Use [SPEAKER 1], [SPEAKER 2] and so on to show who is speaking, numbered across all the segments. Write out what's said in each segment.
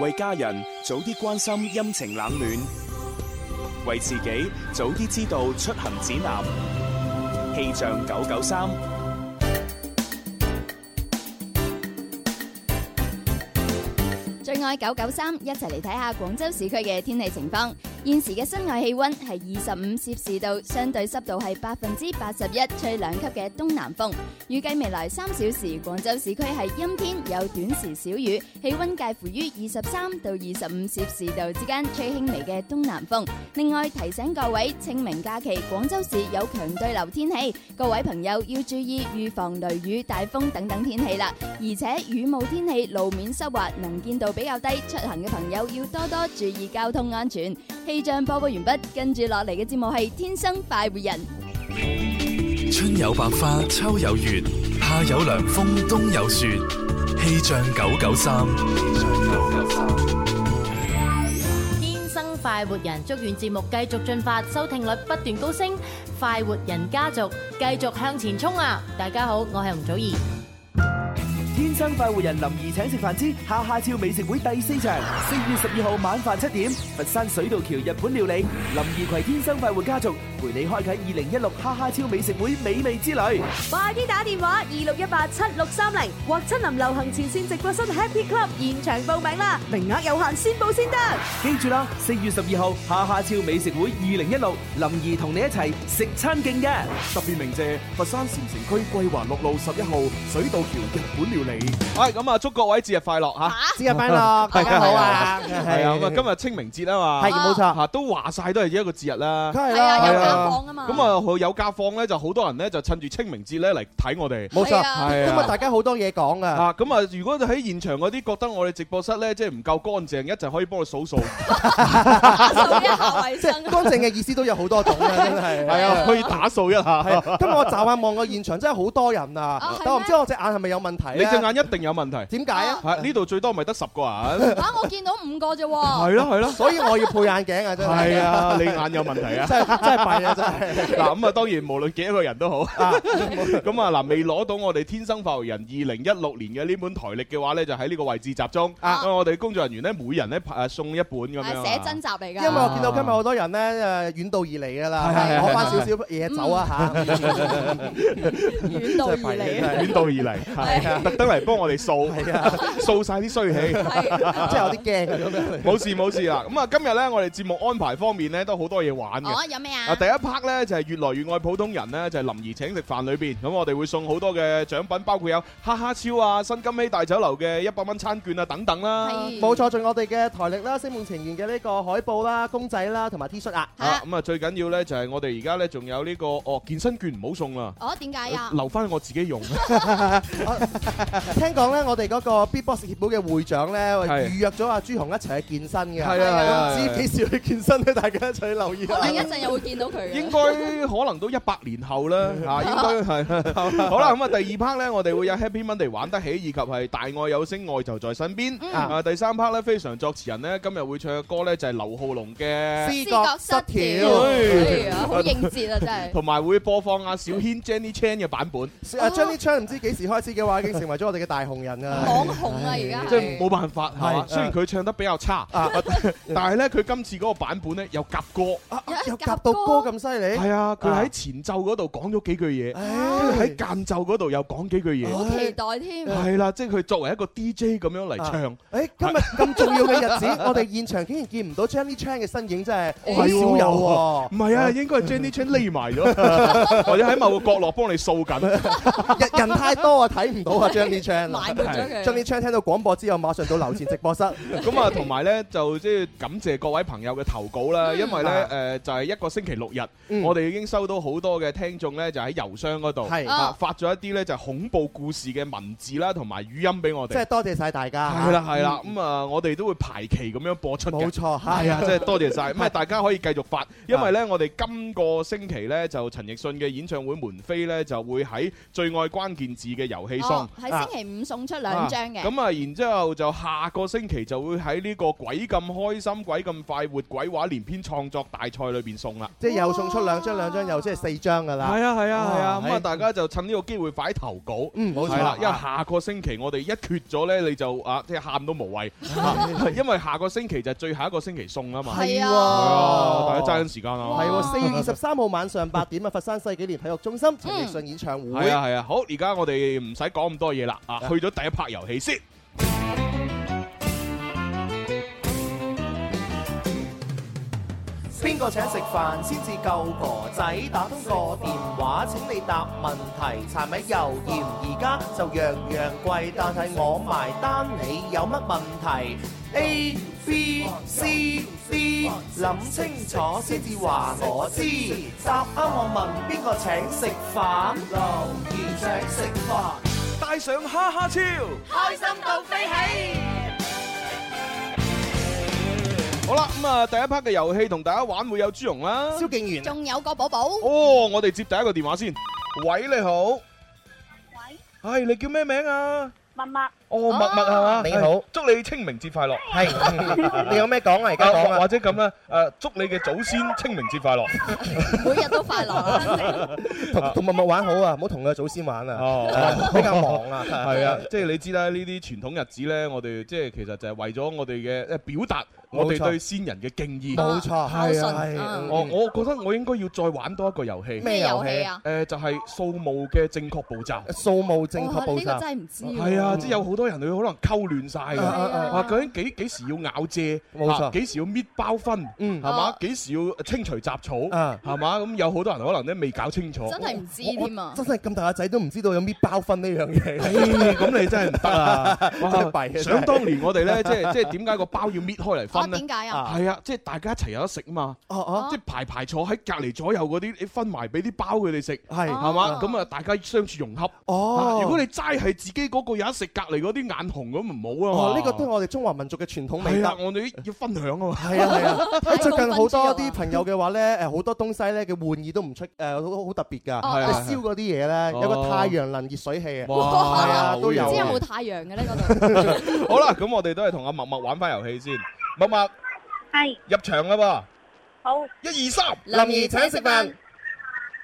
[SPEAKER 1] 為家人早啲關心陰晴冷暖，為自己早啲知道出行指南。氣象九九三，
[SPEAKER 2] 最愛九九三，一齊嚟睇下廣州市區嘅天氣情況。現時嘅室外氣溫係二十五攝氏度，相對濕度係百分之八十一，吹兩級嘅東南風。預計未來三小時，廣州市區係陰天，有短時小雨，氣溫介乎於二十三到二十五攝氏度之間，吹輕微嘅東南風。另外提醒各位，清明假期廣州市有強對流天氣，各位朋友要注意預防雷雨、大風等等天氣啦。而且雨霧天氣路面濕滑，能見度比較低，出行嘅朋友要多多注意交通安全。氣象播報完畢，跟住落嚟嘅節目係《天生快活人》。
[SPEAKER 3] 春有百花，秋有月，夏有涼風，冬有雪。氣象九九三，
[SPEAKER 4] 天生快活人，祝願節目繼續進發，收聽率不斷高升，快活人家族繼續向前衝啊！大家好，我係容祖兒。
[SPEAKER 5] 天生快活人林怡請食飯之下下超美食會第四場，四月十二號晚飯七點，佛山水道橋日本料理，林怡攜天生快活家族陪你開啟二零一六下下超美食會美味之旅。
[SPEAKER 6] 快啲打電話二六一八七六三零或親臨流行前線直播室 Happy Club 現場報名啦，名額有限，先報先得。
[SPEAKER 5] 記住啦，四月十二號下下超美食會二零一六，林怡同你一齊食餐勁嘅。
[SPEAKER 7] 特別鳴謝佛山禪城區桂華六路十一號水道橋日本料理。係咁啊，祝各位節日快樂嚇！
[SPEAKER 8] 節日快 樂大家好啊
[SPEAKER 7] 係啊，咁啊，今日清明節啊嘛，
[SPEAKER 8] 係冇錯
[SPEAKER 7] 嚇，都話晒都係一個節日啦。
[SPEAKER 8] 梗係啦係啊有假放
[SPEAKER 7] 啊
[SPEAKER 8] 嘛
[SPEAKER 7] 咁啊，佢有假放咧，就好多人咧就趁住清明節咧嚟睇我哋。
[SPEAKER 8] 冇錯，
[SPEAKER 7] 係
[SPEAKER 8] 今日大家好多嘢講噶。
[SPEAKER 7] 啊，咁啊，如果喺現場嗰啲覺得我哋直播室咧，即係唔夠乾淨，一陣可以幫佢數數。
[SPEAKER 8] 即係乾淨嘅意思都有好多種啦， 真係。
[SPEAKER 7] 係啊可以打掃一下
[SPEAKER 8] 係啊今日我驟眼望個現場真係好多人啊，但我唔知我隻眼係咪有問題
[SPEAKER 7] 你隻
[SPEAKER 8] 咧？
[SPEAKER 7] 眼一定有問題。
[SPEAKER 8] 點解啊？
[SPEAKER 7] 係呢度最多咪得十個人。
[SPEAKER 2] 啊，我見到五個啫喎。
[SPEAKER 7] 係咯係咯，
[SPEAKER 8] 所以我要配眼鏡啊！真係。
[SPEAKER 7] 係 啊，你眼有問題啊！
[SPEAKER 8] 真係真係弊啊！真係。
[SPEAKER 7] 嗱咁啊，當然無論幾多個人都好， 咁啊嗱，未攞到我哋天生發育人二零一六年嘅呢本台歷嘅話咧，就喺呢個位置集中。
[SPEAKER 8] 啊
[SPEAKER 7] 咁我哋工作人員咧，每人咧派送一本咁樣啊。
[SPEAKER 2] 係寫真集嚟㗎。
[SPEAKER 8] 因為我見到今日好多人咧誒遠道而嚟㗎啦，
[SPEAKER 7] 係係係
[SPEAKER 8] 攞翻少少嘢走啊嚇。
[SPEAKER 7] 遠
[SPEAKER 8] 道而嚟啊
[SPEAKER 7] 遠道而嚟，係啊，特登嚟幫我哋掃，掃晒啲衰氣，
[SPEAKER 8] 真啊係有啲驚啊咁 樣。
[SPEAKER 7] 冇事冇事啦。咁啊，今日咧我哋節目安排方面咧都好多嘢玩
[SPEAKER 2] 哦，
[SPEAKER 7] 嘅。
[SPEAKER 2] 有咩
[SPEAKER 7] 啊，
[SPEAKER 2] 啊
[SPEAKER 7] 第？一 part 咧就係越來越愛普通人咧，就係林兒請食飯裏邊，咁我哋會送好多嘅獎品，包括有哈哈超啊、新金禧大酒樓嘅一百蚊餐券啊等等啦。
[SPEAKER 2] 係
[SPEAKER 8] 冇錯，仲有我哋嘅台歷啦、星夢情緣嘅呢個海報啦、公仔啦，同埋 T 恤啊。
[SPEAKER 7] 啊，咁啊最緊要咧就係我哋而家咧仲有呢個哦健身券唔好送啦，
[SPEAKER 2] 哦，點
[SPEAKER 8] Ừ.
[SPEAKER 2] 解啊？
[SPEAKER 7] 留翻我 自己用。
[SPEAKER 8] 聽講咧，我哋嗰個 B-box 協會嘅會長咧，
[SPEAKER 7] 係
[SPEAKER 8] 預約咗阿朱紅一齊去健身嘅。
[SPEAKER 7] 係啊係啊係
[SPEAKER 8] 唔
[SPEAKER 7] 啊
[SPEAKER 8] 知幾時去健身咧？大家一齊留意
[SPEAKER 2] 可能一
[SPEAKER 8] 啦。
[SPEAKER 2] 陣又會見到佢嘅。
[SPEAKER 7] 應該可能都一百年 後啦，啊應該係好啦。咁啊，第二 part 咧，我哋會有 Happy Monday 玩得起，以及係大愛有聲，愛就在身邊。
[SPEAKER 8] 嗯
[SPEAKER 7] 啊，第三 part 咧，非常作詞人咧，今日會唱嘅歌咧就係劉浩龍嘅，
[SPEAKER 2] 思覺失調，哎呀好應節啊，真係。
[SPEAKER 7] 同埋會播放阿小軒 Jenny Chan 嘅版本，
[SPEAKER 2] 哦
[SPEAKER 8] 啊，張呢槍唔知幾時開始嘅話，已經成為咗我哋嘅大紅人 啊！
[SPEAKER 2] 網紅啊，而家
[SPEAKER 7] 即係
[SPEAKER 2] 係。
[SPEAKER 7] 冇辦法係嘛。
[SPEAKER 8] 係
[SPEAKER 7] 雖然佢唱得比較差，
[SPEAKER 8] 啊
[SPEAKER 7] 但係咧佢今次嗰個版本咧有夾歌。
[SPEAKER 8] 啊
[SPEAKER 2] 有
[SPEAKER 8] 又
[SPEAKER 2] 夾
[SPEAKER 8] 夾到
[SPEAKER 2] 歌
[SPEAKER 8] 歌咁犀利，
[SPEAKER 7] 係啊，佢
[SPEAKER 8] 啊
[SPEAKER 7] 喺前奏嗰度講咗幾句嘢，
[SPEAKER 8] 唉
[SPEAKER 7] 跟住喺間奏嗰度又講幾句嘢，
[SPEAKER 2] 好期待添。
[SPEAKER 7] 係啦，即係佢作為一個 DJ 咁樣
[SPEAKER 8] 啊
[SPEAKER 7] 嚟唱。
[SPEAKER 8] 誒，今日咁重要嘅日子，我哋現場竟然見唔到 Jenny Chan 嘅身影，真係好少有
[SPEAKER 7] 唔係啊，應該係 Jenny Chan 匿 埋咗，或者喺某個角落幫你掃緊。
[SPEAKER 8] 喎。人人太多啊，睇唔到 啊 Jenny Chan。
[SPEAKER 2] 埋沒咗佢
[SPEAKER 8] Jenny Chan 聽到廣播之後，馬上到樓前直播室。
[SPEAKER 7] 咁啊，同埋咧就即係感謝各位朋友嘅投稿啦，因為咧誒就係一個星期六日，
[SPEAKER 8] 啊嗯
[SPEAKER 7] 我哋已經收到好多嘅聽眾咧，就喺郵箱嗰度
[SPEAKER 8] 係
[SPEAKER 7] 啊發咗一啲咧就恐怖故事嘅文字啦，同埋語音俾我
[SPEAKER 8] 即係
[SPEAKER 7] 哋。
[SPEAKER 8] 多謝晒大家。嗯
[SPEAKER 7] 係啦係啦，咁啊我哋都會排期咁樣播出嘅
[SPEAKER 8] 冇。錯，
[SPEAKER 7] 係
[SPEAKER 8] 係
[SPEAKER 7] 啊，真係多謝 晒。咁啊，大家可以繼續發，因為呢，我哋今個星期呢，就陳奕迅嘅演唱會門飛呢，就會喺最愛關鍵字嘅遊戲
[SPEAKER 2] 哦
[SPEAKER 7] 送，
[SPEAKER 2] 喺星期五送出兩張嘅。
[SPEAKER 7] 咁啊，然之後就下個星期就會喺呢個鬼咁開心、鬼咁快活、鬼話連篇創作大賽裏邊送啦。
[SPEAKER 8] 即係又送出兩張，兩張又即係四張㗎啦。
[SPEAKER 7] 係啊係啊係啊！
[SPEAKER 8] 哇
[SPEAKER 7] 咁啊，
[SPEAKER 8] 係
[SPEAKER 7] 大家就趁呢個機會快啲投稿。
[SPEAKER 8] 嗯，冇錯
[SPEAKER 7] 係啦，因為下個星期我哋一缺咗咧，你就啊即係喊都無 謂，啊因為下個星期就係最後一個星期送啦嘛。
[SPEAKER 8] 啊
[SPEAKER 2] 係啊
[SPEAKER 7] 啊大家揸緊時間啊！
[SPEAKER 8] 係喎，四月二十三號晚上八點啊，佛山世紀年體育中 心陳奕迅演唱
[SPEAKER 7] 係
[SPEAKER 8] 會。
[SPEAKER 7] 啊係啊，好，而家我哋唔使講咁多嘢啦，啊，去咗第一 part 遊戲先。
[SPEAKER 8] 邊個請食飯先至夠哥仔？打通個電話請你答問題，柴米油鹽而家就樣樣貴，但係我埋單，你有乜問題？A B C D，諗清楚先至話我知。答啱我問邊個請食飯？留言請食飯。
[SPEAKER 9] 帶上哈哈超。
[SPEAKER 7] 好啦，咁啊，第一 part 嘅遊戲同大家玩會有朱容啦。
[SPEAKER 8] 蕭敬元，啊
[SPEAKER 2] 仲有個寶寶，
[SPEAKER 7] 哦，我哋接第一個電話先。喂，你好。
[SPEAKER 10] 喂。
[SPEAKER 7] 唉，你叫咩名啊？
[SPEAKER 10] 默默
[SPEAKER 7] 哦，默默係嘛？
[SPEAKER 8] 啊你好
[SPEAKER 7] 唉祝你清明節快樂。
[SPEAKER 8] 係你有咩講啊？而家講
[SPEAKER 7] 啊或
[SPEAKER 8] 啊！
[SPEAKER 7] 者咁啦，誒，祝你嘅祖先清明節快樂。
[SPEAKER 2] 每日都快樂。
[SPEAKER 8] 同同默默玩好啊，唔好同佢祖先玩啊，
[SPEAKER 7] 哦。
[SPEAKER 8] 比較忙 啊。
[SPEAKER 7] 係啊， 即係你知啦，呢啲傳統日子咧，我哋即係其實就係為咗我哋嘅誒表達我
[SPEAKER 8] 冇
[SPEAKER 7] 哋
[SPEAKER 8] 錯
[SPEAKER 7] 對先人嘅敬意。
[SPEAKER 8] 冇錯，
[SPEAKER 2] 係啊係啊
[SPEAKER 7] 我
[SPEAKER 8] 我
[SPEAKER 7] 我覺得我應該要再玩多一個遊戲。
[SPEAKER 8] 咩遊戲
[SPEAKER 2] 啊？
[SPEAKER 7] 誒，就係掃墓嘅正確步驟。
[SPEAKER 8] 數務正
[SPEAKER 2] 哇！
[SPEAKER 8] 確
[SPEAKER 2] 呢
[SPEAKER 8] 步
[SPEAKER 2] 個真
[SPEAKER 8] 驟。
[SPEAKER 2] 係唔知喎。
[SPEAKER 7] 係啊，即係有好多人佢可能溝亂晒㗎。
[SPEAKER 8] 啊啊
[SPEAKER 7] 啊，究竟幾幾時要咬蔗？
[SPEAKER 8] 冇錯
[SPEAKER 7] 啊幾時要搣包分？
[SPEAKER 8] 嗯
[SPEAKER 7] 係嘛
[SPEAKER 2] 哦？
[SPEAKER 7] 幾時要清除雜草？
[SPEAKER 8] 啊
[SPEAKER 7] 係嘛？咁有好多人可能咧未搞清楚。
[SPEAKER 2] 真係唔知
[SPEAKER 8] 我
[SPEAKER 2] 添啊
[SPEAKER 8] 真！係咁大個仔都唔知道有搣包分呢樣嘢，
[SPEAKER 7] 唉
[SPEAKER 8] 哎
[SPEAKER 7] 咁你真係唔得啊！
[SPEAKER 8] 真係弊啊
[SPEAKER 7] 想當年我哋咧，即係即係點解個包要搣開嚟
[SPEAKER 2] 啊，
[SPEAKER 7] 分咧
[SPEAKER 2] 點？解啊？
[SPEAKER 7] 係啊，即係大家一齊有得食啊嘛！
[SPEAKER 8] 哦
[SPEAKER 7] 即係排排坐喺隔離左右嗰啲，你分埋俾啲包佢哋食，
[SPEAKER 8] 哦，係
[SPEAKER 7] 係嘛？咁啊，大家相處融洽。
[SPEAKER 8] 哦
[SPEAKER 7] 啊。如果你齋係自己嗰個有得食，隔離嗰啲眼紅咁唔好啊
[SPEAKER 8] 哦
[SPEAKER 7] 嘛。
[SPEAKER 8] 呢個都係我哋中華民族嘅傳統美
[SPEAKER 7] 係
[SPEAKER 8] 德
[SPEAKER 7] 啊，。我哋要分享啊嘛。
[SPEAKER 8] 係啊 係啊， 喺最近好多
[SPEAKER 2] 分之一
[SPEAKER 8] 啲
[SPEAKER 2] 啊
[SPEAKER 8] 朋友嘅話咧，誒好多東西咧嘅玩意都唔出誒，好好特別㗎。
[SPEAKER 2] 哦
[SPEAKER 8] 即係啊哦燒嗰啲嘢咧，有個太陽能熱水器啊。
[SPEAKER 7] 啊哦哇
[SPEAKER 8] 係啊都
[SPEAKER 2] 唔
[SPEAKER 8] 有
[SPEAKER 2] 知有
[SPEAKER 8] 啊
[SPEAKER 2] 冇太陽嘅呢嗰度？
[SPEAKER 7] 好啦，咁我哋都係同阿默默玩翻遊戲先。默默
[SPEAKER 10] 係
[SPEAKER 7] 入場啦
[SPEAKER 10] 好，
[SPEAKER 7] 噃，一二三，
[SPEAKER 8] 林怡請食飯，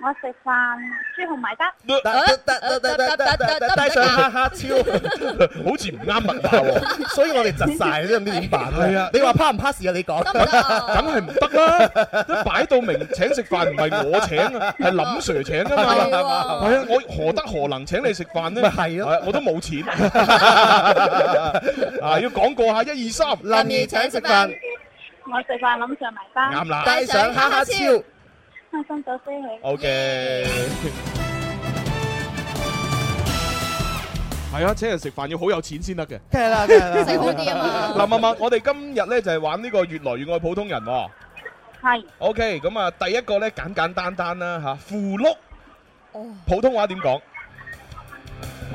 [SPEAKER 10] 我食飯，朱紅埋單，
[SPEAKER 8] 得得得得得得得帶上哈哈 超。
[SPEAKER 7] 好似唔啱默默喎，
[SPEAKER 8] 所以我哋窒晒，都唔知點辦咧
[SPEAKER 7] 係 啊
[SPEAKER 8] 你話怕唔怕事啊？你講
[SPEAKER 2] 得唔得啊？
[SPEAKER 7] 梗係唔得啦！都擺到明請食飯唔係我請啊，係林 Sir 請啊嘛。
[SPEAKER 2] 係
[SPEAKER 7] 係
[SPEAKER 2] 喎
[SPEAKER 7] 啊，我何德何能請你食飯呢？
[SPEAKER 8] 咪係咯
[SPEAKER 7] 啊，我都 冇錢啊！要講過下一二三，
[SPEAKER 8] 林怡請食飯，
[SPEAKER 10] 我食飯諗上埋單，
[SPEAKER 7] 啱啦。
[SPEAKER 8] 帶上哈哈超。
[SPEAKER 10] 開心到飛起。
[SPEAKER 7] O K。係啊，請人食飯要好有錢先得嘅。
[SPEAKER 8] 梗係啦，梗係啦。
[SPEAKER 2] 食好啲啊嘛！
[SPEAKER 7] 嗱，默默，我哋今日咧就係玩呢個越來越愛普通人喎。
[SPEAKER 10] 係
[SPEAKER 7] OK，咁啊，第一個咧簡簡單單啦嚇，符碌
[SPEAKER 2] 哦，
[SPEAKER 7] 普通話點講？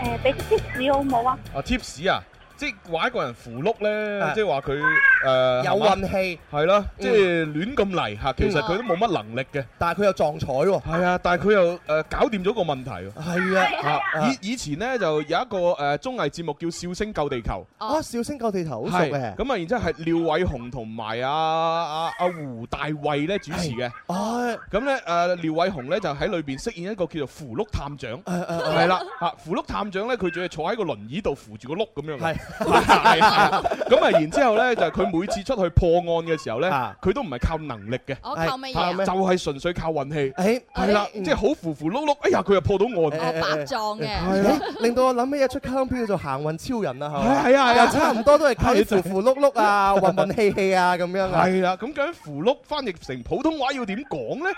[SPEAKER 10] 誒，俾啲 tips 好冇啊？
[SPEAKER 7] 啊，tips 啊，即係話一個人符碌咧
[SPEAKER 8] 啊，
[SPEAKER 7] 即係話佢誒
[SPEAKER 8] 有
[SPEAKER 7] 係嘛
[SPEAKER 8] 運氣，嗯
[SPEAKER 7] 係啦，即係亂咁嚟嚇，其實
[SPEAKER 2] 嗯
[SPEAKER 7] 佢都冇乜能力嘅。
[SPEAKER 8] 但係佢又撞彩喎。
[SPEAKER 7] 係啊，但係佢又誒搞掂咗個問題喎。
[SPEAKER 8] 係啊，
[SPEAKER 7] 啊！以以前咧就有一個誒綜藝節目叫《笑聲救地球》。
[SPEAKER 2] 哦
[SPEAKER 8] 啊，笑聲救地頭好熟嘅。
[SPEAKER 7] 咁啊，然之後係廖偉雄同埋阿阿阿胡大衛咧主持嘅。
[SPEAKER 8] 哦，
[SPEAKER 7] 咁咧誒，廖偉雄咧就喺裏邊飾演一個叫做符碌 探長。
[SPEAKER 8] 誒誒
[SPEAKER 7] 係啦，嚇扶碌探長咧，佢仲要坐喺個輪椅度扶住個碌咁樣嘅。
[SPEAKER 8] 係
[SPEAKER 7] 係啊咁啊，然之後咧就係佢每次出去破案嘅時候咧，
[SPEAKER 8] 啊
[SPEAKER 7] 佢都唔係靠能力嘅，
[SPEAKER 2] 我靠乜嘢
[SPEAKER 8] 靠
[SPEAKER 2] 啊
[SPEAKER 8] 咩？
[SPEAKER 7] 就係純粹靠運氣。
[SPEAKER 8] 誒，
[SPEAKER 7] 係啦，
[SPEAKER 8] 嗯
[SPEAKER 7] 即係好扶扶碌碌，哎呀佢又破到
[SPEAKER 11] 哦
[SPEAKER 7] 案。
[SPEAKER 2] 我哦白撞嘅，
[SPEAKER 8] 誒令到我諗起一出卡通片叫做《行運超人》啊，係嘛
[SPEAKER 7] 係啊係啊係啊
[SPEAKER 8] 又差唔多都係靠啲符符碌碌 啊、運運氣氣啊咁樣啊。
[SPEAKER 7] 係啦，咁究竟扶碌翻譯成普通話要點講咧？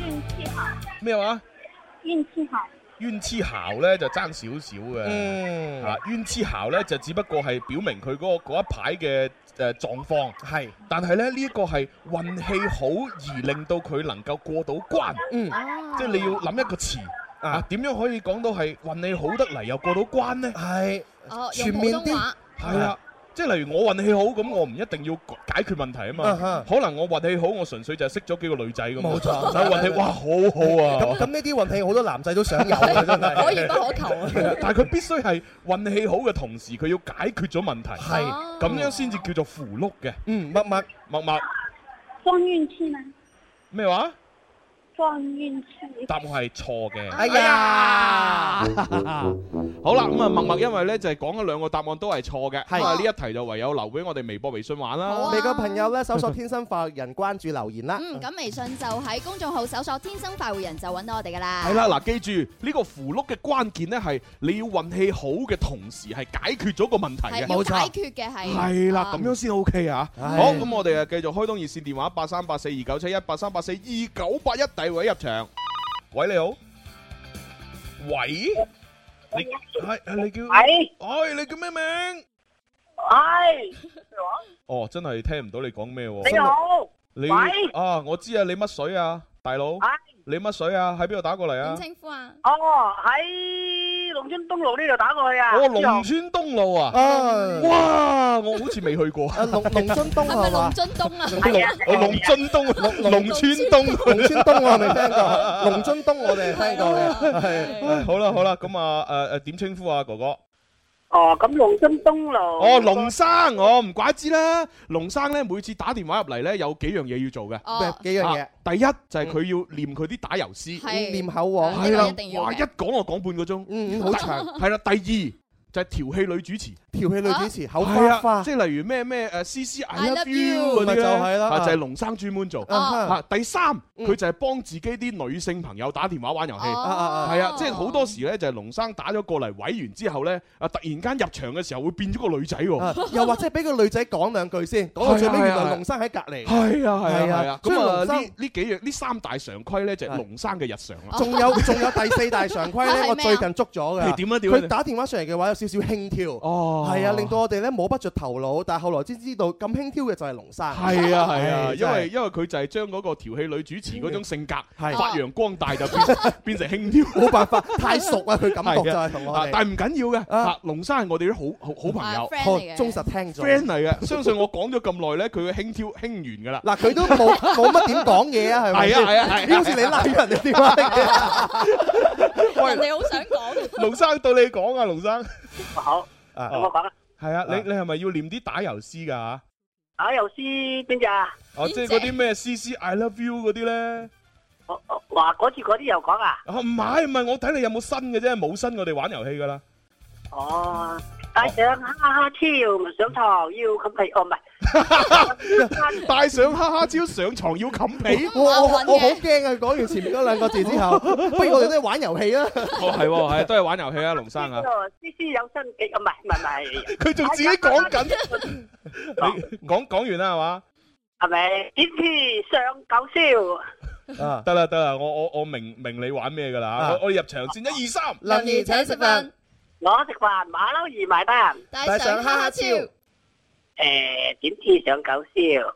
[SPEAKER 10] 運氣好，
[SPEAKER 7] 咩話？
[SPEAKER 10] 運氣好，
[SPEAKER 7] 冤痴姣咧就爭少少嘅。
[SPEAKER 8] 嗯，
[SPEAKER 7] 啊，冤痴姣咧就只不過係表明佢嗰個嗰一排嘅誒狀況，
[SPEAKER 8] 係，
[SPEAKER 7] 但係咧呢一個係運氣好而令到佢能夠過到關。
[SPEAKER 8] 嗯，
[SPEAKER 7] 即係你要諗一個詞啊，點樣可以講到係運氣好得嚟又過到關呢？
[SPEAKER 8] 係
[SPEAKER 2] 哦，
[SPEAKER 8] 全
[SPEAKER 2] 用
[SPEAKER 8] 面
[SPEAKER 2] 普通
[SPEAKER 8] 啲
[SPEAKER 2] 話
[SPEAKER 7] 係啊，即係例如我運氣好，咁我唔一定要解決問題啊
[SPEAKER 11] 啊哈
[SPEAKER 7] 嘛。可能我運氣好，我純粹就係識咗幾個女仔咁。
[SPEAKER 11] 冇錯
[SPEAKER 7] 但係運氣哇，好好
[SPEAKER 11] 咁
[SPEAKER 7] 啊！
[SPEAKER 11] 咁呢啲運氣好多男仔都想有嘅，真係
[SPEAKER 2] 可遇不 可求啊！
[SPEAKER 7] 但係佢必須係運氣好嘅同時，佢要解決咗問題，
[SPEAKER 11] 係
[SPEAKER 2] 哦
[SPEAKER 7] 咁樣先至叫做符碌嘅。
[SPEAKER 11] 嗯默默
[SPEAKER 7] 默默
[SPEAKER 10] 撞运气吗？
[SPEAKER 7] 咩話？
[SPEAKER 10] 撞运气。
[SPEAKER 7] 答案係錯嘅。
[SPEAKER 11] 哎呀，
[SPEAKER 7] 好啦，咁啊默默因為咧就係講咗兩個答案都係錯嘅，
[SPEAKER 11] 係
[SPEAKER 7] 咁啊呢一題就唯有留俾我哋微博、微信玩
[SPEAKER 2] 好
[SPEAKER 7] 啦
[SPEAKER 2] 啊。
[SPEAKER 11] 美國朋友咧搜索天生 快活人關注留言啦。
[SPEAKER 2] 嗯，咁微信就喺公眾號搜索「天生快活人」就揾到我哋噶啦。
[SPEAKER 7] 係啦，嗱，記住呢個符碌嘅關鍵咧係你要運氣好嘅同時係解決咗個問題
[SPEAKER 2] 係要
[SPEAKER 7] 嘅。
[SPEAKER 11] 冇錯
[SPEAKER 2] 解決嘅係。
[SPEAKER 7] 係啦，咁
[SPEAKER 2] 樣
[SPEAKER 7] 樣先 OK 啊！
[SPEAKER 11] 唉
[SPEAKER 7] 好，咁我哋啊繼續開通熱線電話八三八四二九七一八三八四二九八一，第一位入場。喂，你好。喂，你係係你叫？
[SPEAKER 10] 喂，
[SPEAKER 7] 哎，你叫咩名？
[SPEAKER 10] 喂，
[SPEAKER 7] 哦，真係聽唔到你講咩喎。
[SPEAKER 10] 你好，
[SPEAKER 7] 你
[SPEAKER 10] 喂哎
[SPEAKER 7] 啊，我知啊，你乜水啊，大佬
[SPEAKER 10] 唉？
[SPEAKER 7] 你乜水啊？喺邊度打過嚟
[SPEAKER 2] 點
[SPEAKER 7] 啊？
[SPEAKER 2] 稱呼啊？
[SPEAKER 10] 哦，喺龍津東路呢度打過去啊。
[SPEAKER 7] 我龍哦村東路啊！
[SPEAKER 11] 啊，
[SPEAKER 10] 嗯
[SPEAKER 7] 哇，我好似未去過。
[SPEAKER 11] 啊 龍龍津東
[SPEAKER 2] 係咪
[SPEAKER 11] 係嘛
[SPEAKER 2] 龍？津東啊？
[SPEAKER 10] 係啊，
[SPEAKER 7] 我龍哦津東，龍村東。啊
[SPEAKER 11] 龍津東我係未聽過， 龍津東我哋係聽過嘅。係
[SPEAKER 7] 唉好啦好啦，咁啊诶诶點稱呼啊哥哥？
[SPEAKER 10] 哦，咁龍津東路。
[SPEAKER 7] 哦，龍生，我唔怪之啦。龍生咧，每次打電話入嚟咧，有幾樣嘢要做嘅。
[SPEAKER 2] 哦，
[SPEAKER 11] 幾樣嘢
[SPEAKER 7] 啊，第一就係佢要念佢啲打油詩，
[SPEAKER 2] 係啊
[SPEAKER 11] 念口簧，
[SPEAKER 2] 呢
[SPEAKER 7] 係
[SPEAKER 2] 個一定要
[SPEAKER 7] 哇，
[SPEAKER 2] 嘅
[SPEAKER 7] 一講我講半個鐘。
[SPEAKER 11] 嗯，好長，
[SPEAKER 7] 係啦，第二就係調戲女主持。
[SPEAKER 11] 調戲女主持口
[SPEAKER 7] 係
[SPEAKER 11] 花
[SPEAKER 7] 啊，
[SPEAKER 11] 花
[SPEAKER 7] 即。係例如咩咩誒 C C I
[SPEAKER 2] I love
[SPEAKER 7] love you
[SPEAKER 2] you
[SPEAKER 7] 嗰啲
[SPEAKER 11] 咪就係
[SPEAKER 7] 係
[SPEAKER 11] 啦
[SPEAKER 7] 啦，就係龍生專門做。
[SPEAKER 11] 啊哈
[SPEAKER 7] 嚇，第三
[SPEAKER 11] 嗯
[SPEAKER 7] 佢就係幫自己啲女性朋友打電話玩遊戲。
[SPEAKER 2] 哦
[SPEAKER 11] 啊啊
[SPEAKER 7] 係啊，即係好多時咧，就係龍生打咗過嚟委完之後咧，啊突然間入場嘅時候會變咗個女仔喎。
[SPEAKER 11] 啊又或者俾個女仔講兩句先，講到最尾
[SPEAKER 7] 係啊
[SPEAKER 11] 原來
[SPEAKER 7] 係啊
[SPEAKER 11] 龍生喺隔離。
[SPEAKER 7] 係啊係
[SPEAKER 11] 係啊
[SPEAKER 7] 啊係啊，
[SPEAKER 11] 所以
[SPEAKER 7] 咁啊
[SPEAKER 11] 龍生
[SPEAKER 7] 呢呢幾樣呢三大常規咧就係龍生嘅日常啦。
[SPEAKER 11] 仲 有仲有第四大常規
[SPEAKER 2] 啊係咩啊
[SPEAKER 11] 咧，我最近捉咗
[SPEAKER 7] 係
[SPEAKER 11] 㗎。
[SPEAKER 7] 點啊點啊
[SPEAKER 11] 佢打電話上嚟嘅話有少少輕佻，
[SPEAKER 7] 哦
[SPEAKER 11] 係啊，令到我哋咧摸不着頭腦，但係後來先知道咁輕佻嘅就係龍生。
[SPEAKER 7] 係啊係啊，
[SPEAKER 11] 唉
[SPEAKER 7] 因
[SPEAKER 11] 真 係
[SPEAKER 7] 為因為佢就係將嗰個調戲女主持嗰種性格
[SPEAKER 11] 係
[SPEAKER 7] 發揚光大，就變 變成輕佻。
[SPEAKER 11] 冇辦法，太熟啊，佢感覺就係同我
[SPEAKER 7] 啊
[SPEAKER 11] 哋
[SPEAKER 7] 但係唔緊要嘅，
[SPEAKER 11] 啊
[SPEAKER 7] 啊，龍生係我哋啲好好好朋友。
[SPEAKER 2] friend 嚟
[SPEAKER 11] 哦
[SPEAKER 2] 嘅，
[SPEAKER 11] 忠實聽眾。
[SPEAKER 7] friend 嚟嘅，相信我講咗咁耐咧，佢嘅輕佻輕完㗎啦。
[SPEAKER 11] 嗱，佢都冇冇乜點講嘢啊，係咪先？
[SPEAKER 7] 係啊係啊係啊
[SPEAKER 11] 好似你拉人哋電話嘅。
[SPEAKER 2] 人哋好想 講。
[SPEAKER 7] 龍生到你講啊，龍生。
[SPEAKER 10] 好，咁我講啦。
[SPEAKER 7] 係啊，你你係咪要念啲打油詩㗎嚇？
[SPEAKER 10] 打油詩邊只啊？
[SPEAKER 7] 哦，
[SPEAKER 2] 邊
[SPEAKER 7] 即
[SPEAKER 2] 隻
[SPEAKER 7] 係嗰啲咩 C C I love you 嗰啲咧？
[SPEAKER 10] 我我話嗰次嗰啲又講啊？
[SPEAKER 7] 啊，唔係唔係，我睇你有冇新嘅啫，冇新我哋玩遊戲 㗎啦。
[SPEAKER 10] 哦，帶上哈哈超，上頭要咁係哦，唔係。
[SPEAKER 7] 戴上哈哈超上床要冚被。
[SPEAKER 11] 我我我好驚啊！佢講完前面嗰兩個字 之後，不如我哋都係玩遊戲啦。
[SPEAKER 7] 哦，係喎，係都係玩遊戲 啊，龍生啊。
[SPEAKER 10] 思思有新技，哦唔係唔係唔係，
[SPEAKER 7] 佢仲自己講緊，
[SPEAKER 10] 緊，
[SPEAKER 7] 你講講完啦係嘛？
[SPEAKER 10] 係咪？點知上九霄？
[SPEAKER 11] 啊，
[SPEAKER 7] 得啦得啦，我我我明明你玩咩㗎啦
[SPEAKER 11] 啊
[SPEAKER 7] 我我哋入場先，一二三。
[SPEAKER 11] 林兒請食
[SPEAKER 10] Vâng.
[SPEAKER 11] 飯，，
[SPEAKER 10] 我食飯馬騮兒埋單，
[SPEAKER 2] 帶上哈哈超。
[SPEAKER 10] 誒點知上九霄？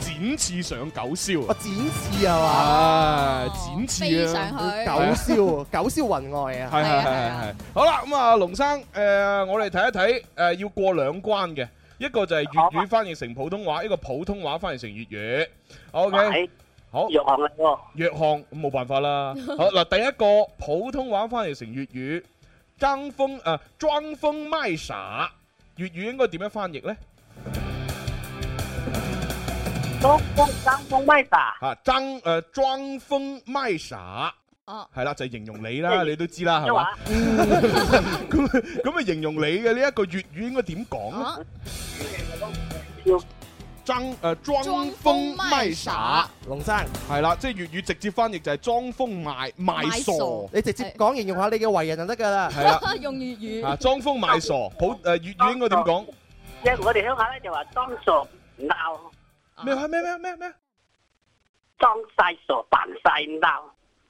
[SPEAKER 7] 展翅上九霄
[SPEAKER 11] 我。展翅啊
[SPEAKER 7] 啊，展
[SPEAKER 2] 飛
[SPEAKER 7] 翅
[SPEAKER 2] 上
[SPEAKER 7] 啊！
[SPEAKER 11] 嘛，
[SPEAKER 2] 去。
[SPEAKER 11] 九霄九霄雲外啊！
[SPEAKER 7] 係係係
[SPEAKER 2] 係啊
[SPEAKER 7] 係係。好啦，咁啊，龍生，誒，我哋睇一睇，誒，要過兩關嘅，一個就係粵語翻譯成普通話，一個普通話翻譯成粵語。O K，
[SPEAKER 10] 係
[SPEAKER 7] 好，
[SPEAKER 10] 弱項啊嚟喎，
[SPEAKER 7] 弱項咁冇辦法啦。好嗱，第一個普通話翻譯成粵語，裝瘋誒裝瘋賣傻，粵語應該點樣翻譯呢？
[SPEAKER 10] 東風爭風威打，
[SPEAKER 7] 嚇，裝啊誒裝瘋賣傻。
[SPEAKER 2] 哦，
[SPEAKER 7] 係啦，就係形容你啦，你都知啦，
[SPEAKER 10] 即
[SPEAKER 7] 係嘛？
[SPEAKER 10] 話
[SPEAKER 7] 咁 咁啊，形容你嘅呢一個粵語應該點講啊呢？
[SPEAKER 2] 哦，
[SPEAKER 7] 裝誒裝呃瘋賣傻，
[SPEAKER 11] 龍生，
[SPEAKER 7] 係啦，即係粵語直接翻譯就係裝瘋賣賣
[SPEAKER 2] 賣傻
[SPEAKER 7] 傻，
[SPEAKER 11] 你直接講形容下你嘅為人就得㗎啦。
[SPEAKER 7] 係啦，
[SPEAKER 2] 用粵語。
[SPEAKER 7] 啊裝瘋賣傻，普誒粵語應該點講？
[SPEAKER 10] 因為我哋鄉下咧就話裝傻鬧，
[SPEAKER 7] 咩話咩咩咩咩？
[SPEAKER 10] 裝晒傻扮晒鬧，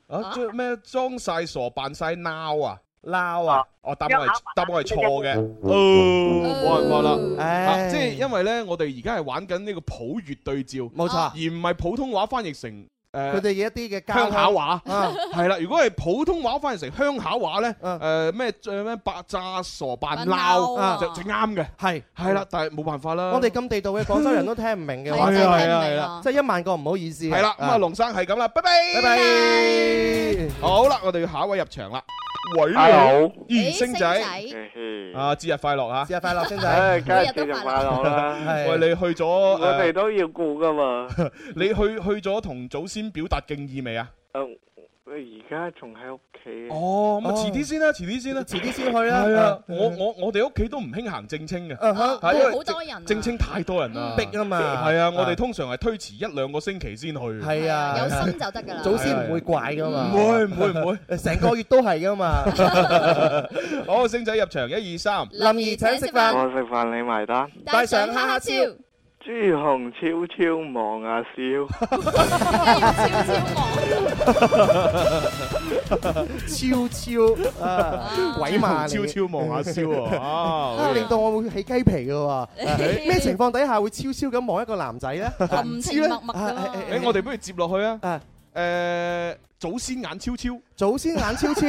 [SPEAKER 7] 啊，裝咩裝晒傻扮晒鬧啊？
[SPEAKER 11] 鬧啊！
[SPEAKER 7] 哦，答案係答案係錯嘅，
[SPEAKER 2] 哦
[SPEAKER 7] 哦，冇辦法啦。啊
[SPEAKER 11] 唉，
[SPEAKER 7] 即係因為咧，我哋而家係玩緊呢個普粵對照，
[SPEAKER 11] 冇錯
[SPEAKER 7] 而唔係普通話翻譯成誒
[SPEAKER 8] 佢哋有一啲嘅交
[SPEAKER 7] 鄉下
[SPEAKER 8] 流
[SPEAKER 7] 話
[SPEAKER 8] 啊
[SPEAKER 7] 係啦，如果係普通話翻譯成鄉下話咧，誒咩誒咩白詐傻扮
[SPEAKER 8] 鬧啊
[SPEAKER 7] 鬧就就啱嘅，
[SPEAKER 8] 係
[SPEAKER 7] 係啦，但係冇辦法啦。
[SPEAKER 8] 我哋咁地道嘅廣州人都聽唔明嘅，
[SPEAKER 7] 係啊
[SPEAKER 8] 話
[SPEAKER 7] 真係聽唔明啊係啊係啊
[SPEAKER 8] 即係一萬個唔好意思。
[SPEAKER 7] 係啦，咁啊，龍生係咁啦，拜拜，
[SPEAKER 8] 拜拜。
[SPEAKER 7] 好啦，我哋要下一位入場啦。喂，
[SPEAKER 12] Hello
[SPEAKER 7] 咦，星仔，
[SPEAKER 12] 仔
[SPEAKER 7] 啊，節日快樂嚇！節！
[SPEAKER 8] 日快樂，星
[SPEAKER 12] 唉，梗係節日快 樂啦
[SPEAKER 7] 喂，你去咗？我
[SPEAKER 12] 我哋都要顧噶
[SPEAKER 7] Vâng.
[SPEAKER 12] 嘛。
[SPEAKER 7] 你去去咗同祖先表達敬意未啊？
[SPEAKER 12] 誒呃我而家仲喺屋企。
[SPEAKER 7] 哦，咁啊，遲啲先啦，遲啲先啦，遲
[SPEAKER 8] 啲先去啦
[SPEAKER 7] 係啊
[SPEAKER 8] 啊，
[SPEAKER 7] 我我我哋屋企都唔興行正清嘅，
[SPEAKER 8] 哈
[SPEAKER 7] 係因為
[SPEAKER 8] 好
[SPEAKER 7] 正正清太多人啦，
[SPEAKER 8] 逼啊嘛
[SPEAKER 7] 係啊，我哋
[SPEAKER 8] 啊
[SPEAKER 7] 通常係推遲一兩個星期先去。
[SPEAKER 8] 係啊有心
[SPEAKER 2] 就得㗎 啦
[SPEAKER 8] 祖先唔會怪㗎嘛
[SPEAKER 7] 唔會唔會唔 會。
[SPEAKER 8] 成個月都係 㗎嘛。
[SPEAKER 7] 好，星仔入場，一二三，
[SPEAKER 8] 林怡請食飯
[SPEAKER 12] 我食飯你埋單。
[SPEAKER 8] 帶上哈哈超
[SPEAKER 12] 朱紅悄悄望啊 笑。
[SPEAKER 8] 超超啊，偉
[SPEAKER 7] 超
[SPEAKER 8] 萬
[SPEAKER 7] 超超 望下蕭喎啊
[SPEAKER 8] 啊，令到我會起雞皮 㗎
[SPEAKER 7] 誒
[SPEAKER 8] 喎。咩情況底下會超超咁望一個男仔咧？
[SPEAKER 7] 含情脈
[SPEAKER 8] 脈㗎嘛
[SPEAKER 7] 誒，我哋不如接落去啊。誒，祖先眼超超，
[SPEAKER 8] 祖先眼 超超，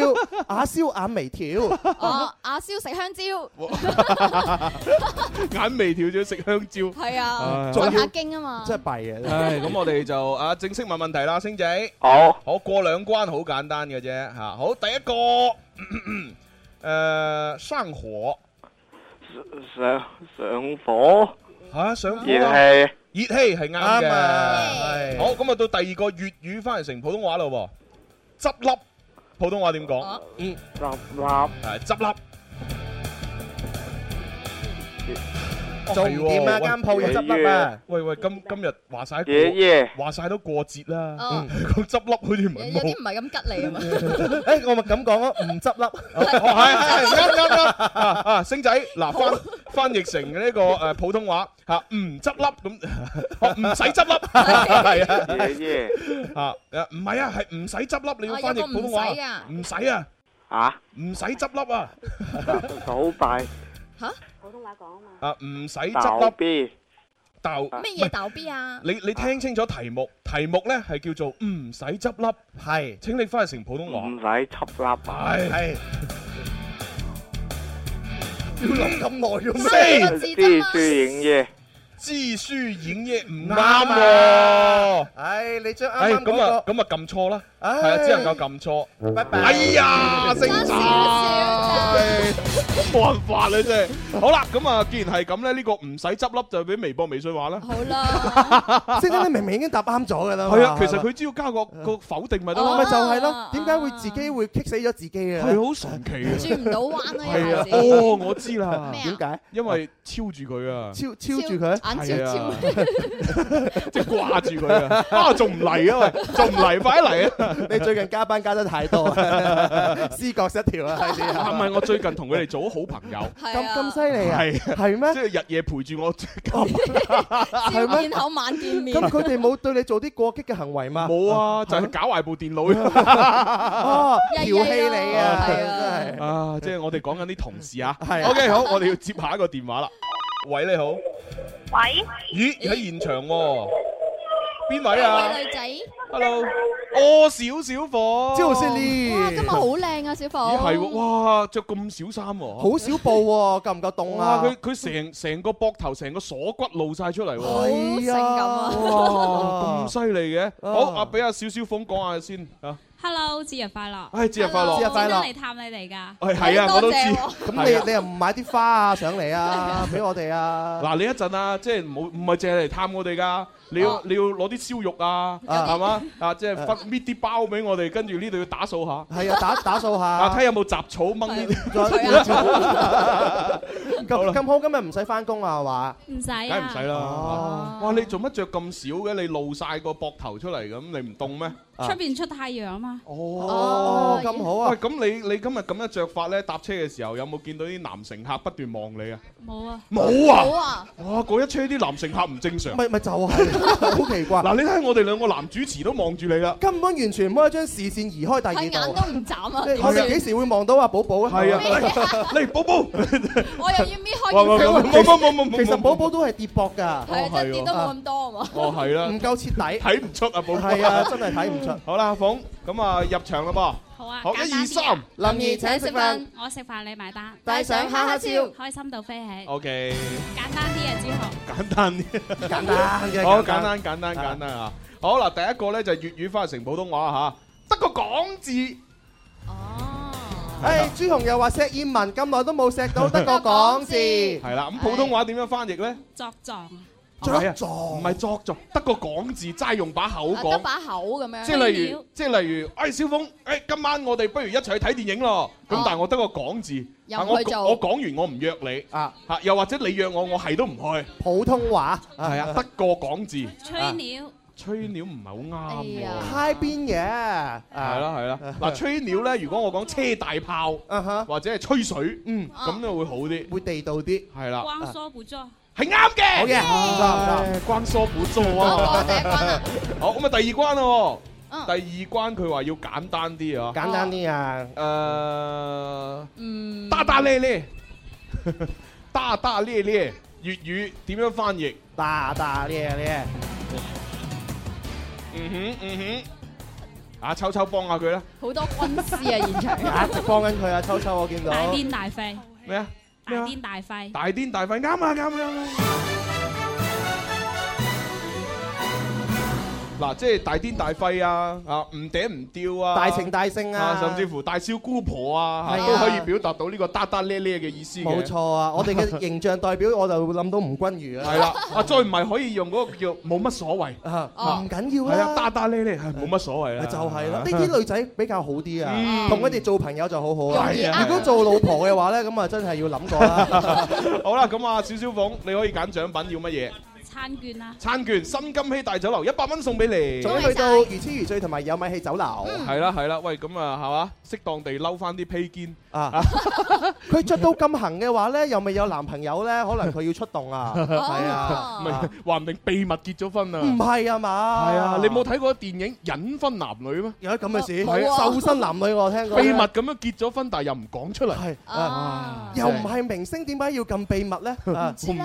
[SPEAKER 8] 阿蕭眼眉跳。
[SPEAKER 2] 哦，阿蕭食香蕉，
[SPEAKER 7] 眼眉跳咗食香蕉。
[SPEAKER 2] 係啊，
[SPEAKER 7] 唉
[SPEAKER 2] 再下經啊嘛，
[SPEAKER 8] 係弊
[SPEAKER 7] 唉，咁我哋就啊正式問問題啦，星仔。
[SPEAKER 12] 好，
[SPEAKER 7] 好過兩關好簡單嘅啫嚇。好，第一個 誒、呃上火
[SPEAKER 12] 上上火，
[SPEAKER 7] 嚇、啊上火
[SPEAKER 12] 熱
[SPEAKER 7] 啊
[SPEAKER 12] 氣。
[SPEAKER 7] 熱氣係啱
[SPEAKER 12] 啱
[SPEAKER 7] 嘅。
[SPEAKER 12] 啊
[SPEAKER 7] 係好，咁啊到第二個粵語翻譯成普通話咯喎，執笠普通話點講？嗯，
[SPEAKER 12] 執笠
[SPEAKER 7] 係執笠。
[SPEAKER 8] 做唔掂啊間鋪要執笠啊！
[SPEAKER 7] 喂喂，今今日話晒過
[SPEAKER 12] 爺爺
[SPEAKER 7] 話晒都過節啦，
[SPEAKER 2] 哦
[SPEAKER 7] 講執笠好似 唔係
[SPEAKER 2] 有
[SPEAKER 7] 冇
[SPEAKER 2] 啲唔。 係咁吉利啊嘛，
[SPEAKER 8] 誒，我咪咁講咯，唔執笠。
[SPEAKER 7] 哦，係係啱啱啱啊啊！星仔嗱翻翻譯成呢個誒普通話嚇，唔執笠咁， 哦唔使執 笠，係啊，
[SPEAKER 12] 爺爺
[SPEAKER 7] 啊誒唔係啊，係唔使執笠，你要
[SPEAKER 12] 哦有
[SPEAKER 7] 翻
[SPEAKER 12] 個
[SPEAKER 7] 譯普通話
[SPEAKER 12] 唔使啊，
[SPEAKER 7] 唔使啊，
[SPEAKER 12] 啊
[SPEAKER 7] 唔使執笠啊，
[SPEAKER 12] 倒閉
[SPEAKER 7] 啊唔使
[SPEAKER 12] 倒
[SPEAKER 7] 執笠，
[SPEAKER 12] 閉。
[SPEAKER 7] 豆
[SPEAKER 2] 咩嘢倒 B 啊？
[SPEAKER 7] 你你聽清楚題目，題目咧係叫做唔使執笠，
[SPEAKER 8] 係，
[SPEAKER 7] 請你翻譯成普通話，
[SPEAKER 12] 唔使執笠，啊
[SPEAKER 7] 係
[SPEAKER 8] 要諗咁耐要
[SPEAKER 7] 咩
[SPEAKER 12] 知書影嘢，
[SPEAKER 7] 知書影嘢唔啱
[SPEAKER 8] 啱
[SPEAKER 7] 喎
[SPEAKER 8] 啊。唉，你將
[SPEAKER 7] 唉，
[SPEAKER 8] 啱啱
[SPEAKER 7] 咁
[SPEAKER 8] 嗰
[SPEAKER 7] 啊
[SPEAKER 8] 個，
[SPEAKER 7] 咁啊撳錯啦，係
[SPEAKER 8] 唉
[SPEAKER 7] 啊，只能夠撳錯。
[SPEAKER 8] 拜拜。
[SPEAKER 7] 哎呀，星
[SPEAKER 8] 爭
[SPEAKER 7] 仔
[SPEAKER 8] 少
[SPEAKER 7] 唉 冇辦法啦，真係。好啦，咁啊，既然係咁咧，呢個唔使執笠就俾微博、微信話啦。
[SPEAKER 2] 好啦，
[SPEAKER 8] 星星，你明明已經答啱咗㗎啦嘛。
[SPEAKER 7] 係啊，其實
[SPEAKER 8] 係嘛
[SPEAKER 7] 佢只要加個個否定咪得咯。
[SPEAKER 8] 咪就係咯，點解會自己會棘死咗自己啊？
[SPEAKER 7] 係好神奇啊！
[SPEAKER 2] 轉唔到彎咯，
[SPEAKER 8] à,
[SPEAKER 7] 係啊
[SPEAKER 2] 有，時
[SPEAKER 7] 哦，我知啦。
[SPEAKER 2] 咩啊
[SPEAKER 8] 點解？
[SPEAKER 7] 因為超住佢啊，
[SPEAKER 8] 超超住佢，
[SPEAKER 2] 眼
[SPEAKER 7] 係
[SPEAKER 2] 超
[SPEAKER 7] 啊
[SPEAKER 2] 超，
[SPEAKER 7] 即係掛住佢啊！啊，仲唔嚟啊？喂，仲唔嚟？快嚟啊！
[SPEAKER 8] 你最近加班加得太多，哦思覺失調 啊！係啲
[SPEAKER 7] 啊，唔
[SPEAKER 8] 啊
[SPEAKER 7] 係我最近同佢哋做咗好朋友，
[SPEAKER 8] 咁咁犀利啊！
[SPEAKER 7] 係
[SPEAKER 8] 係咩
[SPEAKER 7] 即係日夜陪住我。
[SPEAKER 2] 朝見口晚見面，
[SPEAKER 8] 咁佢哋冇對你做啲過激嘅行為嘛？
[SPEAKER 7] 冇啊，就係搞壞部電腦
[SPEAKER 8] 哦，
[SPEAKER 2] 日
[SPEAKER 8] 調
[SPEAKER 2] 日啊
[SPEAKER 8] 戲你啊！
[SPEAKER 2] 係啊
[SPEAKER 8] 真係
[SPEAKER 7] 啊！即係我哋講緊啲同事啊。
[SPEAKER 8] 係
[SPEAKER 7] OK，好，我哋要接下一個電話啦。喂，你好。
[SPEAKER 13] 喂，
[SPEAKER 7] 咦，喺現場喎。邊位啊
[SPEAKER 2] 女仔，
[SPEAKER 7] à. ？Hello，柯小小火。
[SPEAKER 8] 就是你
[SPEAKER 2] 哇，今日好靚啊，小
[SPEAKER 7] 咦，
[SPEAKER 2] 鳳，
[SPEAKER 7] 係喎，哇，着啊咁少衫喎。
[SPEAKER 8] 好少布喎，夠唔夠凍
[SPEAKER 7] 哇！
[SPEAKER 8] 啊？
[SPEAKER 7] 佢佢成成個膊頭、成個鎖骨露晒出嚟喎。
[SPEAKER 8] 係啊，
[SPEAKER 7] 哇，咁犀利嘅。好，啊，俾阿小小鳳講下先啊。
[SPEAKER 14] Hello，節日快樂！
[SPEAKER 7] 唉節日快樂
[SPEAKER 14] 我
[SPEAKER 7] 節
[SPEAKER 8] 日快
[SPEAKER 14] 專
[SPEAKER 8] 樂
[SPEAKER 14] 登嚟探你哋㗎。
[SPEAKER 7] 係係啊，我都知。
[SPEAKER 8] 咁
[SPEAKER 7] 係啊
[SPEAKER 8] 你你又唔買啲花啊上嚟啊，俾我哋啊？
[SPEAKER 7] 嗱，你一陣啊，即係冇唔係淨係嚟探我哋㗎，你
[SPEAKER 8] 啊
[SPEAKER 7] 要你要攞啲燒肉啊，係嘛啊，即係分搣啲包俾我哋，跟住呢度要打掃下，
[SPEAKER 8] 係啊，打打啊掃
[SPEAKER 7] 啊
[SPEAKER 8] 下。
[SPEAKER 7] 睇下有冇雜草掹呢啲，
[SPEAKER 8] 咁 咁好，今日唔使翻工啊，係嘛？
[SPEAKER 14] 唔使
[SPEAKER 7] 梗係唔
[SPEAKER 14] 啊
[SPEAKER 7] 使，
[SPEAKER 8] 哦
[SPEAKER 7] 啦。哇！你做乜着咁少嘅？你露晒個膊頭出嚟咁，你唔凍咩？
[SPEAKER 14] 出邊出太陽啊嘛。
[SPEAKER 8] 哦，咁好
[SPEAKER 7] 喂，
[SPEAKER 8] 啊！
[SPEAKER 7] 咁你你今日咁樣着法咧，搭車嘅時候有冇見到啲男乘客不斷望你啊？
[SPEAKER 14] 冇啊，
[SPEAKER 7] 冇
[SPEAKER 2] 好
[SPEAKER 7] 啊！
[SPEAKER 2] 啊，
[SPEAKER 7] 哇！嗰一車啲男乘客唔正常。
[SPEAKER 8] 咪 咪就係，好奇怪。
[SPEAKER 7] 嗱，你睇下我哋兩個男主持都望住你啦。
[SPEAKER 8] 根本完全唔可以將視線移
[SPEAKER 2] 佢
[SPEAKER 8] 開第二
[SPEAKER 2] 眼
[SPEAKER 8] 度
[SPEAKER 2] 都
[SPEAKER 8] 啊。
[SPEAKER 2] 唔眨啊，
[SPEAKER 8] 即係我哋幾時會望到阿寶寶啊？
[SPEAKER 7] 係啊，嚟寶寶，
[SPEAKER 2] 我又要搣開
[SPEAKER 7] 喂喂喂
[SPEAKER 2] 件衫，
[SPEAKER 7] 喂
[SPEAKER 8] Vâng,
[SPEAKER 7] 冇冇冇
[SPEAKER 8] 哦
[SPEAKER 7] 冇冇冇
[SPEAKER 8] 其實寶寶都係跌膊㗎。
[SPEAKER 2] 係啊，真係
[SPEAKER 7] 係喎
[SPEAKER 2] 見到冇咁多啊嘛。喎。
[SPEAKER 7] 哦，係啦，
[SPEAKER 8] 唔夠徹底，
[SPEAKER 7] 睇唔出啊，寶哥
[SPEAKER 8] 係啊真係睇唔出。
[SPEAKER 7] 好啦，阿鳳，咁啊入場啦噃，
[SPEAKER 14] 好啊，
[SPEAKER 7] 好
[SPEAKER 14] 簡
[SPEAKER 7] 一
[SPEAKER 14] 單
[SPEAKER 7] 二
[SPEAKER 14] 啲
[SPEAKER 7] 三
[SPEAKER 14] 啊，
[SPEAKER 7] 兒
[SPEAKER 14] 飯，我食飯你埋單，
[SPEAKER 7] 帶上哈哈超
[SPEAKER 14] 開心到飛起，
[SPEAKER 7] ，OK，
[SPEAKER 14] 簡單啲啊，之後。
[SPEAKER 7] 簡單啲，
[SPEAKER 8] 簡單嘅
[SPEAKER 7] 好
[SPEAKER 8] 簡單
[SPEAKER 7] 簡單簡單簡單啊！好啦，第一個咧就係粵語翻譯成普通話啊嚇，得個講字。
[SPEAKER 8] 誒，朱紅又話錫燕文咁耐都冇錫到，得個講字。
[SPEAKER 7] 係啦，咁普通話點樣翻譯咧？
[SPEAKER 14] 作狀，
[SPEAKER 7] 作作唔係作作，得個講字，齋用把口
[SPEAKER 2] 啊得
[SPEAKER 7] 講。
[SPEAKER 2] 把口咁樣。
[SPEAKER 7] 即係例如，即係例如，哎，小峰，哎，今晚我哋不如一齊去睇電影咯。咁但係我得個講字，
[SPEAKER 2] 又
[SPEAKER 7] 啊
[SPEAKER 2] 唔
[SPEAKER 7] 我
[SPEAKER 2] 去做
[SPEAKER 7] 我講完我唔約你
[SPEAKER 8] 啊，
[SPEAKER 7] 嚇又或者你約我，我係都唔去。
[SPEAKER 8] 普通話
[SPEAKER 7] 係啊，得個講字，
[SPEAKER 14] 吹鳥，
[SPEAKER 7] 吹鳥唔係好啱喎。
[SPEAKER 8] 嗨邊嘅，係
[SPEAKER 7] 係啦係啦，嗱吹鳥咧，如果我講車大炮，或者係吹水，
[SPEAKER 8] 嗯，
[SPEAKER 7] 咁就會好啲，
[SPEAKER 8] 會地道啲，
[SPEAKER 7] 係啦，啊
[SPEAKER 14] 光說不作，
[SPEAKER 7] 係啱嘅，
[SPEAKER 8] 好嘅唔錯唔錯
[SPEAKER 7] 唉關疏古做
[SPEAKER 2] 嗯好我
[SPEAKER 7] 啊，
[SPEAKER 2] 第一關啦。
[SPEAKER 7] 好咁啊，第二關咯
[SPEAKER 2] 嗯
[SPEAKER 7] 喎，第二關佢話要簡單啲啊，
[SPEAKER 8] 簡單啲啊。
[SPEAKER 7] 誒，
[SPEAKER 2] 嗯，
[SPEAKER 7] 大大咧咧， 大大咧咧，粵語點樣翻譯？
[SPEAKER 8] 大大咧咧，
[SPEAKER 7] 嗯哼嗯哼，啊秋秋幫下佢啦，
[SPEAKER 2] 好多軍師啊現 場。
[SPEAKER 8] 一直幫緊佢啊，秋秋我見到。
[SPEAKER 14] 大癲大肺，
[SPEAKER 7] 咩啊？
[SPEAKER 14] 大癲大肺，
[SPEAKER 7] 大癲大肺啱啊啱啊啱啊！嗱，即係大癲大肺啊，啊唔嗲唔吊啊，
[SPEAKER 8] 大情大性啊
[SPEAKER 7] 啊，，甚至乎大燒姑婆啊，
[SPEAKER 8] 係啊
[SPEAKER 7] 都可以表達到呢個嗒嗒咧咧嘅意思嘅
[SPEAKER 8] 冇錯， 啊！我哋嘅形象代表，我就會諗到吳君如啊。
[SPEAKER 7] 係啦，啊再唔係可以用嗰個叫冇乜所 謂，
[SPEAKER 8] 啊，唔緊要
[SPEAKER 7] 係啊，
[SPEAKER 8] 啦，
[SPEAKER 7] 嗒嗒咧咧係冇乜所謂啦，
[SPEAKER 8] 就係啦。呢 啲女仔比較好啲啊，
[SPEAKER 7] 啊嗯
[SPEAKER 8] 同佢哋做朋友就好好啊。
[SPEAKER 2] 容易呃
[SPEAKER 8] 如果做老婆嘅話咧，咁啊真係要諗過 啦。
[SPEAKER 7] 好啦，咁啊，小小鳳，你可以揀獎品要乜嘢？
[SPEAKER 14] 餐券啦，
[SPEAKER 7] 餐券新金禧大酒樓一百蚊送俾你。
[SPEAKER 8] 仲有去到如痴如醉同埋有米氣酒樓
[SPEAKER 7] 係啦係啦，喂咁啊係嘛，適當地嬲翻啲披肩。
[SPEAKER 8] 啊， 佢着到咁行嘅話咧，又未有男朋友咧，可能佢要出動 啊。係啊，
[SPEAKER 7] 唔係，話唔定秘密結咗婚
[SPEAKER 8] 唔
[SPEAKER 7] 啊！
[SPEAKER 8] 係啊嘛？
[SPEAKER 7] 哦係啊，你冇睇過電影《隱婚男女》咩？
[SPEAKER 8] 有啲咁嘅事？
[SPEAKER 2] 冇啊
[SPEAKER 8] 瘦身男女我聽過。
[SPEAKER 7] 秘密咁樣結咗婚，但係又唔講出嚟，
[SPEAKER 8] 係啊。
[SPEAKER 2] 啊，
[SPEAKER 8] 又唔係明星，點解要咁秘密 咧？啊
[SPEAKER 7] 我唔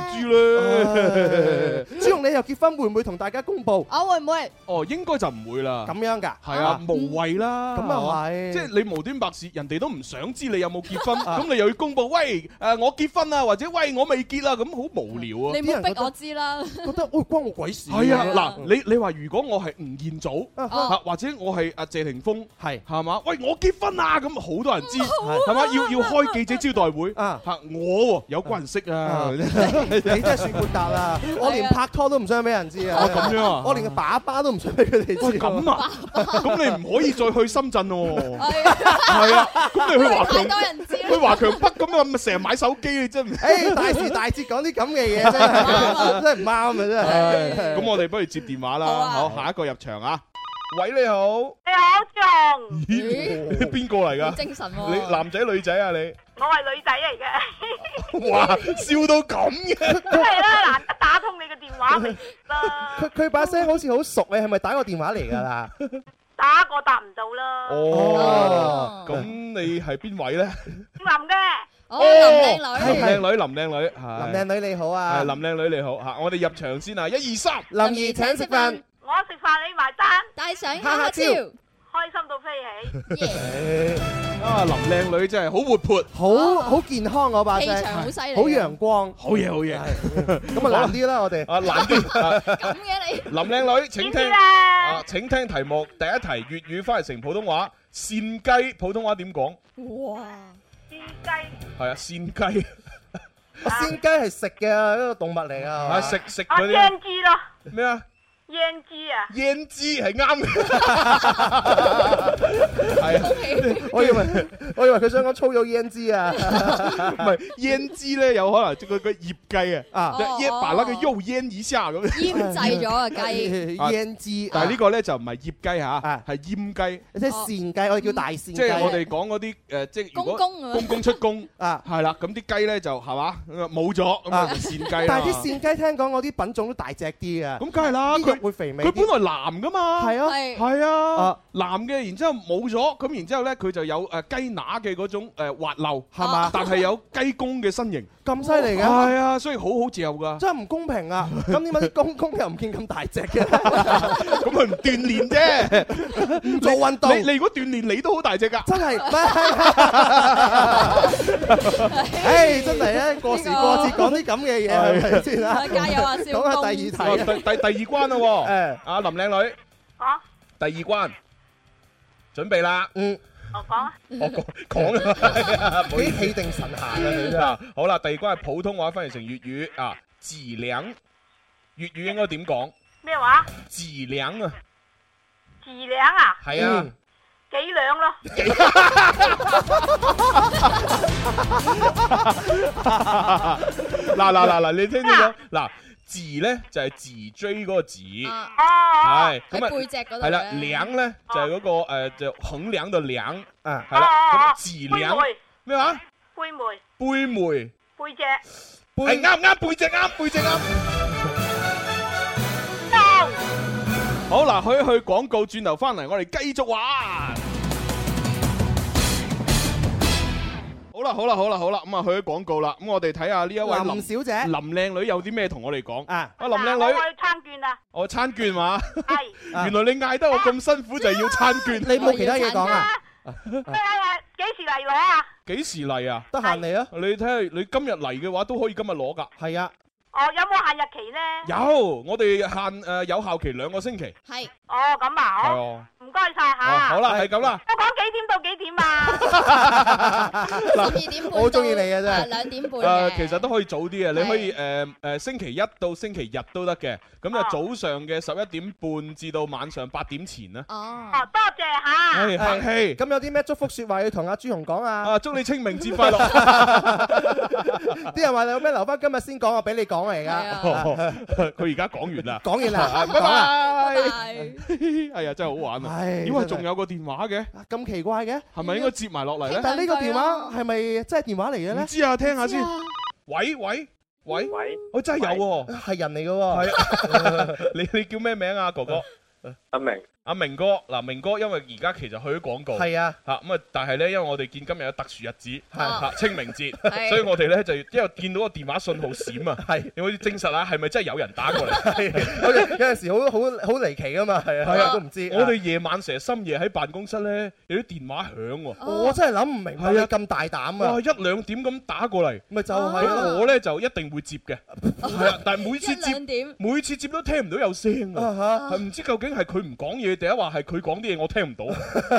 [SPEAKER 7] 知咧。
[SPEAKER 8] 朱紅，你又結婚會唔會同大家公佈
[SPEAKER 2] 我會唔會？
[SPEAKER 7] 哦，應該就唔會啦
[SPEAKER 8] 咁。樣㗎？
[SPEAKER 7] 係啊
[SPEAKER 2] 啊，
[SPEAKER 7] 無謂啦。
[SPEAKER 8] 咁又係
[SPEAKER 7] 即係你無端白事，人哋都唔想知你有冇結婚，咁你又要公佈，喂，誒我結婚啊，或者喂我未結啦，咁好無聊啊。
[SPEAKER 2] 你唔好逼我知啦。
[SPEAKER 8] 覺得喂關我鬼事
[SPEAKER 7] 係啊，嗱，
[SPEAKER 8] 嗯
[SPEAKER 7] 你你話如果我係吳彥祖
[SPEAKER 8] 啊
[SPEAKER 7] 啊，或者我係阿謝霆鋒。
[SPEAKER 8] 係
[SPEAKER 7] 係嘛？喂，我結婚啊！咁好多人 知，係嘛？要要開記者招待會
[SPEAKER 8] 啊
[SPEAKER 7] 嚇，我喎有關人識啊
[SPEAKER 8] 啊！你真係算豁 達 啦！啊我連拍拖都唔想俾人知啊！
[SPEAKER 7] 哦咁樣啊
[SPEAKER 8] 我連個爸爸都唔想俾佢哋
[SPEAKER 7] 喂
[SPEAKER 8] 知。
[SPEAKER 7] 咁啊，咁你唔可以再去深圳喎，
[SPEAKER 2] 係啊
[SPEAKER 7] 係啊，咁你去華
[SPEAKER 2] 太
[SPEAKER 7] 強
[SPEAKER 2] 多人知
[SPEAKER 7] 去
[SPEAKER 2] 啦。
[SPEAKER 7] 華強北咁啊，咪成日買手機你真係。
[SPEAKER 8] 誒大時大節講啲咁嘅 嘢真係真係唔啱啊！真係。
[SPEAKER 7] 咁我哋不如接電話啦，
[SPEAKER 2] 好啊
[SPEAKER 7] 好，下一個入場啊！喂，你好，
[SPEAKER 10] 你好，朱紅，
[SPEAKER 2] 咦
[SPEAKER 7] 邊個嚟㗎？
[SPEAKER 2] 精神
[SPEAKER 7] 你
[SPEAKER 2] 喎。
[SPEAKER 7] 男仔女仔啊你？
[SPEAKER 10] 我係女仔 嚟嘅，
[SPEAKER 7] 哇，笑到咁嘅，
[SPEAKER 10] 真係啦，難得打通你嘅 電話嚟啦，
[SPEAKER 8] 佢佢把聲好似好熟，你係咪打個電話嚟㗎啦？
[SPEAKER 10] 打過答唔到啦，
[SPEAKER 7] 哦，咁你係邊位咧？
[SPEAKER 10] 姓林嘅，
[SPEAKER 2] 哦，林靚
[SPEAKER 7] 林
[SPEAKER 2] 女。
[SPEAKER 7] 靚女，林靚女，係
[SPEAKER 8] 林靚女你好啊！
[SPEAKER 7] 係林靚女你好嚇，我哋入場先啊！一二三，
[SPEAKER 8] 林兒請食飯。
[SPEAKER 10] 我食飯你埋單，
[SPEAKER 2] 帶上哈哈超。耶！
[SPEAKER 10] 開心到飛起，
[SPEAKER 7] 啊林靚女真係好活潑，
[SPEAKER 8] 好好健康嗰把
[SPEAKER 2] 氣
[SPEAKER 8] 聲，
[SPEAKER 2] 場好犀利啊
[SPEAKER 8] 好陽光。
[SPEAKER 7] 好嘢好嘢。
[SPEAKER 8] 咁啊難啲啦，我哋
[SPEAKER 7] 啊難啲，啊
[SPEAKER 2] 咁嘅你。
[SPEAKER 7] 林靚女請
[SPEAKER 10] 點
[SPEAKER 7] 聽
[SPEAKER 10] 知啊
[SPEAKER 7] 啊？請聽題目第一題粵語翻譯成普通話，扇雞普通話點講？
[SPEAKER 2] 哇！
[SPEAKER 10] 煎雞
[SPEAKER 7] 係啊，扇 雞
[SPEAKER 8] 鮮雞係食嘅一個動物嚟㗎。係嘛
[SPEAKER 7] 啊食食
[SPEAKER 10] 啊
[SPEAKER 7] 嗰啲
[SPEAKER 10] 胭脂咯，
[SPEAKER 7] 咩啊？
[SPEAKER 10] 胭脂啊，
[SPEAKER 7] 胭脂 係啱嘅，係啊。
[SPEAKER 8] 我以為我以為佢想講粗咗胭脂啊
[SPEAKER 7] 唔係胭脂咧，有可能即係佢個醃雞啊，
[SPEAKER 8] 啊
[SPEAKER 7] 即係
[SPEAKER 2] 哦
[SPEAKER 7] 醃把那個肉醃一下咁。
[SPEAKER 2] 醃製咗啊雞。
[SPEAKER 8] 胭脂，
[SPEAKER 7] 但係呢個咧就唔係醃雞嚇
[SPEAKER 8] 啊，
[SPEAKER 7] 係醃雞，
[SPEAKER 8] 個即係鳝雞，我哋叫大鳝雞，
[SPEAKER 7] 即係我哋講嗰啲誒，即係如
[SPEAKER 2] 公
[SPEAKER 7] 果
[SPEAKER 2] 公啊
[SPEAKER 7] 公。公出工。
[SPEAKER 8] 啊。
[SPEAKER 7] 係啦，咁啲雞咧就係嘛冇咗，咁啊
[SPEAKER 8] 啊
[SPEAKER 7] 就扇雞啦。
[SPEAKER 8] 但係啲鳝雞聽講我啲品種都大隻啲啊，
[SPEAKER 7] 咁梗係啦，
[SPEAKER 8] 呢個
[SPEAKER 7] 佢佢
[SPEAKER 8] 會肥美啲
[SPEAKER 7] 佢本來男噶嘛，
[SPEAKER 8] 係啊係
[SPEAKER 7] 係啊
[SPEAKER 8] 啊，
[SPEAKER 7] 男嘅，然之後冇咗，咁然之後咧佢就有誒雞乸嘅嗰種誒滑溜，
[SPEAKER 8] 係嘛
[SPEAKER 7] 但係有雞公嘅身形，
[SPEAKER 8] 咁犀利嘅
[SPEAKER 7] 係啊，所以好好嚼㗎。
[SPEAKER 8] 真係唔公平啊！咁點解啲公公又唔見咁大隻嘅？
[SPEAKER 7] 咁佢唔鍛鍊啫，
[SPEAKER 8] 唔做運動
[SPEAKER 7] 你你如果鍛鍊，你都好大隻㗎。
[SPEAKER 8] 真係，唉，真係咧，過時過節講啲咁嘅嘢係咪先啊？
[SPEAKER 7] 加油啊
[SPEAKER 8] 蕭公講下第二題啊
[SPEAKER 7] 第第第二關啦喎，阿林靚女，第二關，準備啦，
[SPEAKER 8] 嗯，
[SPEAKER 7] 我講講 啊，唔好意
[SPEAKER 8] 幾
[SPEAKER 7] 思
[SPEAKER 8] 氣定神閒啊！你真係
[SPEAKER 7] 嗱，好啦，第二關係普通話翻譯成粵語啊，自領，粵語應該點講？
[SPEAKER 10] 咩話？
[SPEAKER 7] 自領啊，
[SPEAKER 10] 自兩啊？
[SPEAKER 7] 係啊，
[SPEAKER 10] 幾兩咯？
[SPEAKER 7] 嗱嗱嗱嗱，你聽唔聽到？嗱，字咧就係字椎嗰個字，係咁啊，
[SPEAKER 2] 喺背脊嗰度
[SPEAKER 7] 係啦，
[SPEAKER 2] 咧
[SPEAKER 7] 量咧就係嗰個誒就衡量嘅量，
[SPEAKER 8] 啊，
[SPEAKER 7] 係啦，咁字
[SPEAKER 10] 杯
[SPEAKER 7] 量
[SPEAKER 10] 梅
[SPEAKER 7] 咩話？
[SPEAKER 10] 杯梅
[SPEAKER 7] 杯梅。
[SPEAKER 10] 背脊
[SPEAKER 7] 係啱啱背脊啱背脊啱。好嗱，去一去廣告，轉頭翻嚟，我哋繼續玩。好啦，好啦，好啦，好啦，咁啊去咗廣告啦。咁我哋睇下呢一位
[SPEAKER 8] 林小姐
[SPEAKER 7] 林靚女有啲咩同我哋講啊？啊，林
[SPEAKER 10] 嗱
[SPEAKER 7] 靚
[SPEAKER 10] 我
[SPEAKER 7] 女，
[SPEAKER 10] 去餐券啊！
[SPEAKER 7] 我餐券嘛， 原來你嗌得我咁辛苦就係要餐券，你
[SPEAKER 8] 冇其他嘢講啊？
[SPEAKER 10] 咩啊？幾時嚟攞啊？
[SPEAKER 7] 幾時嚟啊？
[SPEAKER 8] 得閒嚟啊！
[SPEAKER 7] 你睇下，你今日嚟嘅話都可以今日攞㗎。
[SPEAKER 8] 係啊，
[SPEAKER 10] 哦，有冇限日期咧？
[SPEAKER 7] 有我哋限誒有效期兩個星期。
[SPEAKER 10] 系。哦，咁啊，
[SPEAKER 7] 係
[SPEAKER 10] 好
[SPEAKER 7] 哦。
[SPEAKER 10] 唔該晒
[SPEAKER 7] 哦
[SPEAKER 10] 吓。
[SPEAKER 7] 好啦，係咁啦。
[SPEAKER 10] 香港幾點到幾點啊？
[SPEAKER 2] 二點半
[SPEAKER 8] 我好中意你啊
[SPEAKER 2] 到
[SPEAKER 8] 真係
[SPEAKER 2] 啊兩點半
[SPEAKER 7] 誒，
[SPEAKER 2] 嘅
[SPEAKER 7] 其實都可以早啲嘅，你
[SPEAKER 2] 係
[SPEAKER 7] 可以誒誒星期一到星期日都得嘅，咁就早上嘅十一點半至到晚上八點前啦。
[SPEAKER 2] 哦，
[SPEAKER 10] 多謝吓。
[SPEAKER 7] 係哎客氣。
[SPEAKER 8] 咁有啲咩祝福説話要同阿朱紅講啊？
[SPEAKER 7] 啊，祝你清明節快 樂！
[SPEAKER 8] 啲人話你有咩留翻今日先講，我俾你講嚟
[SPEAKER 7] 啊
[SPEAKER 8] 㗎。
[SPEAKER 7] 佢而家講完啦，
[SPEAKER 8] 講 完啦
[SPEAKER 7] 啊
[SPEAKER 8] 講啦
[SPEAKER 7] 拜拜。係啊，真係好玩啊！
[SPEAKER 8] 唉
[SPEAKER 7] 咦，喂，
[SPEAKER 8] 真係
[SPEAKER 7] 仲有個電話嘅，
[SPEAKER 8] 咁奇怪嘅，
[SPEAKER 7] 係咪應該接埋落嚟咧？
[SPEAKER 8] 但係呢個電話係咪真係電話嚟嘅咧？
[SPEAKER 7] 唔知啊，聽下先。喂喂喂喂，我真係有喎，
[SPEAKER 8] 係人嚟嘅
[SPEAKER 7] 哦
[SPEAKER 8] 喎。
[SPEAKER 7] 你你叫咩名啊，哥哥？
[SPEAKER 15] 阿明，
[SPEAKER 7] 阿明哥，嗱，明哥，因為而家其實去咗廣告，
[SPEAKER 8] 係啊，
[SPEAKER 7] 嚇咁啊，但係咧，因為我哋見今日有特殊日子，
[SPEAKER 8] 啊
[SPEAKER 7] 嚇清明節，
[SPEAKER 8] 係
[SPEAKER 7] 所以我哋咧就因為見到個電話信號閃啊，係，你可以證實下係咪真係有人打 過嚟？
[SPEAKER 8] 有陣有陣時好好好離奇噶嘛，係啊，我都唔知。
[SPEAKER 7] 我哋夜晚成日深夜喺辦公室咧，有啲電話響喎，
[SPEAKER 8] 我真係諗唔明白你咁大膽啊
[SPEAKER 7] 啊哇！！一兩點咁打過嚟，
[SPEAKER 8] 咪就係咯
[SPEAKER 7] 咁我咧就一定會接嘅，係啊，但係每次
[SPEAKER 2] 一兩
[SPEAKER 7] 接
[SPEAKER 2] 點。
[SPEAKER 7] 每次接都聽唔到有聲啊！係唔知究竟係佢唔講嘢，定係話係佢講啲嘢我聽 唔到？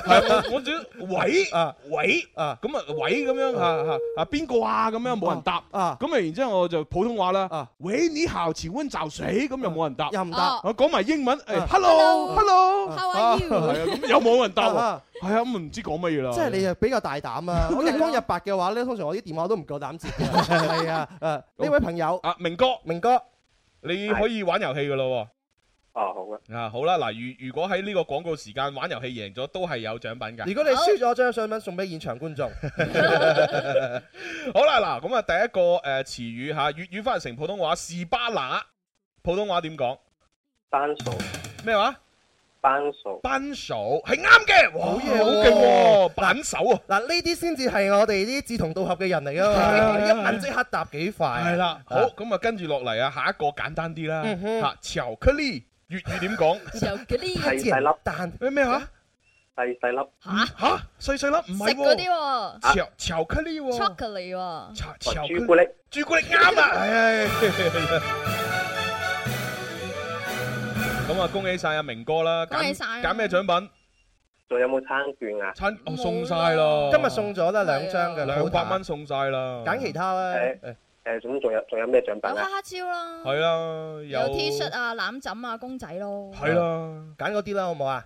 [SPEAKER 7] 係啊我只喂
[SPEAKER 8] 啊哦
[SPEAKER 7] 喂啊咁啊喂咁樣啊啊啊邊個啊咁樣冇人答
[SPEAKER 8] 啊
[SPEAKER 7] 咁啊然之後我就普通話啦喂你好請問找誰咁又冇人答
[SPEAKER 8] 又唔答啊
[SPEAKER 7] 我講埋英文誒
[SPEAKER 8] Hello，
[SPEAKER 7] hello hello
[SPEAKER 8] How are you？
[SPEAKER 7] 係啊咁又冇人答喎
[SPEAKER 8] 啊
[SPEAKER 7] 係啊咁唔知講乜嘢啦
[SPEAKER 8] 即係你就比較大膽 啊！我日光日白嘅話咧，通常我啲電話都唔夠膽接嘅。係啊，誒呢位朋友
[SPEAKER 7] 啊，明哥，
[SPEAKER 8] 明哥，
[SPEAKER 7] 你可以玩遊戲噶咯
[SPEAKER 15] 哦好啊，
[SPEAKER 7] 喎啊好啦嗱如如果喺呢個廣告時間玩遊戲贏咗都係有獎品㗎
[SPEAKER 8] 如果你輸咗，將獎品送俾現場觀眾。
[SPEAKER 7] 好啦，嗱，咁啊，第一個誒詞語嚇，粵語翻譯成普通話是巴拿，普通話點講？
[SPEAKER 15] 單數
[SPEAKER 7] 咩話？
[SPEAKER 15] 單數
[SPEAKER 7] 扳手係啱嘅，哇，好
[SPEAKER 8] 嘢喎
[SPEAKER 7] 勁喎，扳手啊！
[SPEAKER 8] 哦嗱，呢啲先至係我哋啲志同道合嘅人嚟噶
[SPEAKER 7] 係啊
[SPEAKER 8] 嘛，
[SPEAKER 7] 係啊
[SPEAKER 8] 一問即刻答幾快。
[SPEAKER 7] 係啦，好，
[SPEAKER 8] 啊
[SPEAKER 7] 咁啊，跟住落嚟啊，下一個簡單啲啦
[SPEAKER 8] 嗯哼
[SPEAKER 7] 嚇，巧克力粵語點講？
[SPEAKER 2] 有嗰啲
[SPEAKER 15] 細細粒
[SPEAKER 8] 蛋
[SPEAKER 7] 咩咩嚇？
[SPEAKER 15] 細細粒，
[SPEAKER 7] 嚇細細粒唔係
[SPEAKER 2] 食嗰啲
[SPEAKER 7] 喎，
[SPEAKER 2] 喎
[SPEAKER 7] 巧巧克力喎，
[SPEAKER 2] ，chocolate 喎，
[SPEAKER 7] 巧克力
[SPEAKER 15] 朱古力
[SPEAKER 7] 朱古力啱啦，唉咁啊，恭喜晒阿明哥啦！
[SPEAKER 2] 恭喜
[SPEAKER 7] 揀
[SPEAKER 2] 晒啊
[SPEAKER 7] 揀咩獎品？
[SPEAKER 15] 仲有冇餐券啊？
[SPEAKER 7] 餐哦送晒啦，
[SPEAKER 8] 今日送咗啦兩張嘅，
[SPEAKER 7] 兩百蚊，送晒啦，
[SPEAKER 8] 揀其他啦。
[SPEAKER 15] 誒誒，咁仲有仲有咩獎
[SPEAKER 2] 有
[SPEAKER 15] 品啊？
[SPEAKER 2] 黑超啦，
[SPEAKER 7] 係啦，
[SPEAKER 2] 有 T 恤啊、攬枕啊、公仔咯，
[SPEAKER 7] 係啦，
[SPEAKER 8] 揀嗰啲啦，好唔好啊？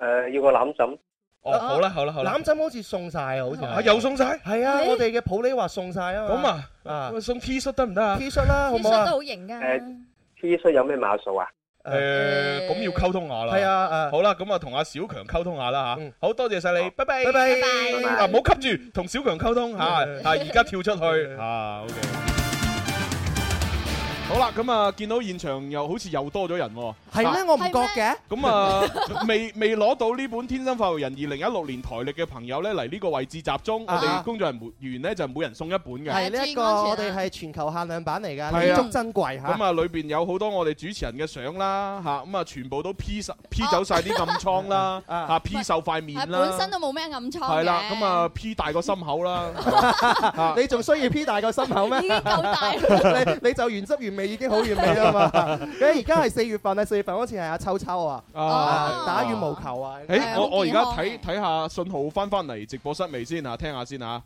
[SPEAKER 15] 誒，要個攬枕，
[SPEAKER 7] 哦好啦好啦好啦
[SPEAKER 8] 攬，枕好似送晒啊，好似係
[SPEAKER 7] 啊又送晒，
[SPEAKER 8] 係啊！我哋嘅普利話送晒啊
[SPEAKER 7] 咁
[SPEAKER 8] 嘛。
[SPEAKER 7] 啊
[SPEAKER 8] 啊
[SPEAKER 7] 喂送 T 恤得唔得啊？
[SPEAKER 8] T 恤啦，好
[SPEAKER 2] T
[SPEAKER 8] 唔好
[SPEAKER 2] 恤都
[SPEAKER 8] 啊？
[SPEAKER 2] 好型噶，
[SPEAKER 15] 誒 T 恤有咩碼數啊？
[SPEAKER 7] 誒呃咁要溝通下啦，
[SPEAKER 8] 呃係啊，誒
[SPEAKER 7] 好啦，咁啊同阿小強溝通下啦嚇，好多謝晒你，拜拜
[SPEAKER 8] 拜嗯拜。
[SPEAKER 7] 啊唔好吸住，
[SPEAKER 8] 嗯
[SPEAKER 7] 同啊小強溝通嚇，啊而家跳出去啊 OK。好啦，咁啊，見到現場又好似又多咗人喎。
[SPEAKER 8] 係咩
[SPEAKER 7] 啊
[SPEAKER 8] 我唔覺嘅
[SPEAKER 7] 咁 啊， 未未攞到呢本《天生發育人》二零一六年台歷嘅朋友咧，嚟呢個位置集中，我
[SPEAKER 8] 啊
[SPEAKER 7] 哋工作人員咧就每人送一本嘅。
[SPEAKER 8] 係呢一個我哋係全啊球限量版嚟㗎，
[SPEAKER 7] 係啊
[SPEAKER 8] 彌足珍貴嚇。
[SPEAKER 7] 咁啊，裏邊有好多我哋主持人嘅相啦，嚇咁啊，全部都 P 晒
[SPEAKER 8] 哦
[SPEAKER 7] P 走晒啲暗瘡 啦，
[SPEAKER 8] 啊
[SPEAKER 7] 嚇 P 瘦塊面啦，
[SPEAKER 2] 本身都冇咩暗瘡
[SPEAKER 7] 係啦，
[SPEAKER 2] 嘅。
[SPEAKER 7] 咁啊 P 大個心口 啦，
[SPEAKER 8] 你仲需要 P 大個心口 咩？已經夠大， 你你就原汁原味已經好完美啦 嘛。咁而家係四月份啊，四月份好似係阿秋秋啊，
[SPEAKER 7] 啊
[SPEAKER 8] 啊打羽毛球啊。
[SPEAKER 7] 誒，我我而家睇睇下信號翻翻嚟直播室未先啊，聽下先啊。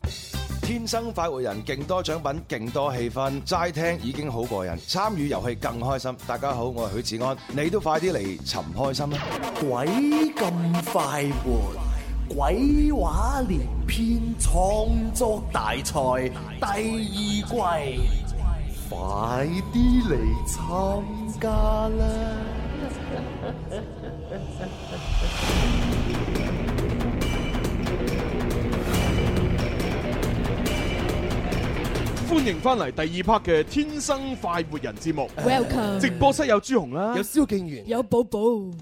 [SPEAKER 16] 天生快活人，勁多獎品，勁多氣氛，齋聽已經好過癮，參與遊戲更開心。大家好，我係許志安，你都快啲嚟尋開心啦！鬼咁快活，
[SPEAKER 10] 鬼話連篇創作大賽第二季，快啲嚟參加啦！
[SPEAKER 7] 歡迎翻嚟第二 part 嘅《天生快活人》節目
[SPEAKER 17] Welcome
[SPEAKER 7] 直播室有朱紅啦，
[SPEAKER 8] 有蕭敬元，
[SPEAKER 17] 啊有寶寶。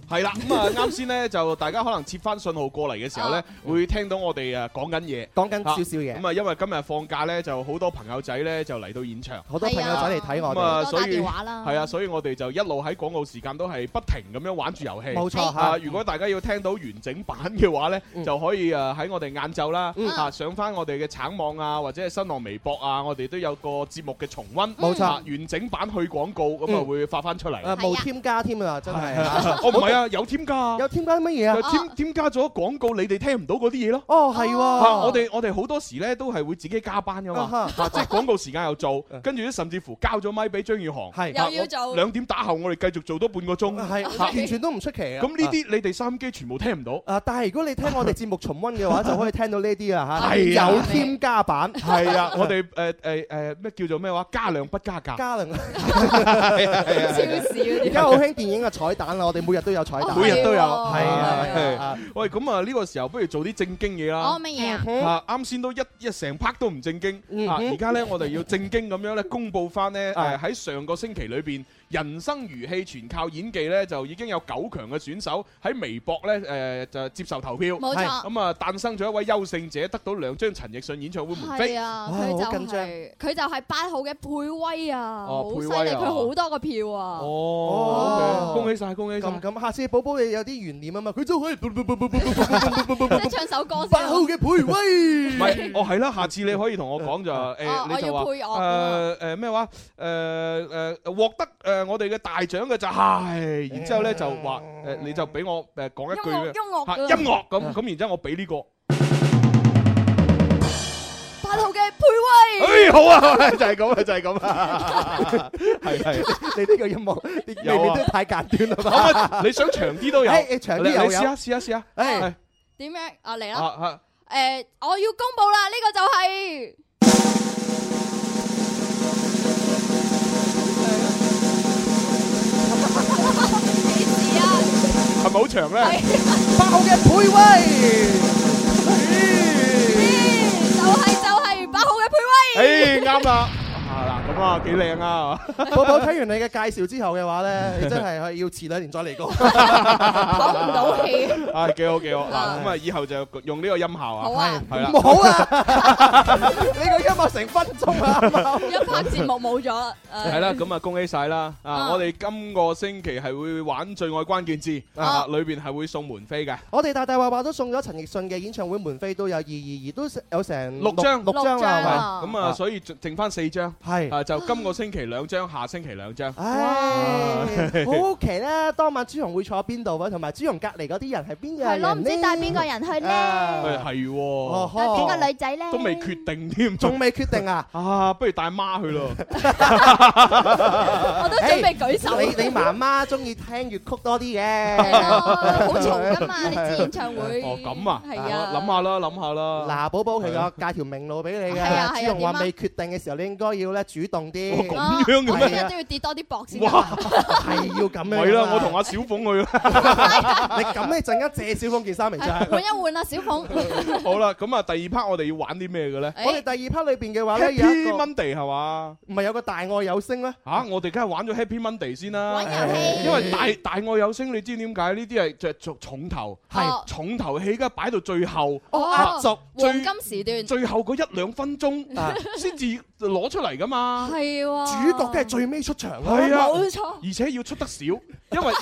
[SPEAKER 7] 係啦，咁啊 啱先咧就大家可能切翻信號過嚟嘅時候咧
[SPEAKER 8] 啊，
[SPEAKER 7] 會聽到我哋誒啊講緊嘢，
[SPEAKER 8] 講緊
[SPEAKER 7] 啊
[SPEAKER 8] 少少嘢
[SPEAKER 7] 咁啊，因為今日放假咧，就好多朋友仔咧就嚟到現場，
[SPEAKER 8] 好多朋友仔嚟睇我哋
[SPEAKER 7] 咁
[SPEAKER 8] 多打
[SPEAKER 7] 啊，所以
[SPEAKER 8] 電話啦
[SPEAKER 7] 係啊，所以我哋就一路喺廣告時間都係不停咁樣玩住遊戲。
[SPEAKER 8] 冇錯嗯係
[SPEAKER 7] 啊！如果大家要聽到完整版嘅話咧，就可以誒喺我哋晏晝啦，
[SPEAKER 8] 嗯
[SPEAKER 7] 啊上翻我哋嘅橙網啊，或者係新浪微博啊，我哋都有個節目嘅重温。
[SPEAKER 8] 冇錯
[SPEAKER 7] 啊完整版去廣告咁啊
[SPEAKER 8] 嗯
[SPEAKER 7] 會發翻出嚟。
[SPEAKER 8] 啊冇添加添啊，真係。
[SPEAKER 7] 我唔 係啊，有添加，
[SPEAKER 8] 有添加乜嘢啊？
[SPEAKER 7] 添添加咗廣告，你哋聽唔到嗰啲嘢咯。
[SPEAKER 8] 哦，係喎。
[SPEAKER 7] 啊我哋我哋好多時咧都係會自己加班噶嘛，
[SPEAKER 8] 啊哈嗯
[SPEAKER 7] 啊即係廣告時間 又做，跟住咧甚至乎交咗咪俾張宇航，啊
[SPEAKER 8] 係又要做
[SPEAKER 7] 兩點打後，我哋繼續做多半個鐘，
[SPEAKER 8] 係
[SPEAKER 7] 啊
[SPEAKER 8] 完全都唔出奇啊。
[SPEAKER 7] 咁呢啲你哋收音機全部聽唔到。
[SPEAKER 8] 啊！但係如果你聽我哋節目重温嘅話，就可以聽到呢啲啊嚇，
[SPEAKER 7] 係啊
[SPEAKER 8] 有添加版，
[SPEAKER 7] 係 啊，我哋誒誒誒咩叫做咩話？加量不加價。
[SPEAKER 8] 加量。
[SPEAKER 7] 係啊係啊
[SPEAKER 8] 而家好興電影嘅彩蛋啦，我哋每日都有彩蛋，
[SPEAKER 7] 每日都有，
[SPEAKER 8] 係啊。
[SPEAKER 7] 哦係啊。喂，咁啊呢個時候不如做啲正經嘢啦。
[SPEAKER 2] 哦乜嘢啊
[SPEAKER 7] 啊？啱先都一一成 part 都唔正經，啊而家咧我哋要正經咁樣咧公佈翻咧誒
[SPEAKER 8] 啊
[SPEAKER 7] 喺上個星期裏邊，人生如戲全靠演技咧就已經有九強嘅選手喺微博咧誒就接受投票，
[SPEAKER 2] 冇錯
[SPEAKER 7] 係咁啊誕生咗一位優勝者，得到兩張陳奕迅演唱會門飛。
[SPEAKER 2] 係啊，佢就
[SPEAKER 7] 緊張
[SPEAKER 2] 係佢就係八號嘅佩威啊，
[SPEAKER 7] 哦
[SPEAKER 2] 好
[SPEAKER 7] 佩
[SPEAKER 2] 犀
[SPEAKER 7] 威
[SPEAKER 2] 利，
[SPEAKER 7] 啊
[SPEAKER 2] 佢好多個票啊。
[SPEAKER 7] 哦，OK，恭喜晒，恭喜晒！
[SPEAKER 8] 咁咁，下次寶寶你有啲懸念啊嘛，佢都可以
[SPEAKER 2] 即係唱首歌先。
[SPEAKER 8] 八號嘅佩 威。
[SPEAKER 7] 唔係，哦係啦，下次你可以同我講就
[SPEAKER 2] 嗯哦
[SPEAKER 7] 誒，你就話
[SPEAKER 2] 我要配樂嗯㗎
[SPEAKER 7] 誒誒咩話誒誒獲得誒我哋嘅大獎嘅就
[SPEAKER 8] 嗯
[SPEAKER 7] 係，然之後咧就話誒你就俾我誒講一句
[SPEAKER 2] 音樂音樂嗯
[SPEAKER 7] 嚇
[SPEAKER 2] 㗎
[SPEAKER 7] 音樂
[SPEAKER 8] 嗯
[SPEAKER 7] 咁咁，然之後我 俾呢個，
[SPEAKER 2] 八號嘅佩威。
[SPEAKER 7] 誒好啊，好啊就係咁啊，就係咁啊，係 係。
[SPEAKER 8] 你呢個音樂，你你
[SPEAKER 7] 有啊
[SPEAKER 8] 你都太簡短啦
[SPEAKER 7] 好
[SPEAKER 8] 吧
[SPEAKER 7] 啊，？你想長啲都 有，
[SPEAKER 8] 誒誒長啲
[SPEAKER 7] 你
[SPEAKER 8] 又有
[SPEAKER 7] 你試下試下啊試下，
[SPEAKER 8] 誒
[SPEAKER 2] 點樣啊嚟
[SPEAKER 7] 啊
[SPEAKER 2] 啦？
[SPEAKER 7] 啊！
[SPEAKER 2] 誒，我要公佈啦，呢個就係
[SPEAKER 7] 係咪好長咧？
[SPEAKER 8] 八號嘅佩 威。
[SPEAKER 2] 就係就係八號嘅佩
[SPEAKER 7] 誒
[SPEAKER 2] 威。
[SPEAKER 7] 啱啦，啊嗱咁啊幾靚啊！
[SPEAKER 8] 寶寶睇完你嘅介紹之後嘅話 咧，你真係要遲兩年再嚟過。
[SPEAKER 2] 唞唔到 氣。
[SPEAKER 7] 啊，幾好幾好嗱，咁啊以後就用呢個音效啊，
[SPEAKER 2] 好啊
[SPEAKER 7] 係啦，
[SPEAKER 8] 好啊！ 你個音樂成分鐘啊，
[SPEAKER 2] 一拍節目冇咗啦。誒
[SPEAKER 7] 係啦，咁啊恭喜晒啦！啊，
[SPEAKER 2] 啊
[SPEAKER 7] 我哋今個星期係會玩最愛關鍵字啊，裏邊係會送門飛嘅，
[SPEAKER 8] 我哋大大話話都送咗陳奕迅嘅演唱會門飛都有二二二，都有成
[SPEAKER 7] 六張
[SPEAKER 8] 六 張啦，係
[SPEAKER 7] 咁
[SPEAKER 8] 咪
[SPEAKER 7] 啊，所以剩剩翻四張，
[SPEAKER 8] 係
[SPEAKER 7] 啊，就今個星期兩張，下星期兩張。
[SPEAKER 8] 唉，好好奇咧，當晚朱紅會坐邊度啊？同埋朱紅隔離嗰啲人係邊個
[SPEAKER 2] 係
[SPEAKER 8] 人
[SPEAKER 2] 咯，唔知帶邊個人去咧？
[SPEAKER 7] 誒係
[SPEAKER 8] 哦
[SPEAKER 7] 喎，
[SPEAKER 8] 呵
[SPEAKER 2] 邊個女仔咧？
[SPEAKER 7] 都未決定添，
[SPEAKER 8] 仲未決定啊？
[SPEAKER 7] 啊，不如帶媽去咯，
[SPEAKER 2] 我都準備舉手。
[SPEAKER 8] 你你媽媽中意聽粵曲多啲嘅，
[SPEAKER 2] 好嘈㗎嘛！你知演唱會
[SPEAKER 7] 哦咁啊，
[SPEAKER 2] 係啊
[SPEAKER 7] 我諗下啦，諗下啦。
[SPEAKER 8] 嗱，寶寶其實我介條明路俾你嘅
[SPEAKER 2] 係啊係啊，
[SPEAKER 8] 朱紅話
[SPEAKER 2] 點啊
[SPEAKER 8] 未決定嘅時候，你應該要咧主動
[SPEAKER 2] 哦
[SPEAKER 8] 啲。
[SPEAKER 7] 咁樣嘅咩
[SPEAKER 2] 我聽日都要跌多啲薄先啊得。
[SPEAKER 8] 哇係要咁樣㗎嘛。
[SPEAKER 7] 係啦，我同阿小 鳳去啦。
[SPEAKER 8] 你咁你陣間借小鳳件衫嚟
[SPEAKER 2] 係
[SPEAKER 8] 着
[SPEAKER 2] 換。一換啦，小鳳。
[SPEAKER 7] 好啦，咁啊，第二 part 我哋要玩啲咩嘅咧？
[SPEAKER 2] 哎
[SPEAKER 8] 我哋第二 part 裏邊嘅話咧，有一個
[SPEAKER 7] Happy Monday 係嘛？
[SPEAKER 8] 唔係有個大愛有聲咧？
[SPEAKER 7] 嚇！我哋梗係玩咗 Happy Monday 先啦，
[SPEAKER 8] 玩遊戲
[SPEAKER 7] 因為大大愛有聲，你知點解呢啲係就重重頭，
[SPEAKER 8] 係
[SPEAKER 7] 重頭戲，而家擺到最後，
[SPEAKER 2] 哦，
[SPEAKER 7] 嚇
[SPEAKER 2] 黃金時段。
[SPEAKER 7] 最後嗰一兩分鐘
[SPEAKER 2] 啊
[SPEAKER 7] 先至攞出嚟噶嘛。
[SPEAKER 2] 係啊喎。
[SPEAKER 8] 主角都係最尾出場啦。
[SPEAKER 7] 係啊，
[SPEAKER 2] 冇錯
[SPEAKER 7] 而且要出得少，因為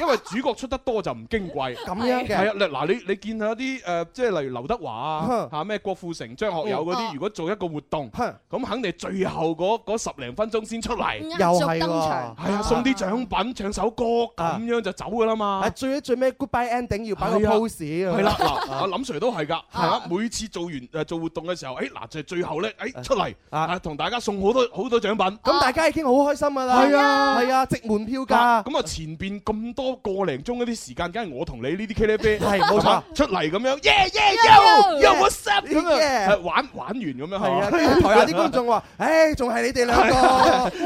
[SPEAKER 7] 因為主角出得多就唔矜貴。
[SPEAKER 8] 咁樣嘅
[SPEAKER 7] 係啊，嗱嗱你你見下啲誒，即係例如劉德華啊，嚇咩郭富城、張學友嗰
[SPEAKER 8] 嗯
[SPEAKER 7] 啲，如果做一個活動，咁肯定最後嗰嗰十零分鐘先出嚟，
[SPEAKER 8] 又係喎
[SPEAKER 7] 係啊，送啲獎品、唱首歌，咁樣就走噶啦嘛
[SPEAKER 8] 係。最最尾 goodbye ending 要擺個
[SPEAKER 7] 係啊
[SPEAKER 8] pose 啊
[SPEAKER 7] 係啦，嗱，阿林 Sir 都係㗎，係啊，每次做完誒做活動嘅時候，誒嗱就係最後咧，誒出嚟啊，同大家送好多好多獎品。
[SPEAKER 8] 咁大家已經好開心噶啦。
[SPEAKER 7] 係啊
[SPEAKER 8] 係啊，值門 票價。
[SPEAKER 7] 啊咁啊，前邊咁多個零鐘嗰啲時間，梗係我同你呢啲 K 哩啤
[SPEAKER 8] 係冇錯
[SPEAKER 7] 嘛出嚟咁樣，yeah
[SPEAKER 8] Yo，
[SPEAKER 7] yeah yo yo what's up 咁啊，
[SPEAKER 8] Yeah
[SPEAKER 7] 係玩玩完咁樣
[SPEAKER 8] 係啊，
[SPEAKER 7] 係嘛
[SPEAKER 8] 台下啲觀眾 話：，唉，仲係你哋兩 個，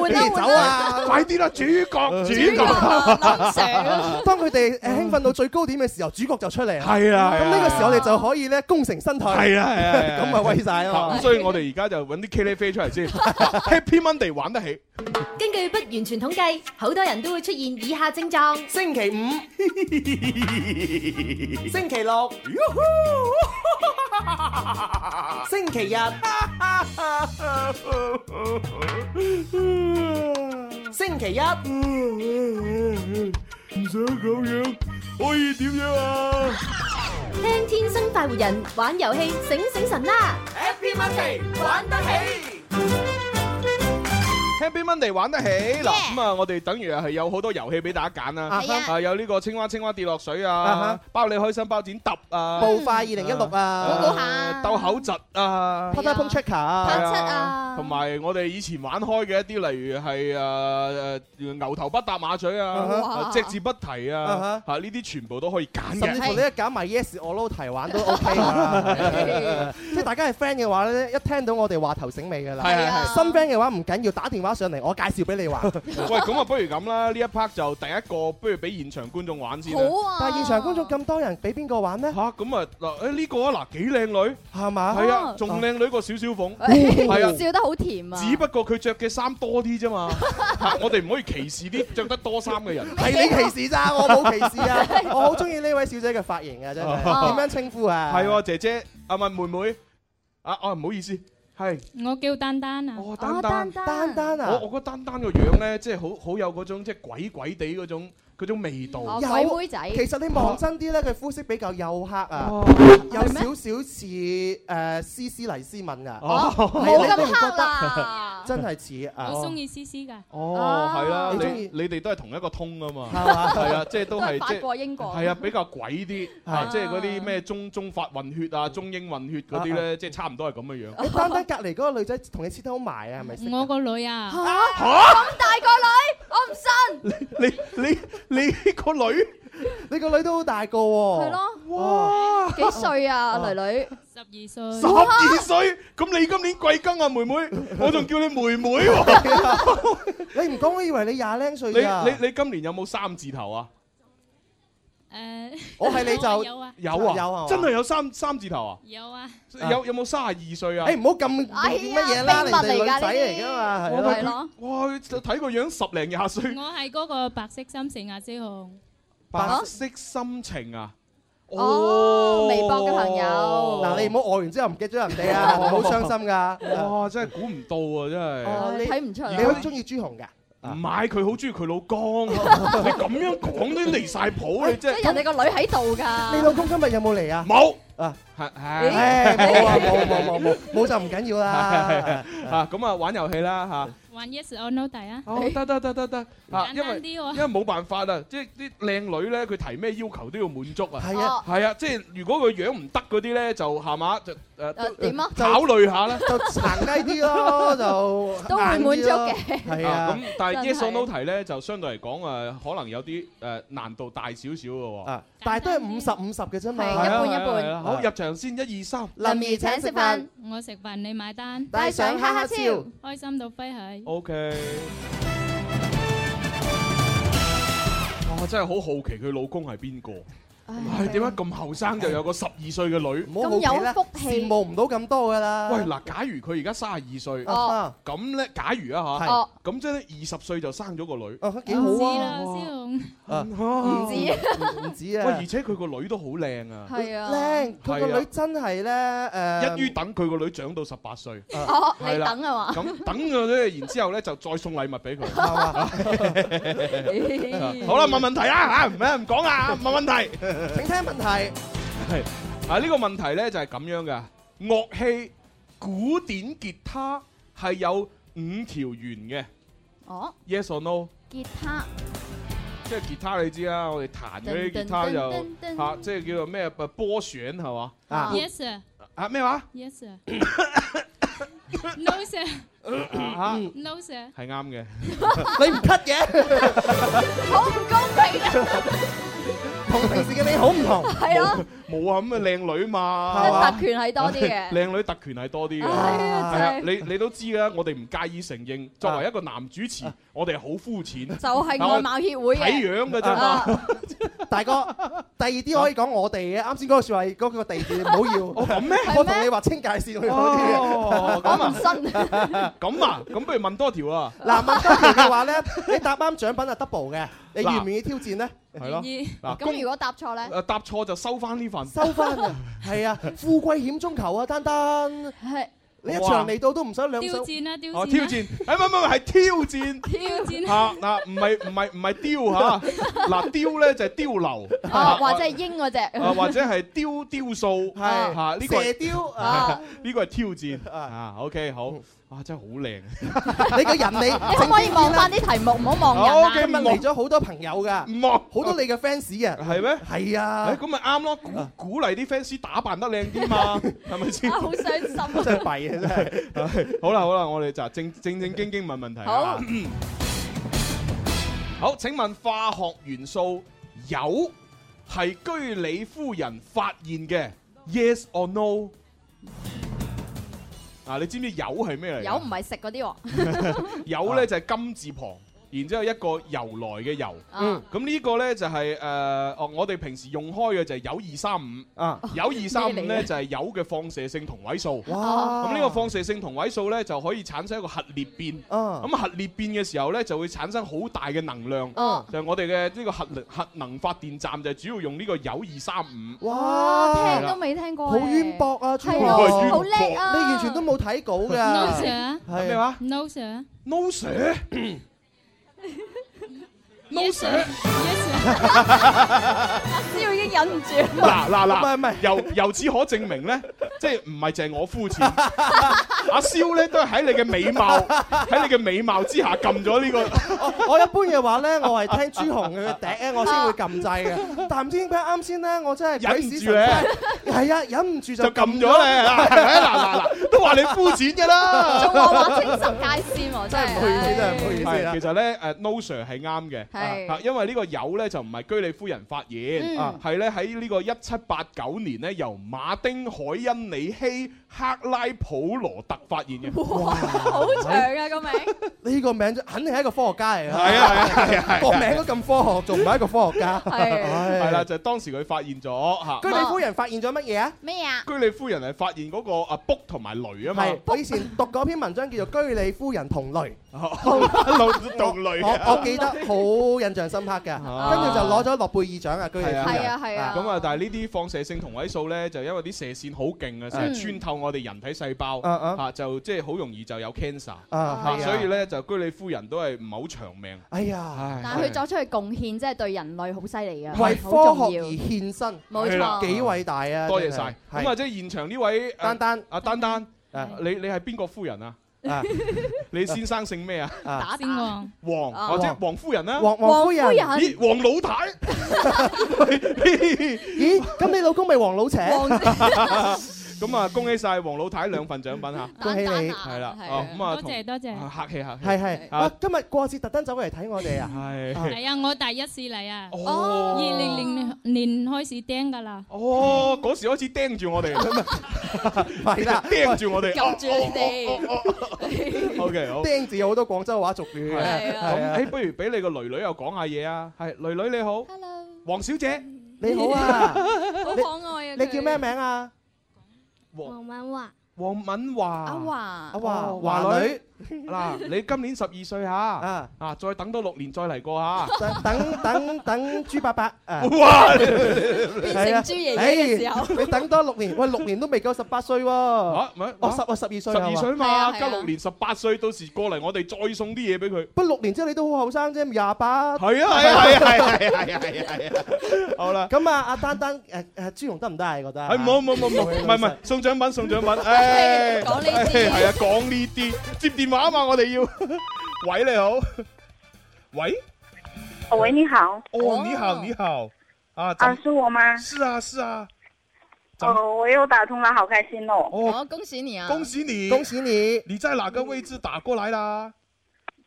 [SPEAKER 8] 你哋走啊！嗯
[SPEAKER 7] 快啲啦，主角主角，
[SPEAKER 8] 當佢哋誒興奮到最高點嘅時候，主角就出嚟啦。
[SPEAKER 7] 係啊係啊
[SPEAKER 8] 咁呢個時候我哋就可以咧功成身退。
[SPEAKER 7] 係 啊係啊係啊，
[SPEAKER 8] 咁咪威晒啊嘛
[SPEAKER 7] 咁！所以我哋而家就揾啲 K 哩啤出嚟 先，Happy Monday 玩得 起。
[SPEAKER 18] 根據不完全統計，好多人都會出現以下症狀：
[SPEAKER 8] 星期五、星期六、星期 日、星期一。
[SPEAKER 7] 唔想咁樣，可以點樣啊？
[SPEAKER 18] 聽天生快活人玩遊戲，醒醒神啦！
[SPEAKER 8] Happy Monday，玩得起。
[SPEAKER 7] Happy Monday 玩得起嗱，咁啊，我哋等於係有好多遊戲俾大家揀啦，
[SPEAKER 8] 係啊
[SPEAKER 7] 啊有呢個青蛙青蛙跌落水
[SPEAKER 8] 啊
[SPEAKER 7] 啊
[SPEAKER 8] 哈，
[SPEAKER 7] 包你開心包剪揼啊，
[SPEAKER 8] 暴快2016啊
[SPEAKER 7] 估估下，鬥口窒啊，
[SPEAKER 8] Pata Pong Checker
[SPEAKER 7] 哎係
[SPEAKER 8] 啊，
[SPEAKER 7] 同埋我哋以前玩開嘅一啲，例如係誒誒牛頭不搭馬嘴
[SPEAKER 8] 啊哈
[SPEAKER 7] 啊，
[SPEAKER 8] 哇
[SPEAKER 7] 隻字不提
[SPEAKER 8] 啊
[SPEAKER 7] 啊
[SPEAKER 8] 哈，
[SPEAKER 7] 嚇呢啲全部都可以揀
[SPEAKER 8] 甚至乎你
[SPEAKER 7] 嘅。
[SPEAKER 8] 一揀埋 Yes 我撈題 玩都 OK 㗎
[SPEAKER 7] 啊
[SPEAKER 8] 啦即係大家係 friend 嘅話咧，一聽到我哋話頭醒尾㗎啦。
[SPEAKER 7] 係啊係係
[SPEAKER 8] 新 friend 嘅話唔緊要，打電話上嚟，我介紹俾你玩。
[SPEAKER 7] 喂，咁啊，不如咁啦，呢一 part 就第一個，不如俾現場觀眾玩先啦。
[SPEAKER 8] 但係現場觀眾咁多人，俾邊個玩呢？
[SPEAKER 7] 嚇咁啊嗱，誒呢個啊嗱幾靚女
[SPEAKER 8] 係嘛？
[SPEAKER 7] 係啊，仲靚女過小小鳳，係
[SPEAKER 2] 係
[SPEAKER 7] 啊。
[SPEAKER 2] 哎笑得好甜啊！
[SPEAKER 7] 只不過佢着嘅衫多啲 啫嘛，嚇我哋唔可以歧視啲着得多衫 嘅人。
[SPEAKER 8] 係你歧視咋，我冇歧視 啊！我好中意呢位小姐嘅髮型啊，真係
[SPEAKER 7] 哦
[SPEAKER 8] 點樣稱呼啊？
[SPEAKER 7] 係喎，姐姐啊，唔係妹妹啊，哦唔好意思，係。
[SPEAKER 14] 我叫丹丹啊。
[SPEAKER 7] 哦，丹丹
[SPEAKER 8] 丹丹啊
[SPEAKER 7] 我我覺得丹丹個樣咧，即係好好有嗰種即係鬼鬼地嗰種嗰種味道。
[SPEAKER 2] 哦鬼妹仔
[SPEAKER 8] 其實你望真啲咧，佢膚色比較黝黑啊，有少少似誒斯斯黎斯敏啊，
[SPEAKER 7] 哦
[SPEAKER 8] 係
[SPEAKER 14] 冇咁
[SPEAKER 8] 你都唔覺
[SPEAKER 14] 黑
[SPEAKER 8] 得
[SPEAKER 14] 啦
[SPEAKER 8] 真係似啊！
[SPEAKER 14] 我中意思思㗎。
[SPEAKER 7] 哦，係啦，
[SPEAKER 8] 你中
[SPEAKER 7] 你
[SPEAKER 8] 意
[SPEAKER 7] 你哋都係同一個通啊 嘛，
[SPEAKER 8] 係嘛
[SPEAKER 7] 係啊，即係都係
[SPEAKER 2] 都係法
[SPEAKER 7] 即
[SPEAKER 2] 國英國
[SPEAKER 7] 係啊，比較鬼啲，啊
[SPEAKER 8] 係
[SPEAKER 7] 即係嗰啲咩中中法混血啊、中英混血嗰啲咧，即係差唔多係咁嘅樣。
[SPEAKER 8] 你單單隔離嗰個女仔同你黐得好埋啊，係咪先？
[SPEAKER 14] 我個 女啊。
[SPEAKER 2] 嚇
[SPEAKER 7] 嚇！
[SPEAKER 2] 咁大個女，我唔信。
[SPEAKER 7] 你你你呢個 女
[SPEAKER 8] 你個女都好大個喎。
[SPEAKER 2] 係咯。
[SPEAKER 8] Ờ.
[SPEAKER 7] 哇！
[SPEAKER 2] 幾歲啊，女女？
[SPEAKER 14] 十二歲。
[SPEAKER 7] 十二 歲，咁你今年貴庚啊，妹妹？我仲叫你妹妹 喎。
[SPEAKER 8] 你唔講，我以為你廿零歲咋。
[SPEAKER 7] 你你你今年有冇三字頭啊？
[SPEAKER 14] 誒。
[SPEAKER 8] 我係你 就
[SPEAKER 14] 有啊。
[SPEAKER 7] 有
[SPEAKER 8] 有啊
[SPEAKER 7] 啊，真係有三三字頭啊！
[SPEAKER 14] 有啊。
[SPEAKER 7] 有有冇三十二歲啊？
[SPEAKER 8] 誒唔好咁
[SPEAKER 2] 哎呀
[SPEAKER 8] 乜嘢啦，
[SPEAKER 2] 秘
[SPEAKER 8] 你
[SPEAKER 2] 密
[SPEAKER 8] 哋女
[SPEAKER 2] 嚟㗎
[SPEAKER 8] 仔嚟㗎嘛，係咯
[SPEAKER 2] 係咯。
[SPEAKER 7] 哇！佢睇個樣十零廿歲，
[SPEAKER 14] 我係嗰個白色心情亞之雄。
[SPEAKER 7] 白色心情啊！
[SPEAKER 2] 哦微博嘅朋友
[SPEAKER 8] 嗱，你唔好愛完之後唔記得咗人哋 啊，好傷心㗎。
[SPEAKER 7] 哇！真係估唔到啊！真係。
[SPEAKER 8] 你
[SPEAKER 2] 睇唔出
[SPEAKER 8] 你好
[SPEAKER 2] 嚟。
[SPEAKER 8] 中意朱紅㗎？
[SPEAKER 7] 唔買佢好中意佢 老公，你咁樣講都離晒譜，你
[SPEAKER 2] 即
[SPEAKER 7] 真
[SPEAKER 2] 係人
[SPEAKER 7] 係
[SPEAKER 2] 哋個女喺度㗎。
[SPEAKER 8] 你老公今日有冇嚟啊？
[SPEAKER 7] 冇
[SPEAKER 8] 啊！
[SPEAKER 7] 係
[SPEAKER 8] 誒
[SPEAKER 7] 係
[SPEAKER 8] 冇啊冇冇冇冇冇就唔緊要啦。
[SPEAKER 7] 係 啊！咁啊，玩遊戲啦嚇。
[SPEAKER 14] 玩 Yes or No 第啊。
[SPEAKER 7] 哦，得得得得得，啊，
[SPEAKER 14] 簡
[SPEAKER 7] 因
[SPEAKER 14] 單
[SPEAKER 7] 為
[SPEAKER 14] 啲
[SPEAKER 7] 因
[SPEAKER 14] 喎
[SPEAKER 7] 為冇辦法啊，即係啲靚女咧，佢提咩要求都要滿足啊。
[SPEAKER 8] 係啊
[SPEAKER 7] 係啊，即係如果個樣唔得嗰啲咧，就係嘛，就誒
[SPEAKER 2] 誒點啊
[SPEAKER 7] 考慮下啦，
[SPEAKER 2] 就
[SPEAKER 8] 行低啲咯 就
[SPEAKER 2] 都會滿足嘅
[SPEAKER 8] 係啊
[SPEAKER 7] 咁但係
[SPEAKER 8] 真
[SPEAKER 7] yes
[SPEAKER 8] 係
[SPEAKER 7] or no 題咧，就相對嚟講誒，可能有啲誒難度大少少嘅喎。
[SPEAKER 8] 但係都係五十五十嘅啫嘛，
[SPEAKER 7] 係啊係啊好，入場先，一二三。
[SPEAKER 8] 林兒請食飯。
[SPEAKER 14] 我食飯你買單，
[SPEAKER 8] 帶上哈哈超
[SPEAKER 14] 開心到飛起。
[SPEAKER 7] O K。我真係好好奇佢老公係邊個？唉，點解咁後生就有個十二歲嘅女？
[SPEAKER 8] 唔好好奇啦羨慕唔到咁多噶啦。
[SPEAKER 7] 喂，嗱，假如佢而家三十二歲，
[SPEAKER 8] 哦
[SPEAKER 7] 咁咧，假如啊
[SPEAKER 8] 係哦
[SPEAKER 7] 嚇，咁即係咧二十歲就生咗個女，
[SPEAKER 8] 幾好啊
[SPEAKER 14] 唔知啦，思紅。
[SPEAKER 7] 啊
[SPEAKER 8] 唔止唔止啊
[SPEAKER 7] 喂，而且佢個女都好靚啊，
[SPEAKER 14] 係啊
[SPEAKER 8] 靚，佢
[SPEAKER 7] 係
[SPEAKER 8] 個
[SPEAKER 7] 啊
[SPEAKER 8] 女真係咧誒，
[SPEAKER 7] 一於等佢個女長到十八歲。
[SPEAKER 2] 哦你
[SPEAKER 7] 係啦
[SPEAKER 2] 等啊嘛
[SPEAKER 7] 咁等咗咧，然之後咧就再送禮物俾佢。 好啦，問問題啦嚇，啊唔唔講啦，問問題。
[SPEAKER 8] 請聽問題。
[SPEAKER 7] 係啊，呢個問題咧就係咁樣嘅，樂器古典吉他係有五條弦嘅
[SPEAKER 2] 哦，
[SPEAKER 7] ，yes or no？
[SPEAKER 2] 吉他
[SPEAKER 7] 即係吉他你知啦，我哋彈嗰啲吉他就
[SPEAKER 14] 噔噔噔噔
[SPEAKER 7] 嚇，即係叫做咩呃波旋係嘛？
[SPEAKER 14] Yes sir。
[SPEAKER 7] 啊咩話？
[SPEAKER 14] Yes sir。No sir。
[SPEAKER 7] 嚇
[SPEAKER 14] No sir。
[SPEAKER 7] 係啱嘅。
[SPEAKER 8] 你唔 cut 嘅，
[SPEAKER 2] 好唔公平啊！
[SPEAKER 8] 同平時嘅你好唔同。
[SPEAKER 2] 係啊，
[SPEAKER 7] 冇啊，咁啊靚女嘛，
[SPEAKER 2] 即係特權係多啲嘅
[SPEAKER 7] 靚女特權係多啲 嘅，
[SPEAKER 2] 哎呀
[SPEAKER 7] 係啊，
[SPEAKER 2] 真
[SPEAKER 7] 你你都知啦，我哋唔介意承認，作為一個男主持，我哋係好膚淺，就
[SPEAKER 2] 係外貌協會嘅
[SPEAKER 7] 睇樣嘅啫嘛。
[SPEAKER 8] 大哥，第二啲可以講我哋嘅，啱先嗰個説話嗰個地址唔好 要。我
[SPEAKER 7] 咁咩？
[SPEAKER 8] 我同你話清界線去好啲
[SPEAKER 7] 哦
[SPEAKER 8] 嘅。
[SPEAKER 7] 咁啊， 咁啊，咁不如問多條啊，
[SPEAKER 8] 嗱，問多條嘅話咧，你答啱獎品係 double 嘅，你願唔願意挑戰咧？
[SPEAKER 7] 係咯，嗱，公
[SPEAKER 2] 咁如果答錯咧，
[SPEAKER 7] 誒答錯就收翻呢份，
[SPEAKER 8] 收翻 啊！係啊，富貴險中求啊，丹丹。
[SPEAKER 2] 係。
[SPEAKER 8] 你一場嚟到都唔想兩手。
[SPEAKER 14] 挑戰啦，挑戰。
[SPEAKER 7] 哦挑戰，誒唔係唔係係挑戰。
[SPEAKER 14] 挑戰
[SPEAKER 7] 啊嗱，唔係唔係唔係丟嚇，嗱丟咧就係丟流，
[SPEAKER 2] 哦，或者係英嗰只，
[SPEAKER 7] 啊，或者係雕雕塑，
[SPEAKER 8] 係
[SPEAKER 7] 嚇呢個係
[SPEAKER 8] 射 雕嗯
[SPEAKER 2] 啊，
[SPEAKER 7] 呢個係挑戰啊。OK，好，哇，真係好靚，啊
[SPEAKER 8] 你個人你
[SPEAKER 2] 你可唔可以望翻啲題目，唔好望人
[SPEAKER 7] 好
[SPEAKER 2] 啊？
[SPEAKER 7] 嘅
[SPEAKER 8] 今日嚟咗好多朋友㗎，
[SPEAKER 7] 唔望
[SPEAKER 8] 好多你嘅 fans 嘅，
[SPEAKER 7] 係咩？
[SPEAKER 8] 係啊
[SPEAKER 7] 誒咁咪啱咯，鼓鼓勵啲 fans 打扮得靚 啲嘛，係咪先？
[SPEAKER 2] 啊好傷心啊！
[SPEAKER 8] 真係弊啊！真係。
[SPEAKER 7] 係好啦好啦，我哋就正正正經經問問題啦
[SPEAKER 2] 好。
[SPEAKER 7] 好，請問化學元素鈾係居里夫人發現嘅，yes or no？啊，你知唔知鈾係咩嚟㗎？
[SPEAKER 2] 有唔係食嗰啲 喎？
[SPEAKER 7] 有
[SPEAKER 8] 啊
[SPEAKER 7] 咧就係金字旁，然之後一個由來嘅由。
[SPEAKER 8] 啊
[SPEAKER 2] 嗯
[SPEAKER 7] 咁呢個咧就係誒，哦，我哋平時用開嘅就係有二三五。
[SPEAKER 8] 啊，
[SPEAKER 7] 有二三五
[SPEAKER 8] 咩嚟
[SPEAKER 7] 咧
[SPEAKER 8] 嘅
[SPEAKER 7] 就係有嘅放射性同位素。
[SPEAKER 8] 哇
[SPEAKER 7] 咁呢個放射性同位素咧就可以產生一個核裂變。
[SPEAKER 8] 啊
[SPEAKER 7] 咁核裂變嘅時候咧就會產生好大嘅能量。
[SPEAKER 8] 啊
[SPEAKER 7] 就係我哋嘅呢個核能核能發電站就主要用呢個有二三五。
[SPEAKER 8] 哇，
[SPEAKER 2] 聽都未聽過
[SPEAKER 8] 好
[SPEAKER 2] 咧，
[SPEAKER 8] 淵博啊，朱
[SPEAKER 2] 係
[SPEAKER 8] 紅
[SPEAKER 7] 咯好
[SPEAKER 2] 叻啊
[SPEAKER 8] 你完全都冇睇稿㗎。
[SPEAKER 14] No sir。
[SPEAKER 8] 係
[SPEAKER 7] 咩話
[SPEAKER 14] ？No sir。
[SPEAKER 7] ？No sir。
[SPEAKER 14] No sir。Yes sir。
[SPEAKER 2] 阿蕭已經忍唔住。
[SPEAKER 7] 嗱嗱
[SPEAKER 8] 唔係
[SPEAKER 7] 嗱，
[SPEAKER 8] 唔係
[SPEAKER 7] 由由此可證 明咧，即係唔係淨係我膚淺，阿蕭咧都係喺你嘅 美貌，喺你嘅美貌之下撳咗呢個。
[SPEAKER 8] 我我一般嘅話咧，我係聽朱紅 嘅笛咧，我先會撳掣嘅。但唔知點解啱先咧，我真係
[SPEAKER 7] 忍唔住咧，
[SPEAKER 8] 係啊，忍唔住就
[SPEAKER 7] 就撳咗咧，係咪嗱嗱嗱，都話你膚淺嘅啦。
[SPEAKER 2] 仲話話清晰界線喎，真係
[SPEAKER 8] 唔好意思哎真係唔好意思
[SPEAKER 7] 係
[SPEAKER 8] 啦
[SPEAKER 7] 其實咧，誒 No Sir 係啱嘅，
[SPEAKER 2] 係
[SPEAKER 7] 啊因為呢個鈾咧就唔係居里夫人發現，
[SPEAKER 2] 嗯
[SPEAKER 7] 啊係咧喺呢個一七八九年咧由馬丁海因里希克拉普羅特發現嘅。
[SPEAKER 2] 好長啊個名。
[SPEAKER 8] 呢個名肯定係一個科學家嚟㗎。
[SPEAKER 7] 係啊係啊係啊 係啊
[SPEAKER 8] 個名都咁科學，仲唔係一個科學 家？唉
[SPEAKER 7] 係啦，就係當時佢發現咗嚇。
[SPEAKER 8] 居里夫人發現咗乜嘢啊？
[SPEAKER 2] 咩啊？
[SPEAKER 7] 居里夫人係發現嗰個啊卜同埋雷啊嘛，
[SPEAKER 8] 係，我以前讀嗰篇文章叫做《居里夫人同類》，
[SPEAKER 7] 路同雷
[SPEAKER 8] 我我記得好印象深刻嘅，跟住就攞咗諾貝爾獎啊，居里夫人。
[SPEAKER 7] 咁啊，但係呢啲放射性同位素咧，就因為啲射線好勁啊，成日
[SPEAKER 8] 嗯
[SPEAKER 7] 穿透我哋人體細胞
[SPEAKER 8] 啊啊
[SPEAKER 7] 嚇，就即係好容易就有 cancer
[SPEAKER 8] 係啊
[SPEAKER 7] 所以咧就居里夫人都係唔係好長命。
[SPEAKER 8] 哎呀，
[SPEAKER 2] 但係佢作出嘅貢獻真係對人類好犀利㗎，
[SPEAKER 8] 為
[SPEAKER 2] 好
[SPEAKER 8] 科
[SPEAKER 2] 重
[SPEAKER 8] 學
[SPEAKER 2] 要
[SPEAKER 8] 而獻身，
[SPEAKER 2] 冇
[SPEAKER 7] 係啦
[SPEAKER 2] 錯。
[SPEAKER 8] 幾偉大啊！
[SPEAKER 7] 多謝
[SPEAKER 8] 真係
[SPEAKER 7] 晒。咁啊，即係現場呢位丹
[SPEAKER 8] 丹
[SPEAKER 7] 啊，丹丹，你你係邊個夫人啊？
[SPEAKER 8] 啊
[SPEAKER 7] 你先生姓咩啊？
[SPEAKER 14] 打先王。
[SPEAKER 7] 王
[SPEAKER 14] 啊
[SPEAKER 7] 或者王夫人啦，
[SPEAKER 8] 王王夫人王夫人
[SPEAKER 7] 咦，王老太，
[SPEAKER 8] 咦，咁你老公咪黃老邪？
[SPEAKER 7] 咁啊，恭喜晒黃老太兩份獎 品嚇，
[SPEAKER 8] 恭喜你
[SPEAKER 7] 係啦，
[SPEAKER 8] 係啊
[SPEAKER 7] 哦咁啊，
[SPEAKER 14] 多謝多謝
[SPEAKER 7] 啊客氣客氣，
[SPEAKER 8] 係係
[SPEAKER 7] 啊
[SPEAKER 8] 啊！今日過節特登走過嚟睇我哋啊！
[SPEAKER 7] 係
[SPEAKER 14] 係啊，我第一次嚟啊，
[SPEAKER 7] 哦
[SPEAKER 14] 二零零年開始釘噶啦。
[SPEAKER 7] 哦，嗰時開始盯住 我哋，係
[SPEAKER 8] 啦
[SPEAKER 7] 盯住我哋，
[SPEAKER 14] 撳住你哋，
[SPEAKER 7] O K，好。
[SPEAKER 8] 釘字有好多廣州話俗語嘅，
[SPEAKER 7] 咁誒，不如俾你個女女又講下嘢啊！係女女你好
[SPEAKER 2] ，Hello，
[SPEAKER 7] 黃小姐，
[SPEAKER 8] 你好
[SPEAKER 7] à.
[SPEAKER 8] 啊
[SPEAKER 2] 好可
[SPEAKER 10] à,
[SPEAKER 2] 愛啊！
[SPEAKER 8] 你叫咩名啊？
[SPEAKER 7] 黃
[SPEAKER 2] 敏華，
[SPEAKER 7] 黃敏華，
[SPEAKER 2] 阿華，阿
[SPEAKER 8] 阿華
[SPEAKER 7] 哦
[SPEAKER 8] 華女，
[SPEAKER 7] 嗱，你今年十 二歲嚇，啊再等多六年再嚟過嚇。
[SPEAKER 8] 等等等等朱伯伯啊！
[SPEAKER 7] 哇
[SPEAKER 8] 係啊
[SPEAKER 7] 變成朱爺爺嘅時候
[SPEAKER 8] 哎你等多六年，喂，六年都未夠十八歲喎！哦，
[SPEAKER 7] 啊唔係
[SPEAKER 8] 十啊十二歲，
[SPEAKER 7] 十二歲
[SPEAKER 8] 係
[SPEAKER 7] 嘛，
[SPEAKER 8] 啊係啊
[SPEAKER 7] 加六年十八歲，到時過嚟我哋再送啲嘢俾佢。
[SPEAKER 8] 不過六年之後你都好後生啫，廿八。
[SPEAKER 7] 係啊係啊係啊係啊係啊係啊係啊！好啦。
[SPEAKER 8] 咁啊，阿丹丹誒誒朱紅得唔得啊？你覺得？
[SPEAKER 7] 係冇冇冇冇，唔係唔啊係，送獎品送獎品， 誒，
[SPEAKER 8] 講呢啲
[SPEAKER 7] 唉係啊，講呢啲，接電話啊嘛，我哋要， 喂你好，喂，
[SPEAKER 10] 喂，你好。
[SPEAKER 7] 哦，你好你好，啊，怎
[SPEAKER 10] 啊，是我吗？
[SPEAKER 7] 是啊，是啊。怎
[SPEAKER 10] 哦，我又打通了，好开心哦。
[SPEAKER 7] 哦，
[SPEAKER 2] 恭喜你啊！
[SPEAKER 7] 恭喜你，
[SPEAKER 8] 恭喜你，
[SPEAKER 7] 你在哪個位置打過來啦？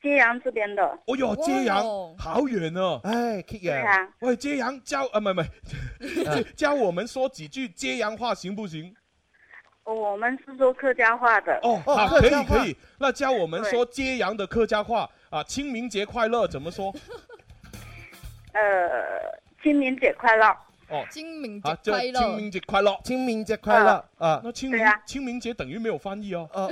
[SPEAKER 10] 揭阳这边的。
[SPEAKER 7] 哦哟，揭陽，好遠哦，
[SPEAKER 8] 唉，揭
[SPEAKER 10] 對啊
[SPEAKER 7] 陽，喂，揭陽教啊，唔係唔 係，教我們說幾句揭陽話行不行？
[SPEAKER 10] 哦我们是说客家话的。
[SPEAKER 7] 哦，好，可以可以。那教我们说揭阳的客家话啊，清明节快乐怎么说？
[SPEAKER 10] 呃，清明节快乐。
[SPEAKER 7] 哦，
[SPEAKER 2] 清明
[SPEAKER 7] 啊，就清明节快乐，
[SPEAKER 8] 清明節快樂啊！
[SPEAKER 7] 那清明清明节等于没有翻译哦。
[SPEAKER 8] 哦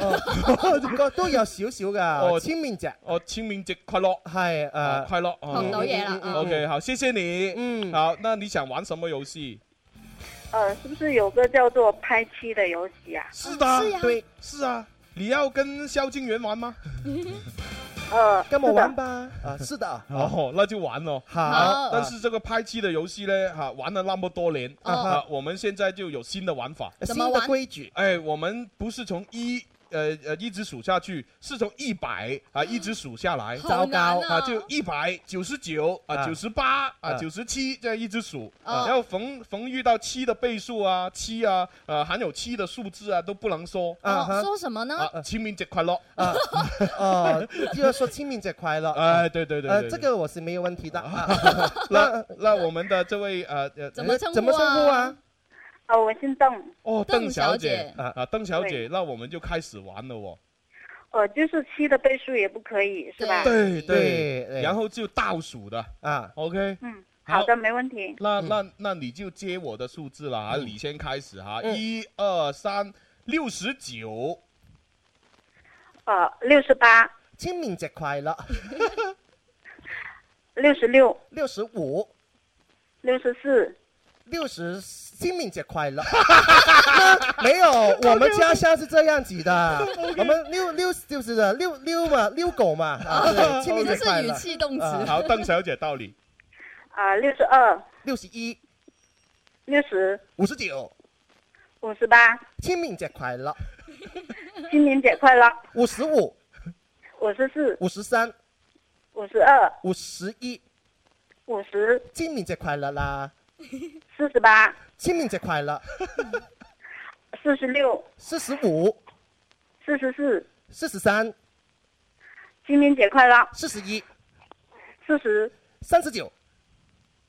[SPEAKER 8] 哦，個 都有少少
[SPEAKER 7] 哦
[SPEAKER 8] 㗎，清明節。
[SPEAKER 7] 哦，清明节快乐，
[SPEAKER 8] 係
[SPEAKER 7] 啊，快乐。
[SPEAKER 8] 學到嘢啦嗯嗯嗯嗯
[SPEAKER 7] OK，好，谢谢你。
[SPEAKER 8] 嗯，
[SPEAKER 7] 好，那你想玩什么游戏？
[SPEAKER 10] 呃，是不是有个叫做拍七的游戏啊？
[SPEAKER 7] 哦是的，对，是啊。你要跟萧敬 元玩吗？
[SPEAKER 10] 呃，
[SPEAKER 8] 跟我
[SPEAKER 10] 是的
[SPEAKER 8] 玩吧。 啊，是的。
[SPEAKER 7] 哦，那就玩咯。啊
[SPEAKER 8] 好
[SPEAKER 7] 但是这个拍七的游戏呢，哈，玩了那么多年，
[SPEAKER 8] 啊哈
[SPEAKER 7] 啊，我们现在就有新的玩法，
[SPEAKER 8] 新的規矩。
[SPEAKER 7] 哎，我们不是从一。呃呃，一直数下去是从一百啊一直数下来，
[SPEAKER 8] 好难啊
[SPEAKER 7] 啊，就一百九十九啊
[SPEAKER 8] 啊
[SPEAKER 7] 九十八啊
[SPEAKER 8] 啊
[SPEAKER 7] 九十七这样一直数，
[SPEAKER 8] 啊
[SPEAKER 7] 然后逢逢遇到七的倍数啊七啊呃含有七的数字啊都不能说
[SPEAKER 8] 啊哈
[SPEAKER 2] 说什么呢？
[SPEAKER 7] 啊清明节快乐
[SPEAKER 8] 啊啊，要说清明節快樂。
[SPEAKER 7] 哎对对对
[SPEAKER 8] 呃
[SPEAKER 7] 对
[SPEAKER 8] 这
[SPEAKER 7] 对
[SPEAKER 8] 个我是没有問題的。啊
[SPEAKER 7] 那那我们的这位呃呃
[SPEAKER 8] 怎么称怎么称呼啊？
[SPEAKER 10] 哦，我姓邓。
[SPEAKER 7] 哦，邓小姐
[SPEAKER 8] 啊
[SPEAKER 7] 啊，邓小姐
[SPEAKER 10] 对，
[SPEAKER 7] 那我们就开始玩了哦。
[SPEAKER 10] 呃，就是七的倍数也不可以是吧？
[SPEAKER 7] 对
[SPEAKER 8] 对对
[SPEAKER 7] 然后就倒数的
[SPEAKER 8] 啊嗯
[SPEAKER 7] ，OK。
[SPEAKER 10] 嗯，
[SPEAKER 7] 好
[SPEAKER 10] 好的，没问题。
[SPEAKER 7] 那那那你就接我的数字了啊，你先开始哈，
[SPEAKER 10] 嗯
[SPEAKER 7] 一二三，六十九，
[SPEAKER 10] 呃，六十八，
[SPEAKER 8] 清明節快樂。
[SPEAKER 10] 六十六，
[SPEAKER 8] 六十五，
[SPEAKER 10] 六十四，
[SPEAKER 8] 六十，清明節快樂。 没有，我们家乡是这样子的，我们遛遛就是的遛遛嘛，遛狗嘛，啊，对，清明节快乐。啊
[SPEAKER 7] 哦好，邓小姐到你。
[SPEAKER 10] 啊，六十二，
[SPEAKER 8] 六十 一，
[SPEAKER 10] 六十，
[SPEAKER 8] 五十九，
[SPEAKER 10] 五十八，
[SPEAKER 8] 清明节快乐。
[SPEAKER 10] 清明节快乐。
[SPEAKER 8] 五十五，
[SPEAKER 10] 五十四，
[SPEAKER 8] 五十三，
[SPEAKER 10] 五十二，
[SPEAKER 8] 五十一，
[SPEAKER 10] 五十，
[SPEAKER 8] 清明节快乐啦！
[SPEAKER 10] 四十八，
[SPEAKER 8] 清明节快乐。
[SPEAKER 10] 四十六，
[SPEAKER 8] 四十五，
[SPEAKER 10] 四十四，
[SPEAKER 8] 四十三，
[SPEAKER 10] 清明节快乐。
[SPEAKER 8] 四十一，
[SPEAKER 10] 四十，
[SPEAKER 8] 三十九，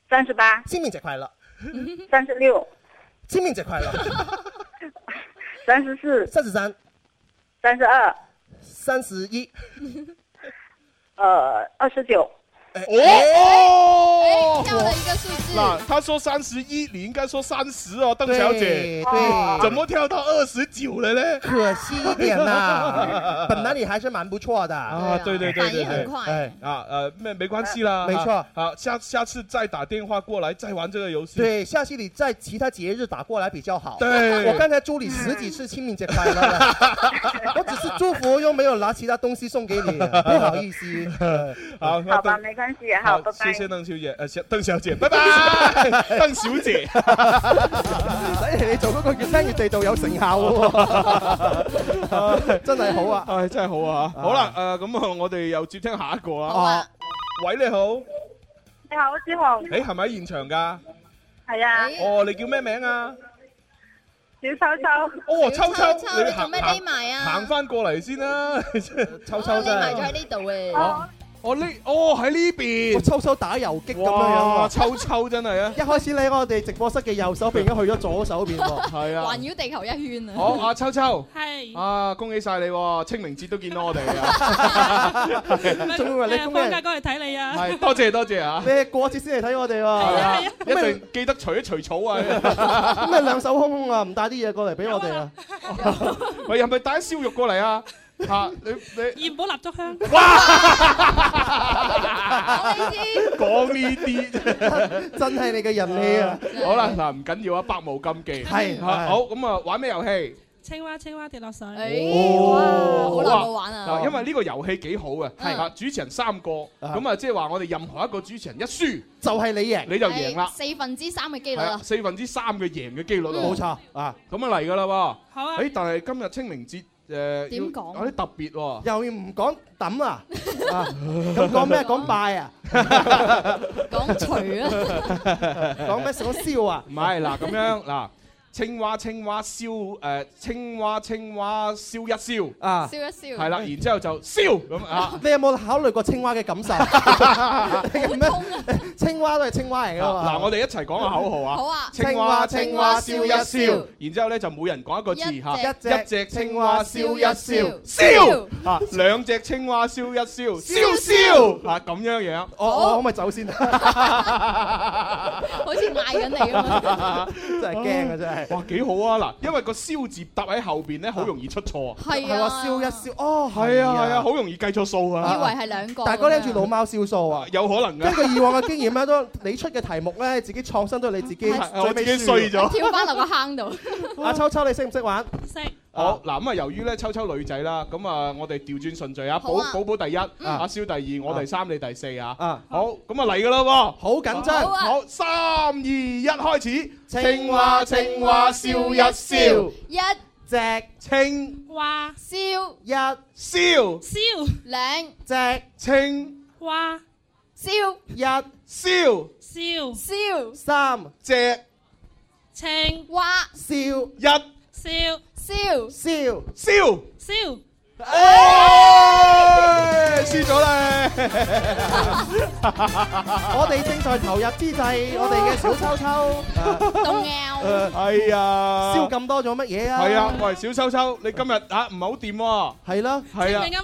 [SPEAKER 10] 三十八，
[SPEAKER 8] 清明节快乐。
[SPEAKER 10] 三十六，
[SPEAKER 8] 清明节快乐。
[SPEAKER 10] 三十四，
[SPEAKER 8] 三十三，
[SPEAKER 10] 三十二，
[SPEAKER 8] 三十一。
[SPEAKER 10] 呃，二十九。
[SPEAKER 8] 哎
[SPEAKER 7] 哦哦，
[SPEAKER 2] 掉了一个数字。
[SPEAKER 7] 那他说三十一，你应该说三十哦，邓小姐
[SPEAKER 8] 对。
[SPEAKER 10] 哦
[SPEAKER 8] 对
[SPEAKER 7] 怎么跳到二十九了呢？
[SPEAKER 8] 可惜一点 呐，本来你还是蛮不错的
[SPEAKER 7] 啊，对对对对对，
[SPEAKER 8] 哎，
[SPEAKER 7] 啊呃，没没关系啦，
[SPEAKER 8] 没错
[SPEAKER 7] 啊好，下下次再打电话过来再玩这个游戏。
[SPEAKER 8] 对，下次你在其他节日打过来比较好。
[SPEAKER 7] 对
[SPEAKER 8] 我刚才祝你十几次清明节快乐 了，我只是祝福，又没有拿其他东西送给 你，啊不好意思。
[SPEAKER 7] 好，
[SPEAKER 10] 好
[SPEAKER 7] 那
[SPEAKER 10] 吧，
[SPEAKER 7] 邓，
[SPEAKER 10] 没关系，好，拜
[SPEAKER 7] 谢
[SPEAKER 10] 拜。
[SPEAKER 7] 谢邓小姐，呃，小邓 小姐，拜拜，邓小姐。哎
[SPEAKER 8] 睇嚟你做嗰個越聽越地道有成效喎， 真係好啊！
[SPEAKER 7] 唉，真係好啊！好啦，诶，咁啊，我哋又接聽下一個
[SPEAKER 8] 好
[SPEAKER 7] 啊
[SPEAKER 8] 啊。
[SPEAKER 7] 喂，你好，
[SPEAKER 10] 你好，
[SPEAKER 8] 哎
[SPEAKER 10] 朱红，
[SPEAKER 7] 你係咪喺現場㗎？
[SPEAKER 10] 系啊，
[SPEAKER 7] 哦，你叫咩名啊？
[SPEAKER 19] 小秋秋，
[SPEAKER 7] 哦，秋秋，
[SPEAKER 2] 你做咩匿埋啊？
[SPEAKER 7] 行翻過嚟先 啦，秋秋
[SPEAKER 2] 匿埋咗喺呢度誒。
[SPEAKER 7] 哦哦呢哦喺呢邊，
[SPEAKER 8] 秋秋打遊擊咁樣樣
[SPEAKER 7] 哇
[SPEAKER 8] 啊！
[SPEAKER 7] 秋秋真係啊！
[SPEAKER 8] 一開始你喺我哋直播室嘅右手邊，而家去咗左手邊 喎。
[SPEAKER 7] 係啊
[SPEAKER 2] 環繞地球一圈啊！
[SPEAKER 7] 好，阿秋秋，
[SPEAKER 10] 係
[SPEAKER 7] 啊，恭喜晒你喎！清明節都見到我哋啊，
[SPEAKER 8] 仲以為你
[SPEAKER 10] 誒
[SPEAKER 8] 工人
[SPEAKER 10] 放假過嚟睇你啊！
[SPEAKER 7] 係多謝多謝啊！
[SPEAKER 8] 你係過節先嚟睇我哋喎，
[SPEAKER 7] 一定記得除一除草啊！
[SPEAKER 8] 咁咪兩手空空啊，唔帶啲嘢過嚟俾我哋啊！
[SPEAKER 7] 喂，係咪帶啲燒肉過嚟啊？嚇你你
[SPEAKER 10] 要唔好蠟燭香。
[SPEAKER 7] 講呢啲
[SPEAKER 8] 真係你嘅人氣啊！
[SPEAKER 7] 好啦，嗱唔緊要啊，百無禁忌
[SPEAKER 8] 係
[SPEAKER 7] 嚇
[SPEAKER 8] 係
[SPEAKER 7] 好咁啊，玩咩遊戲？
[SPEAKER 10] 青蛙青蛙跌落水。好
[SPEAKER 7] 哦，
[SPEAKER 10] 耐冇玩啊
[SPEAKER 7] 嗱因為呢個遊戲幾好嘅，
[SPEAKER 10] 係
[SPEAKER 7] 啊，主持人三個，咁啊，即係話我哋任何一個主持人一輸，
[SPEAKER 8] 就係你贏，
[SPEAKER 7] 你就贏啦，
[SPEAKER 2] 四分之三嘅機率嗯
[SPEAKER 7] 係啊
[SPEAKER 2] 啦。
[SPEAKER 7] 四分之三嘅贏嘅機率啊，
[SPEAKER 8] 冇錯啊，
[SPEAKER 7] 咁啊嚟㗎啦喎，
[SPEAKER 2] 好啊
[SPEAKER 7] 誒，但係今日清明節誒，
[SPEAKER 8] 點
[SPEAKER 7] 要
[SPEAKER 8] 講
[SPEAKER 7] 有啲特別喎，
[SPEAKER 8] 又要唔講抌啊？啊咁講咩？講拜啊？
[SPEAKER 2] 講除 啊？
[SPEAKER 8] 講咩？講燒啊？
[SPEAKER 7] 唔係嗱咁 樣嗱。青蛙青蛙燒誒，青蛙青蛙燒一燒
[SPEAKER 8] 啊
[SPEAKER 2] 燒一燒
[SPEAKER 7] 係啦，然之後就燒咁啊。
[SPEAKER 8] 你有冇考慮過青蛙嘅感受？青蛙都係青蛙嚟㗎嘛？
[SPEAKER 7] 嗱，我哋一齊講下口號啊！
[SPEAKER 8] 好啊
[SPEAKER 7] 青蛙青蛙燒一燒，然之後咧就每人講一個字嚇，
[SPEAKER 8] 一隻
[SPEAKER 7] 一隻青蛙燒一燒，
[SPEAKER 8] 燒
[SPEAKER 7] 燒啊！兩隻青蛙燒一燒，燒燒啊咁樣樣。
[SPEAKER 8] 我我可唔可以走先？
[SPEAKER 2] 好似賣緊你 咁啊！
[SPEAKER 8] 真 係驚啊！真係。
[SPEAKER 7] 哇，幾好啊！嗱，因為個燒字搭喺後邊咧，好容易出錯。
[SPEAKER 2] 係
[SPEAKER 10] ờ,
[SPEAKER 8] 係
[SPEAKER 2] 啊
[SPEAKER 8] 話燒一燒，哦，
[SPEAKER 7] 係啊係啊，好容易計錯數啊！
[SPEAKER 2] 以為係兩個。
[SPEAKER 8] 大
[SPEAKER 10] à.
[SPEAKER 8] 哥拎住老貓燒數啊！
[SPEAKER 7] 有可能
[SPEAKER 8] 根
[SPEAKER 7] 㗎。
[SPEAKER 8] 據以往嘅經驗咧，都你出嘅題目咧，自己創新都係你自己
[SPEAKER 7] 係
[SPEAKER 8] 最
[SPEAKER 7] 我
[SPEAKER 8] 尾
[SPEAKER 7] 自己衰咗
[SPEAKER 2] 跳翻落個坑度。
[SPEAKER 8] 阿秋秋，你識唔識
[SPEAKER 2] 啊
[SPEAKER 8] 玩？
[SPEAKER 10] 識。
[SPEAKER 7] 好嗱，咁啊，由於咧秋秋女仔啦，咁啊，我哋調轉順序啊，
[SPEAKER 8] 好
[SPEAKER 7] 寶
[SPEAKER 8] 啊
[SPEAKER 7] 寶寶第一，阿蕭第二，我第三，你第四啊。
[SPEAKER 8] 啊，
[SPEAKER 7] 好，咁啊嚟噶啦喎，
[SPEAKER 8] 好緊張好啊
[SPEAKER 7] 好，三二一，開始。
[SPEAKER 8] 青蛙青蛙燒一燒，
[SPEAKER 2] 一
[SPEAKER 10] Dạ.
[SPEAKER 8] 隻
[SPEAKER 7] 青
[SPEAKER 10] 蛙
[SPEAKER 2] 燒
[SPEAKER 8] 一
[SPEAKER 7] 燒
[SPEAKER 10] 燒
[SPEAKER 2] 兩
[SPEAKER 8] 隻
[SPEAKER 7] 青
[SPEAKER 10] 蛙
[SPEAKER 2] 燒
[SPEAKER 8] 一
[SPEAKER 7] 燒
[SPEAKER 10] 燒
[SPEAKER 2] 燒
[SPEAKER 8] 三
[SPEAKER 7] 隻
[SPEAKER 10] 青
[SPEAKER 2] 蛙
[SPEAKER 8] 燒
[SPEAKER 7] 一
[SPEAKER 10] 燒
[SPEAKER 2] 燒
[SPEAKER 8] 燒
[SPEAKER 7] 燒，
[SPEAKER 10] 燒。
[SPEAKER 7] 哎輸咗啦！
[SPEAKER 8] 我哋正在投入之際，我哋嘅小秋秋，
[SPEAKER 2] 凍拗
[SPEAKER 8] Ờ,
[SPEAKER 7] 哎呀，
[SPEAKER 8] 燒咁多咗乜嘢啊？
[SPEAKER 7] 係啊，喂，小秋秋，你今日啊唔係好掂喎。à.
[SPEAKER 8] 係啦，
[SPEAKER 7] 係啊，
[SPEAKER 10] 啊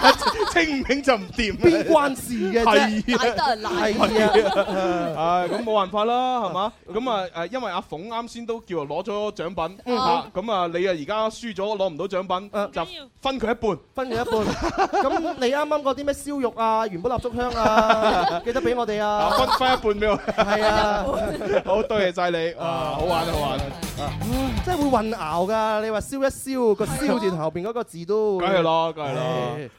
[SPEAKER 10] 嘛，
[SPEAKER 7] 清明就唔掂。
[SPEAKER 8] 邊關事嘅啫？
[SPEAKER 7] 係啊
[SPEAKER 2] 得人賴
[SPEAKER 7] à. 係啊，咁冇辦法啦，係嘛？咁啊誒，因為阿鳳啱先都叫攞咗獎品
[SPEAKER 8] 嗯
[SPEAKER 7] 嚇，咁啊你啊而家輸咗攞唔到獎品，就分佢一半。
[SPEAKER 8] 分佢一半。咁你啱啱嗰啲咩燒肉啊、元寶蠟燭香 啊，記得俾我哋啊。
[SPEAKER 7] 啊分分一半俾我。
[SPEAKER 8] 係啊，
[SPEAKER 7] 好多謝晒你，啊，好玩 好玩，
[SPEAKER 8] 真係會混淆㗎。你話燒一燒個燒字同後邊嗰個字都，
[SPEAKER 7] 梗係啦，梗係啦。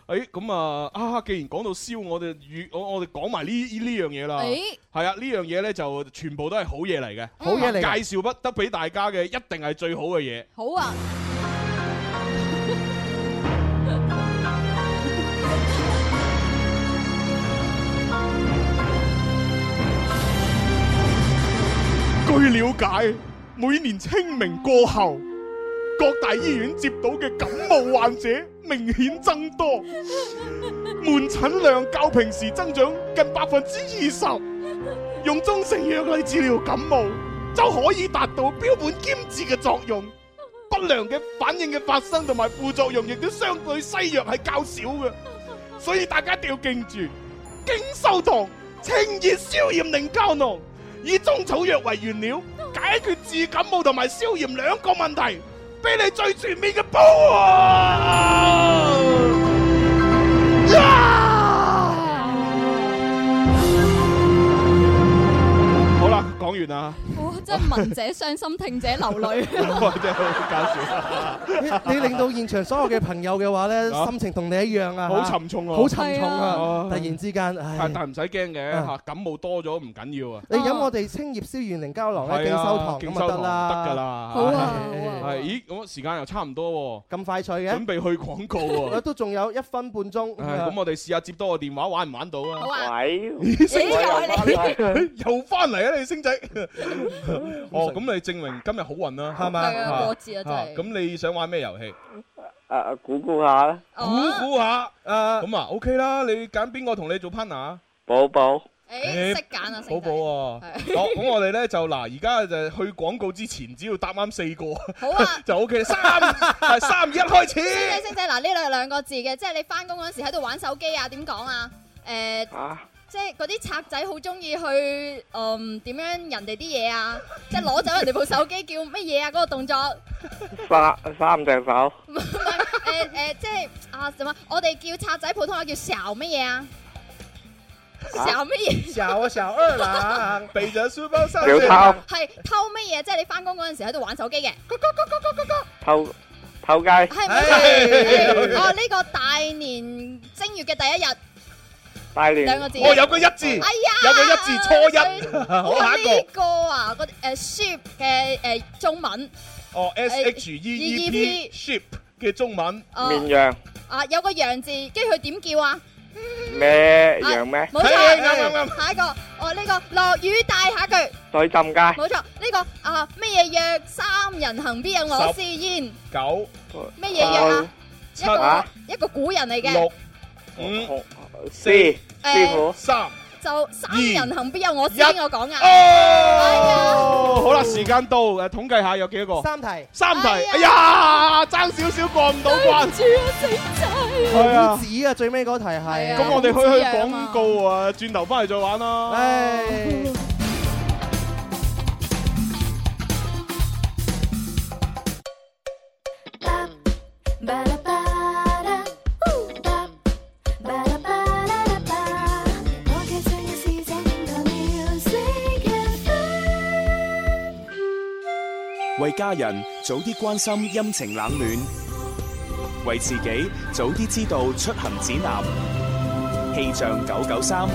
[SPEAKER 7] 誒咁啊啊，既然講到燒，我哋與我我哋講埋呢呢樣嘢啦。
[SPEAKER 2] 誒嗯
[SPEAKER 7] 係啊，呢樣嘢咧就全部都係好嘢嚟嘅，
[SPEAKER 2] 好嘢嚟㗎
[SPEAKER 7] 介紹不得俾大家嘅一定係最好嘅嘢。
[SPEAKER 2] 好 啊！
[SPEAKER 7] 據了解，每年清明過後，各大醫院接到嘅感冒患者明顯增多，門診量較平時增長近百分之二十。用中成藥嚟治療感冒，就可以達到標本兼治嘅作用。不良嘅反應嘅發生同埋副作用，亦都相對西藥係較少嘅。所以大家一定要記住，經收堂清熱消炎寧膠囊，以中草藥為原料，解決治感冒同埋消炎兩個問題，俾你最全面嘅保護。好啦，講完啦，
[SPEAKER 2] 哇！真係聞者傷心，聽者流淚。
[SPEAKER 7] 真係好搞
[SPEAKER 8] 你你令到現場所有嘅朋友嘅話咧，心情同你一樣啊，
[SPEAKER 7] 好沉重啊
[SPEAKER 8] 好沉重
[SPEAKER 7] 係啊
[SPEAKER 8] 啊！突然之間，唉
[SPEAKER 7] 但。但唔使驚嘅嚇，感冒多咗唔緊要啊。
[SPEAKER 8] 你飲我哋清葉燒元靈膠囊咧，
[SPEAKER 7] 係
[SPEAKER 8] 敬
[SPEAKER 7] 啊
[SPEAKER 8] 修堂
[SPEAKER 7] 敬
[SPEAKER 8] 咁就
[SPEAKER 7] 修
[SPEAKER 8] 得啦，
[SPEAKER 7] 堂得㗎啦。
[SPEAKER 8] 好啊
[SPEAKER 7] 係，係咦，咁時間又差唔多
[SPEAKER 8] 喎。咁快脆嘅，啊
[SPEAKER 7] 準備去廣告喎。
[SPEAKER 8] 都仲有一分半啊鐘。
[SPEAKER 7] 唉咁我哋試下接多個電話，玩唔玩到啊？
[SPEAKER 2] 啊
[SPEAKER 7] 喂，咦星
[SPEAKER 2] 咦
[SPEAKER 7] 仔
[SPEAKER 2] 又係你
[SPEAKER 7] 又翻嚟啊！你星仔，哦，咁你證明今日好運啦，
[SPEAKER 20] 係嘛係啊過
[SPEAKER 2] 節啊真係
[SPEAKER 7] 咁你想玩咩遊戲？
[SPEAKER 10] 啊，估估下啦，
[SPEAKER 7] 估估下，咁啊 OK 啦，你揀邊個同你做 partner 啊？
[SPEAKER 10] 寶寶。
[SPEAKER 7] 誒
[SPEAKER 2] 識揀啊，
[SPEAKER 7] 寶寶啊，
[SPEAKER 2] 係
[SPEAKER 7] 好咁我哋咧就嗱，而家就去廣告之前，只要答啱四個，
[SPEAKER 2] 好啊，
[SPEAKER 7] 就 OK 啦。三三二一開始，
[SPEAKER 2] 星仔星仔，嗱呢兩兩個字嘅，即係你翻工嗰陣時喺度玩手機啊，點講啊？誒，即係嗰啲賊仔好中意去嗯點樣人哋啲嘢啊，即係攞走人哋部手機叫乜嘢啊？嗰個動作。
[SPEAKER 10] 三三隻手，
[SPEAKER 2] 誒誒，即係啊什麼？我哋叫賊仔普通話叫小乜嘢啊？
[SPEAKER 7] 啊
[SPEAKER 2] 小乜嘢？
[SPEAKER 20] 小小二郎，
[SPEAKER 7] 背着書包上
[SPEAKER 10] 小偷
[SPEAKER 2] 係偷乜嘢？即係你翻工嗰陣時喺度玩手機嘅。
[SPEAKER 10] 偷偷雞，
[SPEAKER 2] 係咪 係
[SPEAKER 10] Ờ,
[SPEAKER 2] 哦，呢個大年正月嘅第一日，
[SPEAKER 10] 大年
[SPEAKER 2] 兩個字。
[SPEAKER 7] 哦有個一字
[SPEAKER 2] 哎呀，
[SPEAKER 7] 有個一字初 一，好
[SPEAKER 2] 哇
[SPEAKER 7] 下一
[SPEAKER 2] 呢
[SPEAKER 7] 個。
[SPEAKER 2] 個啊，個誒 ship 嘅誒中文
[SPEAKER 7] 哦，S H E E P
[SPEAKER 2] SHEEP
[SPEAKER 7] sheep 嘅中文，
[SPEAKER 2] 哦綿
[SPEAKER 10] 羊
[SPEAKER 2] 啊，有個羊字，跟住佢點叫啊？
[SPEAKER 10] 咩羊咩？
[SPEAKER 2] 冇錯，
[SPEAKER 10] 係啱啱
[SPEAKER 2] 下一個哦，呢個落雨大下句，
[SPEAKER 10] 水浸街，
[SPEAKER 2] 冇錯，呢個啊咩嘢約三人行必有我
[SPEAKER 10] 十
[SPEAKER 2] 是焉，
[SPEAKER 7] 九
[SPEAKER 2] 咩嘢約啊？
[SPEAKER 7] 九
[SPEAKER 2] 一個一個古人嚟嘅
[SPEAKER 7] 六，五
[SPEAKER 10] 四
[SPEAKER 2] 師傅
[SPEAKER 7] 三。
[SPEAKER 2] 就三
[SPEAKER 7] 二
[SPEAKER 2] 人行必有我是
[SPEAKER 7] 一
[SPEAKER 2] 焉，我講啊。
[SPEAKER 7] 哦，好啦，時間到，誒統計下有幾多個？
[SPEAKER 20] 三題，
[SPEAKER 7] 三題，哎呀，爭少少過唔到啊關。係啊
[SPEAKER 8] 好子啊，最尾嗰題係。
[SPEAKER 7] 咁我哋去去廣告啊，哎轉頭翻嚟再玩啦。
[SPEAKER 8] 唉。
[SPEAKER 1] 为家人早啲关心阴晴冷暖，为自己早啲知道出行指南。气象九九三，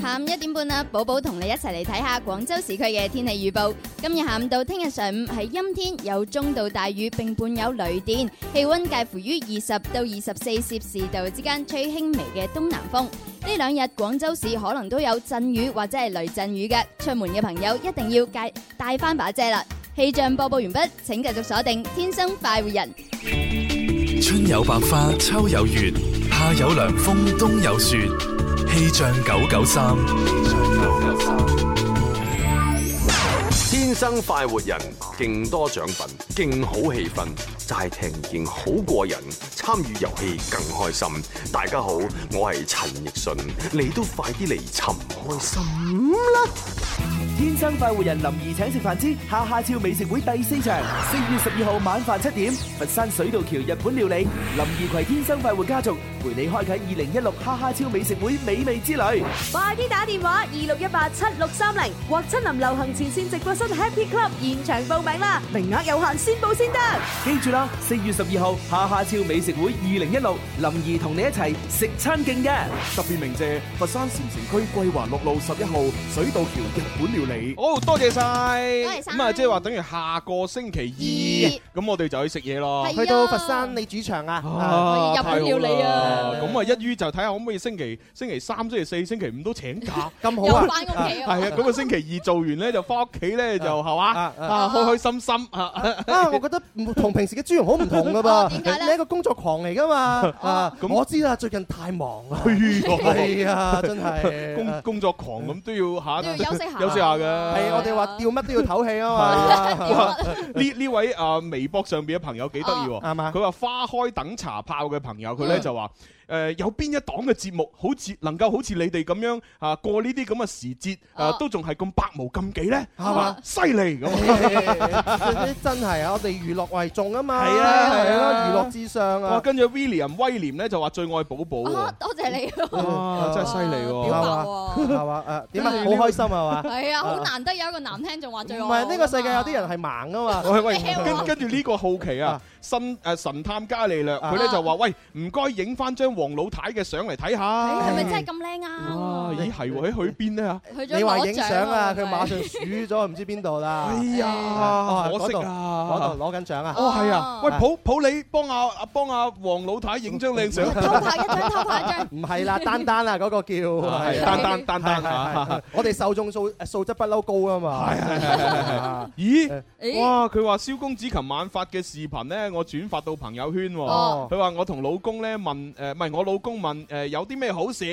[SPEAKER 21] 下午一點半啦，寶寶同你一齊嚟睇下廣州市區嘅天氣預報。今日下午到聽日上午係陰天，有中到大雨，並伴有雷電，氣温介乎於二十到二十四攝氏度之間，吹輕微嘅東南風。呢兩日廣州市可能都有陣雨或者係雷陣雨嘅，出門嘅朋友一定要戒帶翻把遮啦。氣象播報完畢，請繼續鎖定《天生快活人》。
[SPEAKER 3] 春有百花，秋有月，夏有涼風，冬有雪。氣象九九三，
[SPEAKER 17] 天生快活人，勁多獎品，勁好氣氛，齋聽見好過癮，參與遊戲更開心。大家好，我係陳奕迅，你都快啲嚟尋開心。
[SPEAKER 5] 天生快活人林兒請食飯之下下超美食會第四場，四月十二號晚飯七點，佛山水道橋日本料理，林兒攜天生快活家族陪你開啟二零一六下下超美食會美味之旅。
[SPEAKER 6] 快啲打電話二六一八七六三零或親臨流行前線直播室 Happy Club 現場報名啦，名額有限，先報先得。
[SPEAKER 5] 記住啦，四月十二號下下超美食會二零一六，林兒同你一齊食餐勁嘅。
[SPEAKER 22] 特別鳴謝佛山禪城區桂華六路十一號水道橋日本料理。
[SPEAKER 7] 好多謝晒，咁啊，即係話等於下個星期二，啊咁我哋就去食嘢咯。
[SPEAKER 8] 去到佛山你主場啊，
[SPEAKER 7] 啊
[SPEAKER 8] 啊
[SPEAKER 7] 太好啦咁啊，一於就睇下可唔可以星期星期三、星期四、星期五都請假，
[SPEAKER 8] 咁好啊又返屋企啊
[SPEAKER 7] 係啊，咁啊，星期二做完咧就翻屋企咧就係嘛啊，開開心心啊。
[SPEAKER 8] 啊，我覺得唔同平時嘅朱容好唔同噶
[SPEAKER 7] 哦
[SPEAKER 8] 噃，你係一個工作狂嚟噶嘛，啊，我知啦，最近太忙啦，係啊，真係
[SPEAKER 7] 哎工工作狂咁都要嚇，
[SPEAKER 8] 都 要休息下
[SPEAKER 7] 休息下嘅。
[SPEAKER 8] 係我哋話吊乜都要唞氣啊嘛
[SPEAKER 7] 哇， 呢呢位啊微博上邊嘅朋友幾得意喎，
[SPEAKER 8] 啊啱啊
[SPEAKER 7] 佢話花開等茶泡嘅朋友，佢咧
[SPEAKER 8] 嗯
[SPEAKER 7] 就話。誒、有邊一檔嘅節目好似能夠好似你哋咁樣啊過呢啲咁嘅時節啊都仲係咁百無禁忌咧，係嘛？犀利咁。
[SPEAKER 8] 真係啊，我哋娛樂為重啊嘛，
[SPEAKER 7] 係啊
[SPEAKER 8] 係
[SPEAKER 7] 係
[SPEAKER 8] 啊，
[SPEAKER 7] 啊
[SPEAKER 8] 娛樂至上
[SPEAKER 7] 哇！
[SPEAKER 8] 啊，
[SPEAKER 7] 跟住 William 威廉咧就話最愛寶寶喎，
[SPEAKER 2] 多謝你
[SPEAKER 7] 哇！真係犀利喎，
[SPEAKER 8] 係嘛？誒點啊？好開心啊嘛，
[SPEAKER 2] 係啊，好難得有一個男聽眾話最
[SPEAKER 8] 唔
[SPEAKER 2] 愛我
[SPEAKER 8] 係呢個世界有啲人係盲噶嘛，
[SPEAKER 7] 喂喂，啊呃跟跟住呢個好奇啊，新誒神探伽利略佢咧就話：喂，唔該影翻張黃黃老太嘅相嚟睇下。
[SPEAKER 2] 係咪真係咁靚啊？
[SPEAKER 7] 啊？咦係喎，喺去邊咧嚇？
[SPEAKER 2] 去咗
[SPEAKER 8] 你話
[SPEAKER 2] 攞
[SPEAKER 8] 影
[SPEAKER 2] 獎
[SPEAKER 8] 相啊，
[SPEAKER 2] 啊
[SPEAKER 8] 佢馬上鼠咗唔知邊度啦。
[SPEAKER 7] 哎呀，
[SPEAKER 8] 哦
[SPEAKER 7] 可惜
[SPEAKER 8] 嗰度
[SPEAKER 7] 啊，
[SPEAKER 8] 嗰度攞緊獎啊。
[SPEAKER 7] 哦係啊，喂普普你幫阿幫阿黃老太影張靚相。
[SPEAKER 8] 唔係啦，丹丹啊，嗰個叫
[SPEAKER 7] 係
[SPEAKER 8] 係啊
[SPEAKER 7] 丹丹丹
[SPEAKER 8] 係係
[SPEAKER 7] 丹
[SPEAKER 8] 係
[SPEAKER 7] 啊
[SPEAKER 8] 我哋受眾素素質不嬲高啊嘛。
[SPEAKER 7] 咦？哇！佢話蕭公子琴晚發嘅視頻呢，我轉發到朋友圈喎。
[SPEAKER 8] 哦
[SPEAKER 7] 佢話我同老公呢問誒，唔係我老公問誒有啲咩好笑？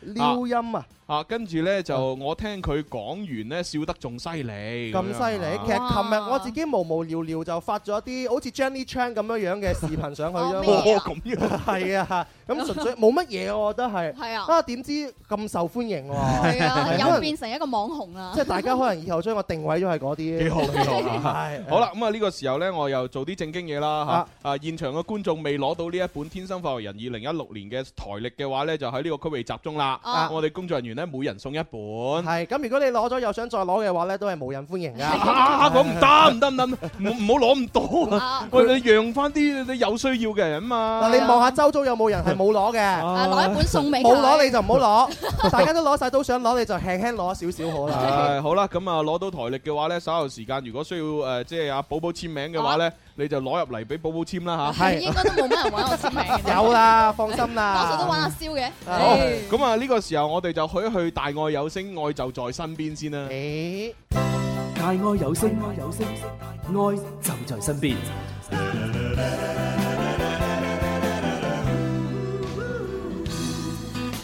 [SPEAKER 8] 撩音啊，
[SPEAKER 7] 啊，跟住呢，就我聽佢講完呢，笑得仲犀利。
[SPEAKER 8] 咁犀利！其實琴日我自己無無聊聊就發咗啲好似 Jenny Chan 咁樣樣嘅視頻上去啫嘛。
[SPEAKER 7] 哦咁樣
[SPEAKER 8] 係啊，咁純粹冇乜嘢，我覺得係。
[SPEAKER 2] 係啊
[SPEAKER 8] 啊，點知咁受歡迎喎？
[SPEAKER 2] 係啊，
[SPEAKER 8] 可
[SPEAKER 2] 又
[SPEAKER 8] 能
[SPEAKER 2] 變成一個網紅啊啦。
[SPEAKER 8] 即係大家可能以後將我定位咗係嗰啲。
[SPEAKER 7] 幾好幾好 啊
[SPEAKER 8] 係！
[SPEAKER 7] 好啦，咁啊呢個時候呢，我又做啲正經嘢啦嚇。啊，現場嘅觀眾未攞到呢一本《天生快活人》二零一六年嘅台歷嘅話呢，就喺呢個區域集中啦。
[SPEAKER 8] 啊
[SPEAKER 7] 我哋工作人員呢，每人送一本。
[SPEAKER 8] 係咁，如果你攞咗又想再攞嘅話咧，都係無人歡迎㗎。
[SPEAKER 7] 啊！我唔得唔得唔得，唔唔好攞咁多啊！喂，你讓翻啲你有需要嘅人嘛。
[SPEAKER 8] 嗱，啊你望下周遭有冇人係冇攞嘅？啊
[SPEAKER 7] 攞一本送俾佢
[SPEAKER 8] 冇攞你就唔好攞，大家都攞晒都想攞，你就輕輕攞少少好啦。
[SPEAKER 7] 係好啦，咁啊攞到台歷嘅話咧，稍後時間如果需要誒，即係阿寶寶簽名嘅話咧，
[SPEAKER 8] 啊
[SPEAKER 7] 你就攞入嚟俾寶寶簽啦嚇。
[SPEAKER 2] 應該都冇乜人揾我簽名嘅。
[SPEAKER 8] 有啦，放心啦。
[SPEAKER 2] 多數都揾阿蕭嘅。哎
[SPEAKER 7] 好，咁啊呢個時候我哋就去一去大愛有聲，愛就在身邊先啦。
[SPEAKER 5] 大愛有聲，愛有聲，愛就在身邊。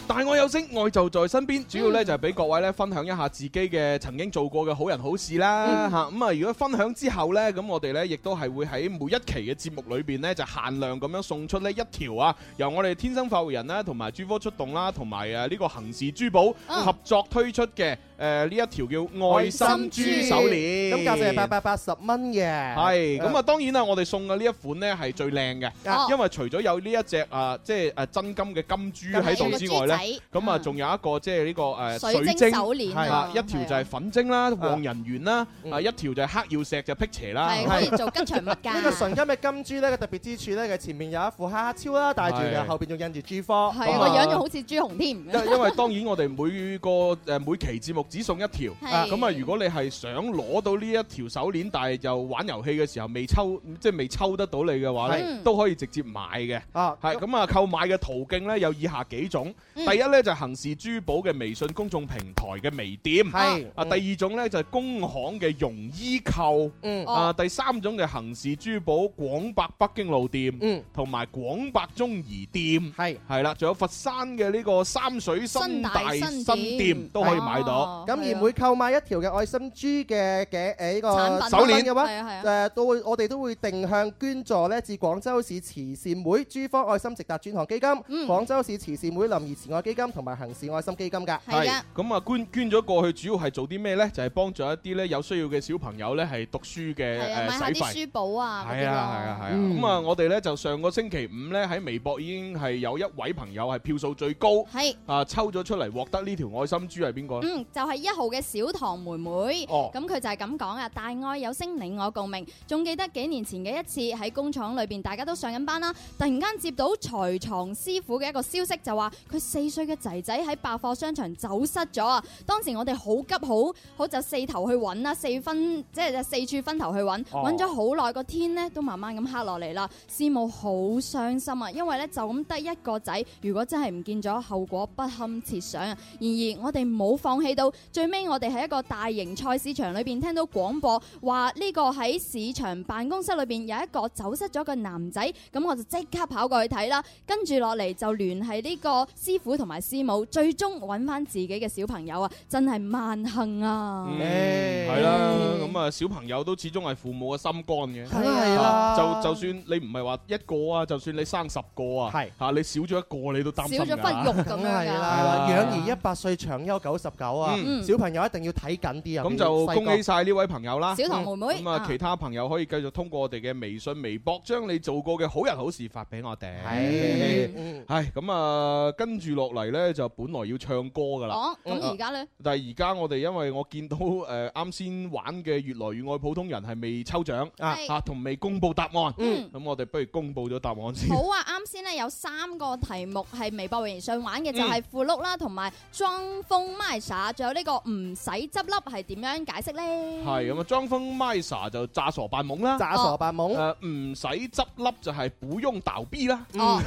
[SPEAKER 7] 大愛有聲，愛就在身邊，主要
[SPEAKER 8] 嗯
[SPEAKER 7] 咧就係俾各位咧分享一下自己嘅曾經做過嘅好人好事啦
[SPEAKER 8] 嗯
[SPEAKER 7] 嚇。咁啊，如果分享之後咧，咁我哋咧亦都係會喺每一期嘅節目裏邊咧就限量咁樣送出呢一條啊，由我哋天生快活人啦，同埋珠科出動啦，同埋誒呢個恒氏珠寶
[SPEAKER 8] 嗯
[SPEAKER 7] 合作推出嘅誒呢一條叫愛心珠手鏈，
[SPEAKER 8] 咁價值係八百八十蚊嘅。嗯
[SPEAKER 7] 係咁啊！當然啦，我哋送嘅呢一款呢係最靚
[SPEAKER 8] 啊
[SPEAKER 7] 嘅，因為除咗有呢一隻啊，即係誒真金嘅金珠喺度之
[SPEAKER 2] 金珠
[SPEAKER 7] 外呢，
[SPEAKER 2] 仔
[SPEAKER 7] 咁啊仲有一個即係呢個呃誒
[SPEAKER 2] 水晶手鏈啊
[SPEAKER 7] 啊，一條就係粉晶啦、黃人圓啦，啊一條就係黑曜石就辟邪啦，
[SPEAKER 8] 係可以做
[SPEAKER 2] 吉祥物㗎
[SPEAKER 8] 呢個純金嘅金珠咧，嘅特別之處咧，佢前面有一副蝦超啦，戴住嘅，
[SPEAKER 7] 係
[SPEAKER 8] 後邊仲印住 G 科。
[SPEAKER 2] 係啊，個樣仲好似朱紅添。
[SPEAKER 7] 哦
[SPEAKER 2] 啊
[SPEAKER 7] 因因為當然我哋每個誒每期節目只送一條，
[SPEAKER 2] 係
[SPEAKER 7] 咁啊如果你係想攞到呢一條手鏈，但係就玩遊戲嘅時候未抽，即係未抽得到你嘅話咧
[SPEAKER 8] 係，
[SPEAKER 7] 都可以直接買嘅。
[SPEAKER 8] 啊，
[SPEAKER 7] 係咁啊，購買嘅途徑咧有以下幾種。
[SPEAKER 8] 嗯
[SPEAKER 7] 第一咧就係恒氏珠寶嘅微信公眾平台嘅微店。
[SPEAKER 8] 係
[SPEAKER 7] 啊，第二種咧就係工行嘅容衣購。
[SPEAKER 8] 嗯
[SPEAKER 7] 啊，
[SPEAKER 8] 哦
[SPEAKER 7] 第三種嘅恒氏珠寶廣百北京路店。
[SPEAKER 8] 嗯，
[SPEAKER 7] 同埋廣百中怡店。
[SPEAKER 8] 係
[SPEAKER 7] 係啦，仲有佛山嘅呢個三水新大新店都可以買到。
[SPEAKER 8] 咁而每購買一條嘅愛心珠嘅嘅誒呢個
[SPEAKER 7] 產品
[SPEAKER 8] 手鏈嘅話，
[SPEAKER 2] 係啊係啊
[SPEAKER 8] 誒都會我哋都會定向捐助咧至廣州市慈善會珠科愛心直達專項基金、廣州市慈善會林兒慈愛基金同埋恒氏愛心基金㗎。
[SPEAKER 7] 係咁啊，捐捐咗過去，主要係做啲咩呢？就係幫助一啲咧有需要嘅小朋友咧，係讀書嘅
[SPEAKER 2] 係啊，
[SPEAKER 7] 誒
[SPEAKER 2] 買下
[SPEAKER 7] 使
[SPEAKER 2] 啲
[SPEAKER 7] 費。
[SPEAKER 2] 書簿啊嗰
[SPEAKER 7] 呃係
[SPEAKER 2] 啲
[SPEAKER 7] 啊係啊
[SPEAKER 2] 咯。
[SPEAKER 7] 係啊，咁啊我哋咧就上個星期五咧喺微博已經係有一位朋友係票數最高，
[SPEAKER 2] 係
[SPEAKER 7] 啊抽咗出嚟獲得呢條愛心珠係邊個啊咧？
[SPEAKER 2] 嗯，就係一號嘅小唐妹妹，
[SPEAKER 7] 哦
[SPEAKER 2] 咁佢就係咁講啊！大愛有聲，你我共鳴。仲記得幾年前嘅一次喺工廠裏邊，大家都上緊班啦，突然間接到裁床師傅嘅一個消息，就話佢四歲嘅仔仔喺百貨商場走失咗啊！當時我哋好急好好就四頭去揾啦，四分即係四處分頭去揾，
[SPEAKER 23] 哦
[SPEAKER 2] 揾咗好耐，個天呢都慢慢咁黑落嚟啦。師母好傷心啊，因為呢就咁得一個仔，如果真係唔見咗，後果不堪設想啊！然而我哋冇放棄到，最尾我哋喺一個大型菜市場裏邊聽到廣播話呢個喺市場辦公室裏邊有一個走失咗嘅男仔，咁我就即刻跑過去睇啦。跟住落嚟就聯繫呢個師傅同埋師母，最終揾翻自己嘅小朋友啊，真係萬幸啊！
[SPEAKER 7] 嗯係啦，咁啊小朋友都始終係父母嘅心肝嘅，啊
[SPEAKER 8] 係啊啦
[SPEAKER 7] 就就算你唔係話一個啊，就算你生十個啊，係嚇你少咗一個你都擔心㗎
[SPEAKER 8] 梗 係 啦，養兒一百歲，長憂九十九啊！
[SPEAKER 7] 嗯
[SPEAKER 8] 小朋友一定要睇緊啲啊！
[SPEAKER 7] 咁就恭喜晒呢位朋友啦！
[SPEAKER 8] 小唐妹妹
[SPEAKER 7] 咁啊
[SPEAKER 8] 啊，
[SPEAKER 7] 其他朋友可以繼續通過我哋嘅微信、微博，將你做過嘅好人好事發俾我哋。
[SPEAKER 8] 係
[SPEAKER 7] 係咁啊，跟住落嚟呢，呢，就本來要唱歌噶啦。嗯
[SPEAKER 2] 哦，
[SPEAKER 7] ừ.
[SPEAKER 2] 咁而家呢？
[SPEAKER 7] 但係而家我哋因為我見到 誒啱先玩嘅越來越愛普通人係未抽獎
[SPEAKER 2] 啊
[SPEAKER 7] 嚇，同未公佈答案，
[SPEAKER 2] 嗯
[SPEAKER 7] 咁我哋不如公佈咗答案先。
[SPEAKER 2] 好啊！啱先咧有三個題目係微博榮上玩嘅，
[SPEAKER 7] 嗯
[SPEAKER 2] 就係符碌啦，同埋裝風 m i s a 仲有呢個唔使執笠係點樣解釋咧？
[SPEAKER 7] 係咁啊，裝瘋賣傻就詐傻扮懵啦，
[SPEAKER 2] 詐傻扮
[SPEAKER 7] 懵。誒唔使執笠就係不用倒逼啦，
[SPEAKER 2] 哦，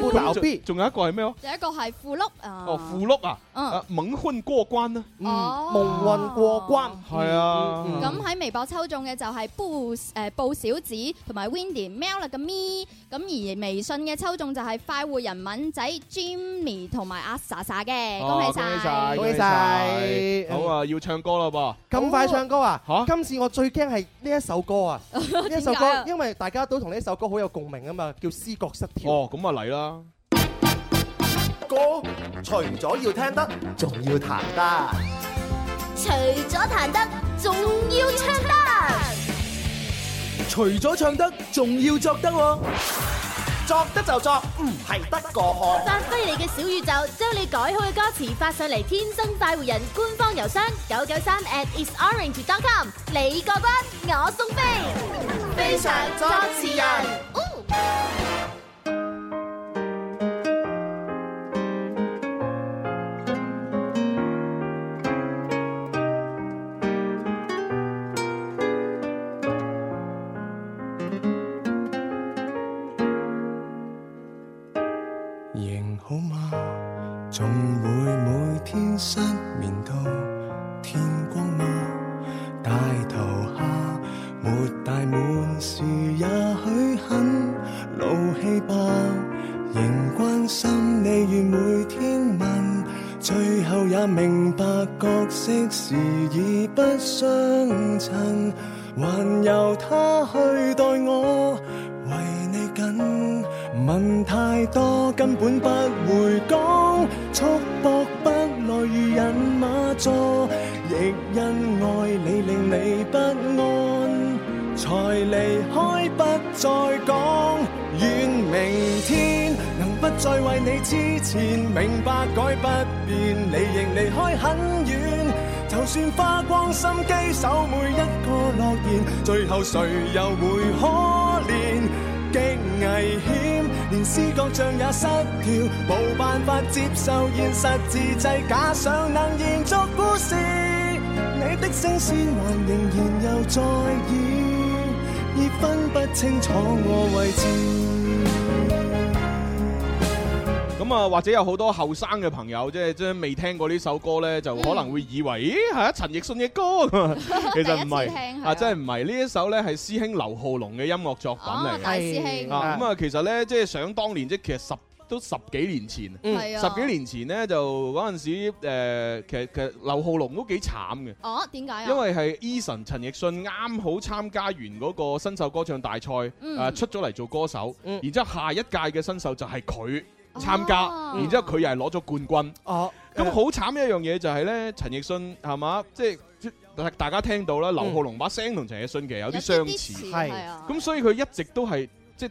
[SPEAKER 7] 不倒逼。仲有一個係咩喎？
[SPEAKER 2] 有一個係符碌啊，
[SPEAKER 7] 哦，富碌啊，
[SPEAKER 2] 嗯
[SPEAKER 7] 啊蒙混過關啦，
[SPEAKER 2] 哦
[SPEAKER 7] 嗯蒙混過關，係啊，
[SPEAKER 2] 咁喺微博抽中嘅就係布誒布小子同埋 Windy Mel 啦嘅咪，咁而微信嘅抽中就係快活人敏仔 Jimmy 同埋阿 Sa Sa 嘅，
[SPEAKER 7] 哦
[SPEAKER 2] 恭喜
[SPEAKER 7] 恭喜
[SPEAKER 2] 晒！
[SPEAKER 7] 晒，
[SPEAKER 24] 恭喜晒
[SPEAKER 7] 好啊，要唱歌啦噃，
[SPEAKER 24] 咁快唱歌啊！
[SPEAKER 7] 嚇
[SPEAKER 24] 今次我最驚係呢一首歌 啊！呢一首
[SPEAKER 7] 點解啊
[SPEAKER 24] 歌，因為大家都同呢一首歌好有共鳴啊嘛，叫思覺失調。
[SPEAKER 7] 哦，咁啊嚟啦，
[SPEAKER 11] 歌除咗要聽得，仲要彈得。
[SPEAKER 25] 除咗彈得，仲要唱得。
[SPEAKER 5] 除咗唱得，仲要作得喎。
[SPEAKER 11] 作得就作，唔係得個可。
[SPEAKER 18] 發揮你嘅小宇宙，將你改好嘅歌詞發上嚟，天生快活人官方郵箱九九三 at isorange.com，你過關，我送飛，
[SPEAKER 25] 非常作詞人。
[SPEAKER 18] à.
[SPEAKER 17] 仍好嗎？仲會每天失眠到天光嗎？大頭蝦沒大滿樹，也許很勞氣吧。仍關心你如每天問，最後也明白角色時已不相襯，還由他去代我。為你緊，問太多根本不會講，束縛不來如人馬座，亦因愛你令你不安，才離開不再講。願明天能不再為你之前，明白改不變，你仍離開很遠。就算花光心機守每一個諾言，最後誰又會可憐？極危險，連思覺像也失調，冇辦法接受現實自製，假想能延續故事。你的聲線還仍然又再演，已分不清楚我位置。
[SPEAKER 7] 咁啊，或者有好多後生嘅朋友，即係即係未聽過呢首歌呢，就可能會以為，咦係啊陳奕迅嘅 歌，其實唔
[SPEAKER 2] 第一次聽
[SPEAKER 7] 係
[SPEAKER 2] 係啊
[SPEAKER 7] 啊，真係唔係呢一首呢，係師兄劉浩龍嘅音樂作品嚟
[SPEAKER 2] 哦
[SPEAKER 7] 嘅。
[SPEAKER 2] 大師兄
[SPEAKER 7] 啊，咁啊，其實呢，即係想當年即係其實十。都十幾年前，
[SPEAKER 2] 嗯係啊
[SPEAKER 7] 十幾年前呢，就嗰陣時，誒其實其實劉浩龍都幾慘嘅，
[SPEAKER 2] 哦，點
[SPEAKER 10] à?
[SPEAKER 2] 解啊？
[SPEAKER 7] 因為係 Eason 陳奕迅啱好參加完嗰個新秀歌唱大賽，誒、
[SPEAKER 2] 嗯
[SPEAKER 7] 出咗嚟做歌手，
[SPEAKER 24] 嗯
[SPEAKER 7] 然之後下一屆嘅新秀就係佢參加，
[SPEAKER 24] 哦
[SPEAKER 7] 然之後佢又係攞咗冠軍。
[SPEAKER 24] 哦，
[SPEAKER 7] 咁好慘一樣嘢就係呢，陳奕迅係嘛，即係大大家聽到啦，劉
[SPEAKER 24] 嗯
[SPEAKER 7] 浩龍把聲同陳奕迅其實有啲相似，
[SPEAKER 24] 有啲啲似係係啊
[SPEAKER 7] 咁所以佢一直都係即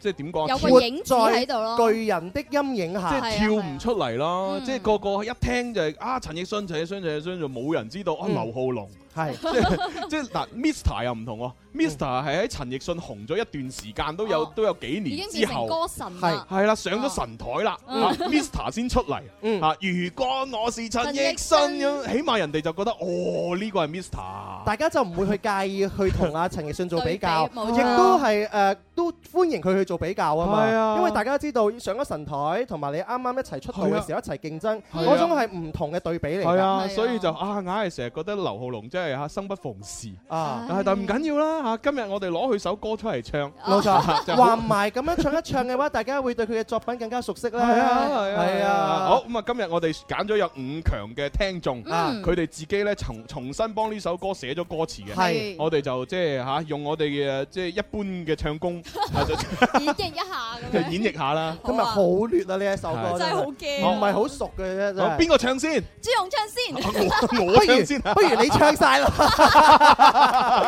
[SPEAKER 7] 即係點講啊？
[SPEAKER 24] 活
[SPEAKER 7] 跳
[SPEAKER 24] 在巨人的陰影
[SPEAKER 2] 啊
[SPEAKER 24] 下，
[SPEAKER 7] 即係跳唔出嚟
[SPEAKER 2] 嗯
[SPEAKER 7] 咯，即係個個一聽就係啊陳奕迅、陳奕迅、陳奕迅，就冇人知道啊
[SPEAKER 24] 嗯
[SPEAKER 7] 劉浩龍。
[SPEAKER 24] 係
[SPEAKER 7] 即係即係嗱，Mr 又唔同喎，Mr 係喺陳奕迅紅咗一段時間，都有都有幾
[SPEAKER 2] 哦已
[SPEAKER 7] 年
[SPEAKER 2] 經
[SPEAKER 7] 之
[SPEAKER 2] 變成
[SPEAKER 7] 後，
[SPEAKER 2] 歌神啦
[SPEAKER 7] 係啦，上咗神台啦
[SPEAKER 2] 嗯
[SPEAKER 7] 啊，Mr 先出嚟啊。如果我是陳奕迅咁，起碼人哋就覺得哦呢個係啊 Mr。
[SPEAKER 24] 大家就唔會去介意去同阿陳奕迅做比較，
[SPEAKER 7] 對比冇錯
[SPEAKER 24] 亦都係誒都歡迎佢去做比較啊
[SPEAKER 7] 係
[SPEAKER 24] 嘛。
[SPEAKER 7] 啊
[SPEAKER 24] 因為大家知道上咗神台，同埋你啱啱一齊出道嘅時候一齊競爭，
[SPEAKER 7] 係啊
[SPEAKER 24] 嗰種係唔同嘅對比嚟㗎。
[SPEAKER 7] 係啊，所以就啊，硬係成日覺得劉浩龍真係嚇生不逢時
[SPEAKER 24] 啊
[SPEAKER 7] 但係唔緊要啦嚇，今日我哋攞佢首歌出 嚟唱，
[SPEAKER 24] 冇錯，
[SPEAKER 7] 哦 就
[SPEAKER 24] 話唔埋咁樣唱一唱嘅話，大家會對佢嘅作品更加熟悉啦。
[SPEAKER 7] 係啊係啊
[SPEAKER 24] 係啊，
[SPEAKER 7] 好咁啊！今日我哋揀咗有五強嘅聽眾，
[SPEAKER 2] 啊
[SPEAKER 24] 嗯
[SPEAKER 7] 佢哋自己咧重重新幫呢首歌寫咗歌詞嘅，
[SPEAKER 24] 係
[SPEAKER 7] 我哋就即係嚇用我哋嘅即係一般嘅 唱功啊就
[SPEAKER 2] 演繹一下咁
[SPEAKER 7] 演繹下啦。
[SPEAKER 24] 今日好劣啊！呢一首歌
[SPEAKER 7] 係真係
[SPEAKER 2] 好
[SPEAKER 24] 唔
[SPEAKER 2] 驚啊
[SPEAKER 24] 係好熟嘅啫。
[SPEAKER 7] 哦 好邊個唱先？
[SPEAKER 2] 朱紅唱先，
[SPEAKER 7] 我唱先啊
[SPEAKER 24] 不如不如你唱晒
[SPEAKER 8] 晒啦！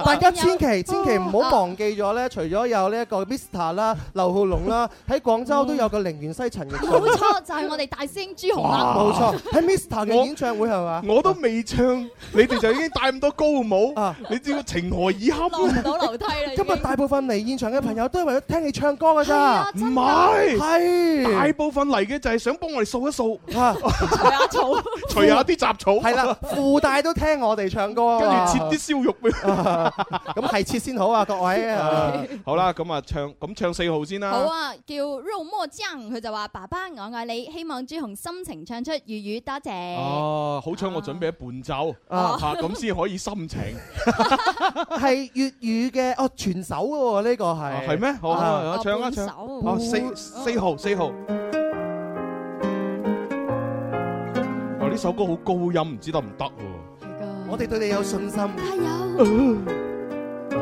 [SPEAKER 8] 大家千祈千祈唔好忘記咗咧，除咗有呢一個 Vista 啦、劉浩龍啦，喺廣州都有個陵園西陳奕迅。
[SPEAKER 2] 冇錯，就係我哋大師兄朱紅啦。
[SPEAKER 8] 冇錯，喺 Mr 嘅演唱會係嘛？
[SPEAKER 12] 我都未唱，你哋就已經戴咁多高帽，你知我情何以堪？
[SPEAKER 2] 落唔到樓梯啦已經
[SPEAKER 8] 今日大部分嚟現場嘅朋友都係為咗聽你唱歌㗎咋，
[SPEAKER 12] 唔係，
[SPEAKER 8] 係
[SPEAKER 12] 大部分嚟嘅就係想幫我哋掃一掃，
[SPEAKER 8] 啊，
[SPEAKER 12] 除下草，除下啲雜草，
[SPEAKER 8] 係啦，附帶都聽我哋唱歌，
[SPEAKER 12] 跟住切啲燒肉俾，
[SPEAKER 8] 咁係切先好啊，各位 啊！
[SPEAKER 12] 好啦，咁啊唱，咁唱四號先啦。
[SPEAKER 7] 好啊，叫 Row More Jung，佢就話：爸爸我愛你，希望朱紅心情唱出粵語，多謝。
[SPEAKER 12] 哦，好彩我準備咗伴奏，
[SPEAKER 24] 哦
[SPEAKER 8] 啊
[SPEAKER 12] 嚇咁先可以心情。
[SPEAKER 8] 係粵語嘅哦，全首嘅喎呢個
[SPEAKER 7] Ờ,
[SPEAKER 8] 係
[SPEAKER 12] 係咩？好，
[SPEAKER 8] 啊
[SPEAKER 12] 啊唱啊唱。哦，四四號四號。
[SPEAKER 7] Ờ,
[SPEAKER 12] 哦，呢首歌好高音，唔知得唔得喎？
[SPEAKER 8] 我哋對你有信心，加
[SPEAKER 7] 油！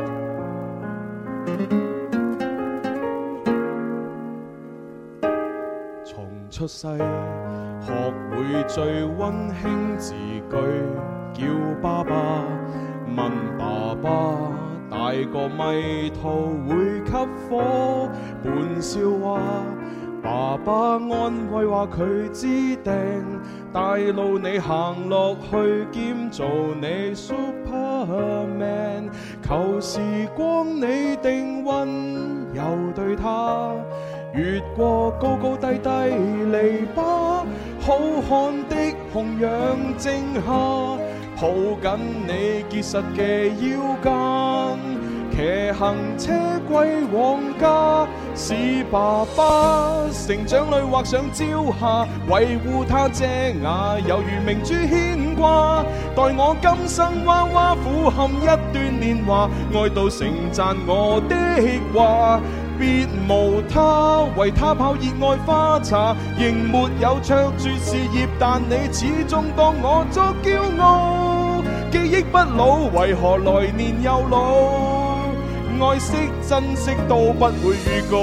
[SPEAKER 12] 從出世學會最温馨字句，叫爸爸，問爸爸，大個咪頭會吸火，伴笑話。爸爸安慰話佢知定，帶路你行落去兼做你 Superman，求時光你定温柔對他。越過高高低低籬笆，浩瀚的紅洋正下，抱緊你結實嘅腰間，騎行車歸往家，是爸爸成長裏畫上朝霞，維護他遮瓦，猶如明珠牽掛，待我今生娃娃苦含一段年華，愛到盛讚我的話。別無他，為他泡熱愛花茶，仍沒有卓絕事業，但你始終當我作驕傲。記憶不老，為何來年又老？愛惜珍惜到不會預告。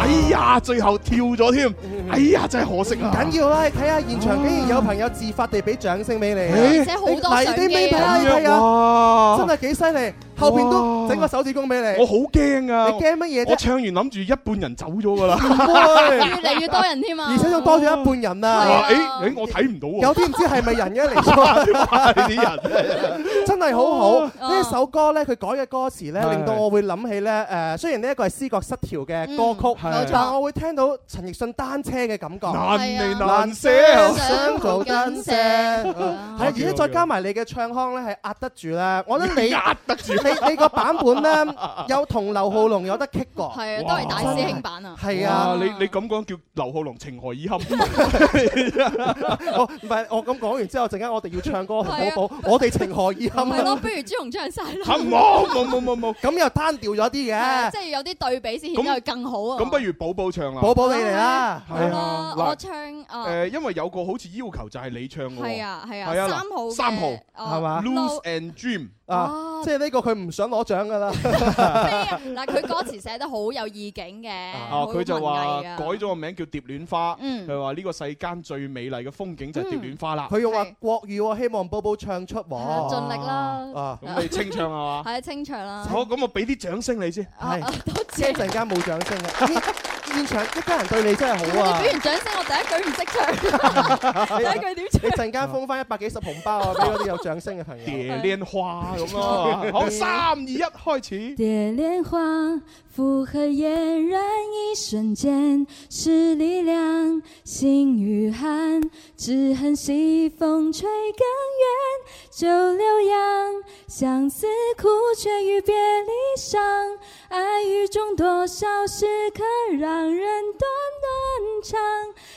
[SPEAKER 12] 哎呀，最後跳咗添，哎呀，真係可惜
[SPEAKER 8] 唔
[SPEAKER 12] 啊！
[SPEAKER 8] 緊要啦，睇下現場竟然有朋友自發地俾掌聲俾你，
[SPEAKER 12] 而且
[SPEAKER 2] 好多
[SPEAKER 8] 嚟啲
[SPEAKER 2] 相
[SPEAKER 8] 尾
[SPEAKER 2] 機
[SPEAKER 8] 睇
[SPEAKER 2] 啊
[SPEAKER 8] 下睇
[SPEAKER 12] 哇
[SPEAKER 8] 下，真係幾犀利！後邊都整個手指公俾你，
[SPEAKER 12] 我好驚
[SPEAKER 7] à.
[SPEAKER 12] 啊！
[SPEAKER 8] 你驚乜嘢啫
[SPEAKER 12] 我唱完諗住一半人走咗㗎啦，
[SPEAKER 8] 會
[SPEAKER 2] 越嚟越多人添啊
[SPEAKER 8] 而且仲多咗一半人
[SPEAKER 7] Ờ,
[SPEAKER 8] 啊！
[SPEAKER 12] 誒誒，我睇唔到喎。
[SPEAKER 8] 有啲唔知係咪人 嘅嚟咗，
[SPEAKER 12] 啲人
[SPEAKER 8] 真係好好。
[SPEAKER 12] 哦
[SPEAKER 8] 呢一首歌咧，佢改嘅歌詞咧，
[SPEAKER 12] 係
[SPEAKER 8] 令到我會諗起咧誒，雖然呢一個係思覺失調嘅歌曲，
[SPEAKER 12] 嗯冇錯
[SPEAKER 8] 但我會聽到陳奕迅單車嘅感覺，
[SPEAKER 12] 難離啊難捨
[SPEAKER 8] 想做單車。
[SPEAKER 12] 哦
[SPEAKER 8] 係啊而且再加埋你嘅唱腔咧，係壓得住咧。我覺 得你
[SPEAKER 12] 壓得住
[SPEAKER 8] 你你個版本咧，有同劉浩龍有得 kick 過，
[SPEAKER 2] 係啊，都係大師兄版啊。
[SPEAKER 8] 係啊
[SPEAKER 7] Ờ,
[SPEAKER 12] 哇 你你咁講叫劉浩龍情何 以堪？
[SPEAKER 8] 我哦唔係我咁講完之後，陣間我哋要唱歌
[SPEAKER 2] 係啊
[SPEAKER 8] 好寶，我哋情何以堪啊
[SPEAKER 2] 係咯，不如朱紅唱晒啦。
[SPEAKER 12] 嚇冇啊冇冇冇冇，
[SPEAKER 8] 咁又單調咗啲
[SPEAKER 2] 係
[SPEAKER 8] 嘅
[SPEAKER 2] 即。係要有啲對比先顯得佢更好啊。
[SPEAKER 12] 咁不如寶寶
[SPEAKER 7] à.
[SPEAKER 12] 唱啦，
[SPEAKER 8] 寶寶你嚟啦
[SPEAKER 12] 係啊，
[SPEAKER 2] 我
[SPEAKER 12] 嗱。
[SPEAKER 2] 唱啊，
[SPEAKER 12] 誒，呃因為有個好似要求就係你唱嘅喎，
[SPEAKER 2] 係啊係啊
[SPEAKER 12] 係
[SPEAKER 2] 三
[SPEAKER 12] 嗱
[SPEAKER 2] 號嘅
[SPEAKER 12] 三號
[SPEAKER 2] 哦
[SPEAKER 8] 係嘛
[SPEAKER 12] ？Lose and Dream
[SPEAKER 8] 啊，即係呢個佢唔想攞獎 㗎啦。
[SPEAKER 2] 嗱佢歌詞寫得好有意境嘅，
[SPEAKER 12] 啊，佢就
[SPEAKER 2] 好
[SPEAKER 12] 話
[SPEAKER 2] 文藝㗎
[SPEAKER 12] 改咗個名叫《蝶戀花》，
[SPEAKER 2] 嗯
[SPEAKER 12] 佢話呢個世間最美麗嘅風景就係蝶戀花啦。
[SPEAKER 8] 佢用話國語，我希望寶寶唱出
[SPEAKER 2] 係啊
[SPEAKER 8] 喎。
[SPEAKER 2] 盡力啦
[SPEAKER 8] 啊，
[SPEAKER 12] 咁你清唱 係嘛？
[SPEAKER 2] 係清唱啦。
[SPEAKER 12] 好，咁我俾啲掌聲你先。
[SPEAKER 8] 係，一陣間冇掌聲嘅。現現場一家人對你真 係好啊！
[SPEAKER 2] 你俾完掌 聲，我第一句唔識唱。
[SPEAKER 8] 第
[SPEAKER 2] 一句點
[SPEAKER 8] 你陣間封翻一百幾十紅包啊！俾嗰啲有掌聲嘅朋友。
[SPEAKER 12] 蝶戀花咁啊咯， 好三二一開始。
[SPEAKER 26] 蝶恋花，复合嫣然一瞬间，是力量，心与寒，只恨西风吹更远，就留洋，相思苦却与别离伤，爱与中多少时刻让人断断肠，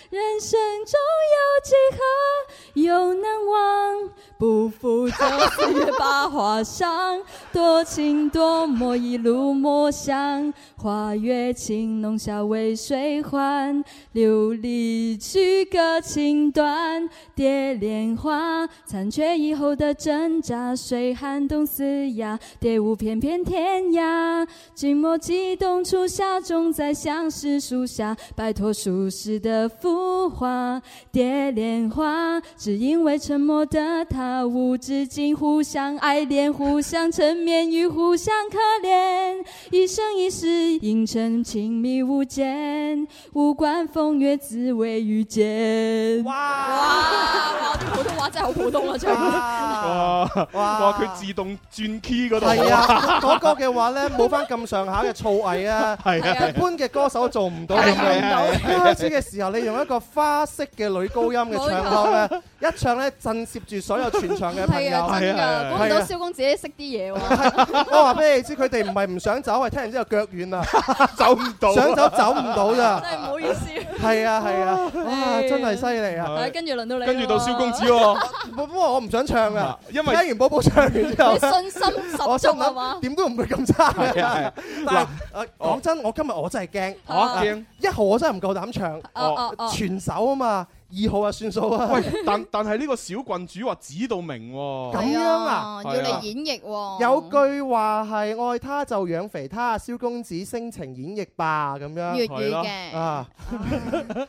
[SPEAKER 26] 人生中有几何又难忘，不负。这四月八华上，多情多么一路墨香，花月情浓笑为谁还？琉璃曲歌情断，蝶恋花残缺以后的挣扎，谁寒冬嘶哑？蝶舞翩翩天涯，寂寞悸动初夏，终在相思树下摆脱俗世的浮华。蝶恋花，只因为沉默的他，无止境互相爱恋，互相沉湎与互相可怜，一生一世映衬情迷无间，无关风月滋味遇见。
[SPEAKER 23] 哇！我啲普通話真係好普通啊，真係。
[SPEAKER 7] 哇哇！佢自動轉 key 嗰度，
[SPEAKER 8] 係啊，嗰個嘅話咧冇翻咁上下嘅造詣啊，
[SPEAKER 7] 係啊
[SPEAKER 8] 一般嘅歌手做唔到咁
[SPEAKER 7] 係啊
[SPEAKER 8] 樣。一開始嘅時候，你用一個花式嘅女高音嘅唱腔咧，一唱咧震攝住所有全場嘅朋友。
[SPEAKER 23] 係
[SPEAKER 12] 哎
[SPEAKER 23] 啊，真㗎，估唔
[SPEAKER 8] 係
[SPEAKER 23] 到
[SPEAKER 8] 啊
[SPEAKER 23] 蕭公子識啲嘢喎。
[SPEAKER 8] 我話俾你知，佢哋唔係唔想走，係聽完之後腳軟啦，
[SPEAKER 7] 走唔到啊
[SPEAKER 8] 想走走唔到咋。
[SPEAKER 23] 真係唔好意思。
[SPEAKER 8] 係啊係啊，哇！真係犀利啊！
[SPEAKER 23] 係跟住輪到你。
[SPEAKER 7] 跟住到蕭公子喎。
[SPEAKER 8] 不過我唔想唱啊，
[SPEAKER 7] 因
[SPEAKER 8] 為聽完寶寶唱完之後，
[SPEAKER 23] 你信心十
[SPEAKER 8] 我心
[SPEAKER 23] 足啊嘛
[SPEAKER 8] 諗點都唔會咁差
[SPEAKER 7] 係啊係啊
[SPEAKER 8] 嘅。但係誒講真，我今日我真係驚，
[SPEAKER 7] 啊
[SPEAKER 8] 嗱
[SPEAKER 7] 驚
[SPEAKER 8] 一號我真係唔夠膽
[SPEAKER 23] 哦哦哦
[SPEAKER 8] 唱，全首啊嘛，二號啊算數啊。
[SPEAKER 7] 喂，但但係呢個小郡主話指到明喎，
[SPEAKER 8] 咁樣啊
[SPEAKER 23] 係要你演繹喎。
[SPEAKER 8] 有句話係愛他就養肥他，蕭公子聲情演繹吧咁樣。
[SPEAKER 23] 粵語嘅
[SPEAKER 8] 啊，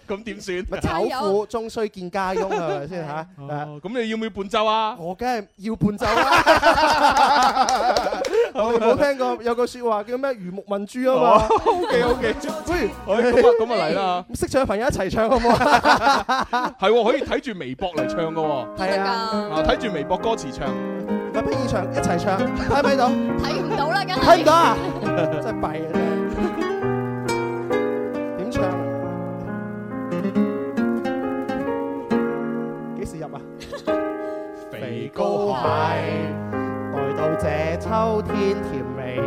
[SPEAKER 7] 咁點算？
[SPEAKER 8] 醜婦終須見家翁係咪先嚇？
[SPEAKER 7] 哦咁你要唔要伴奏啊？
[SPEAKER 8] 我梗係要伴奏 啦。我哋冇聽過有句説話叫咩？魚目混珠啊嘛。
[SPEAKER 7] OK OK，
[SPEAKER 8] 喂，
[SPEAKER 7] 咁啊咁啊嚟啦！
[SPEAKER 8] 識唱嘅朋友一齊唱好唔好啊？
[SPEAKER 7] 係喎，可以睇住微博嚟唱噶喎，
[SPEAKER 8] 係啊，
[SPEAKER 7] 啊睇住微博歌詞唱。
[SPEAKER 8] 咪啊不現場一齊唱，睇唔睇到？
[SPEAKER 23] 睇唔到啦，梗係。
[SPEAKER 8] 睇唔到啊！真係弊啊！真係點唱啊？幾時入啊？
[SPEAKER 7] 肥
[SPEAKER 8] 高蟹，待到這秋天甜美，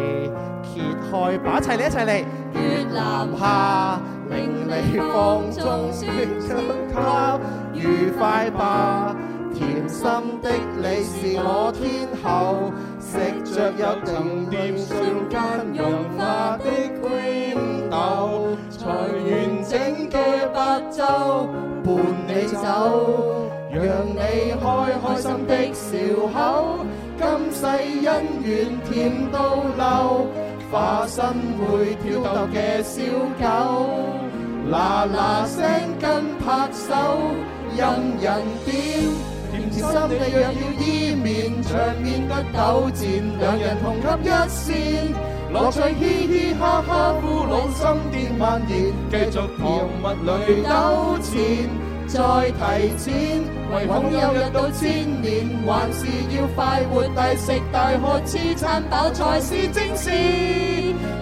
[SPEAKER 8] 揭開把一齊嚟一齊嚟，
[SPEAKER 26] 越南
[SPEAKER 8] 下令你放縱酸它愉快吧。甜心的你是我天后，食着有沉澱瞬間融化的 cream 豆，隨完整嘅八周伴你走。讓你開開心的笑口，今世姻緣甜到漏，化身會挑逗嘅小狗，嗱嗱聲跟拍手，任人點。甜心你若要依面，場面不糾纏，兩人同吸一線，樂趣嘻嘻哈哈，俘虜心電蔓延，繼續甜蜜裏糾纏。再提錢，唯恐有日到千年，還是要快活大食大喝，黐餐飽才是正事。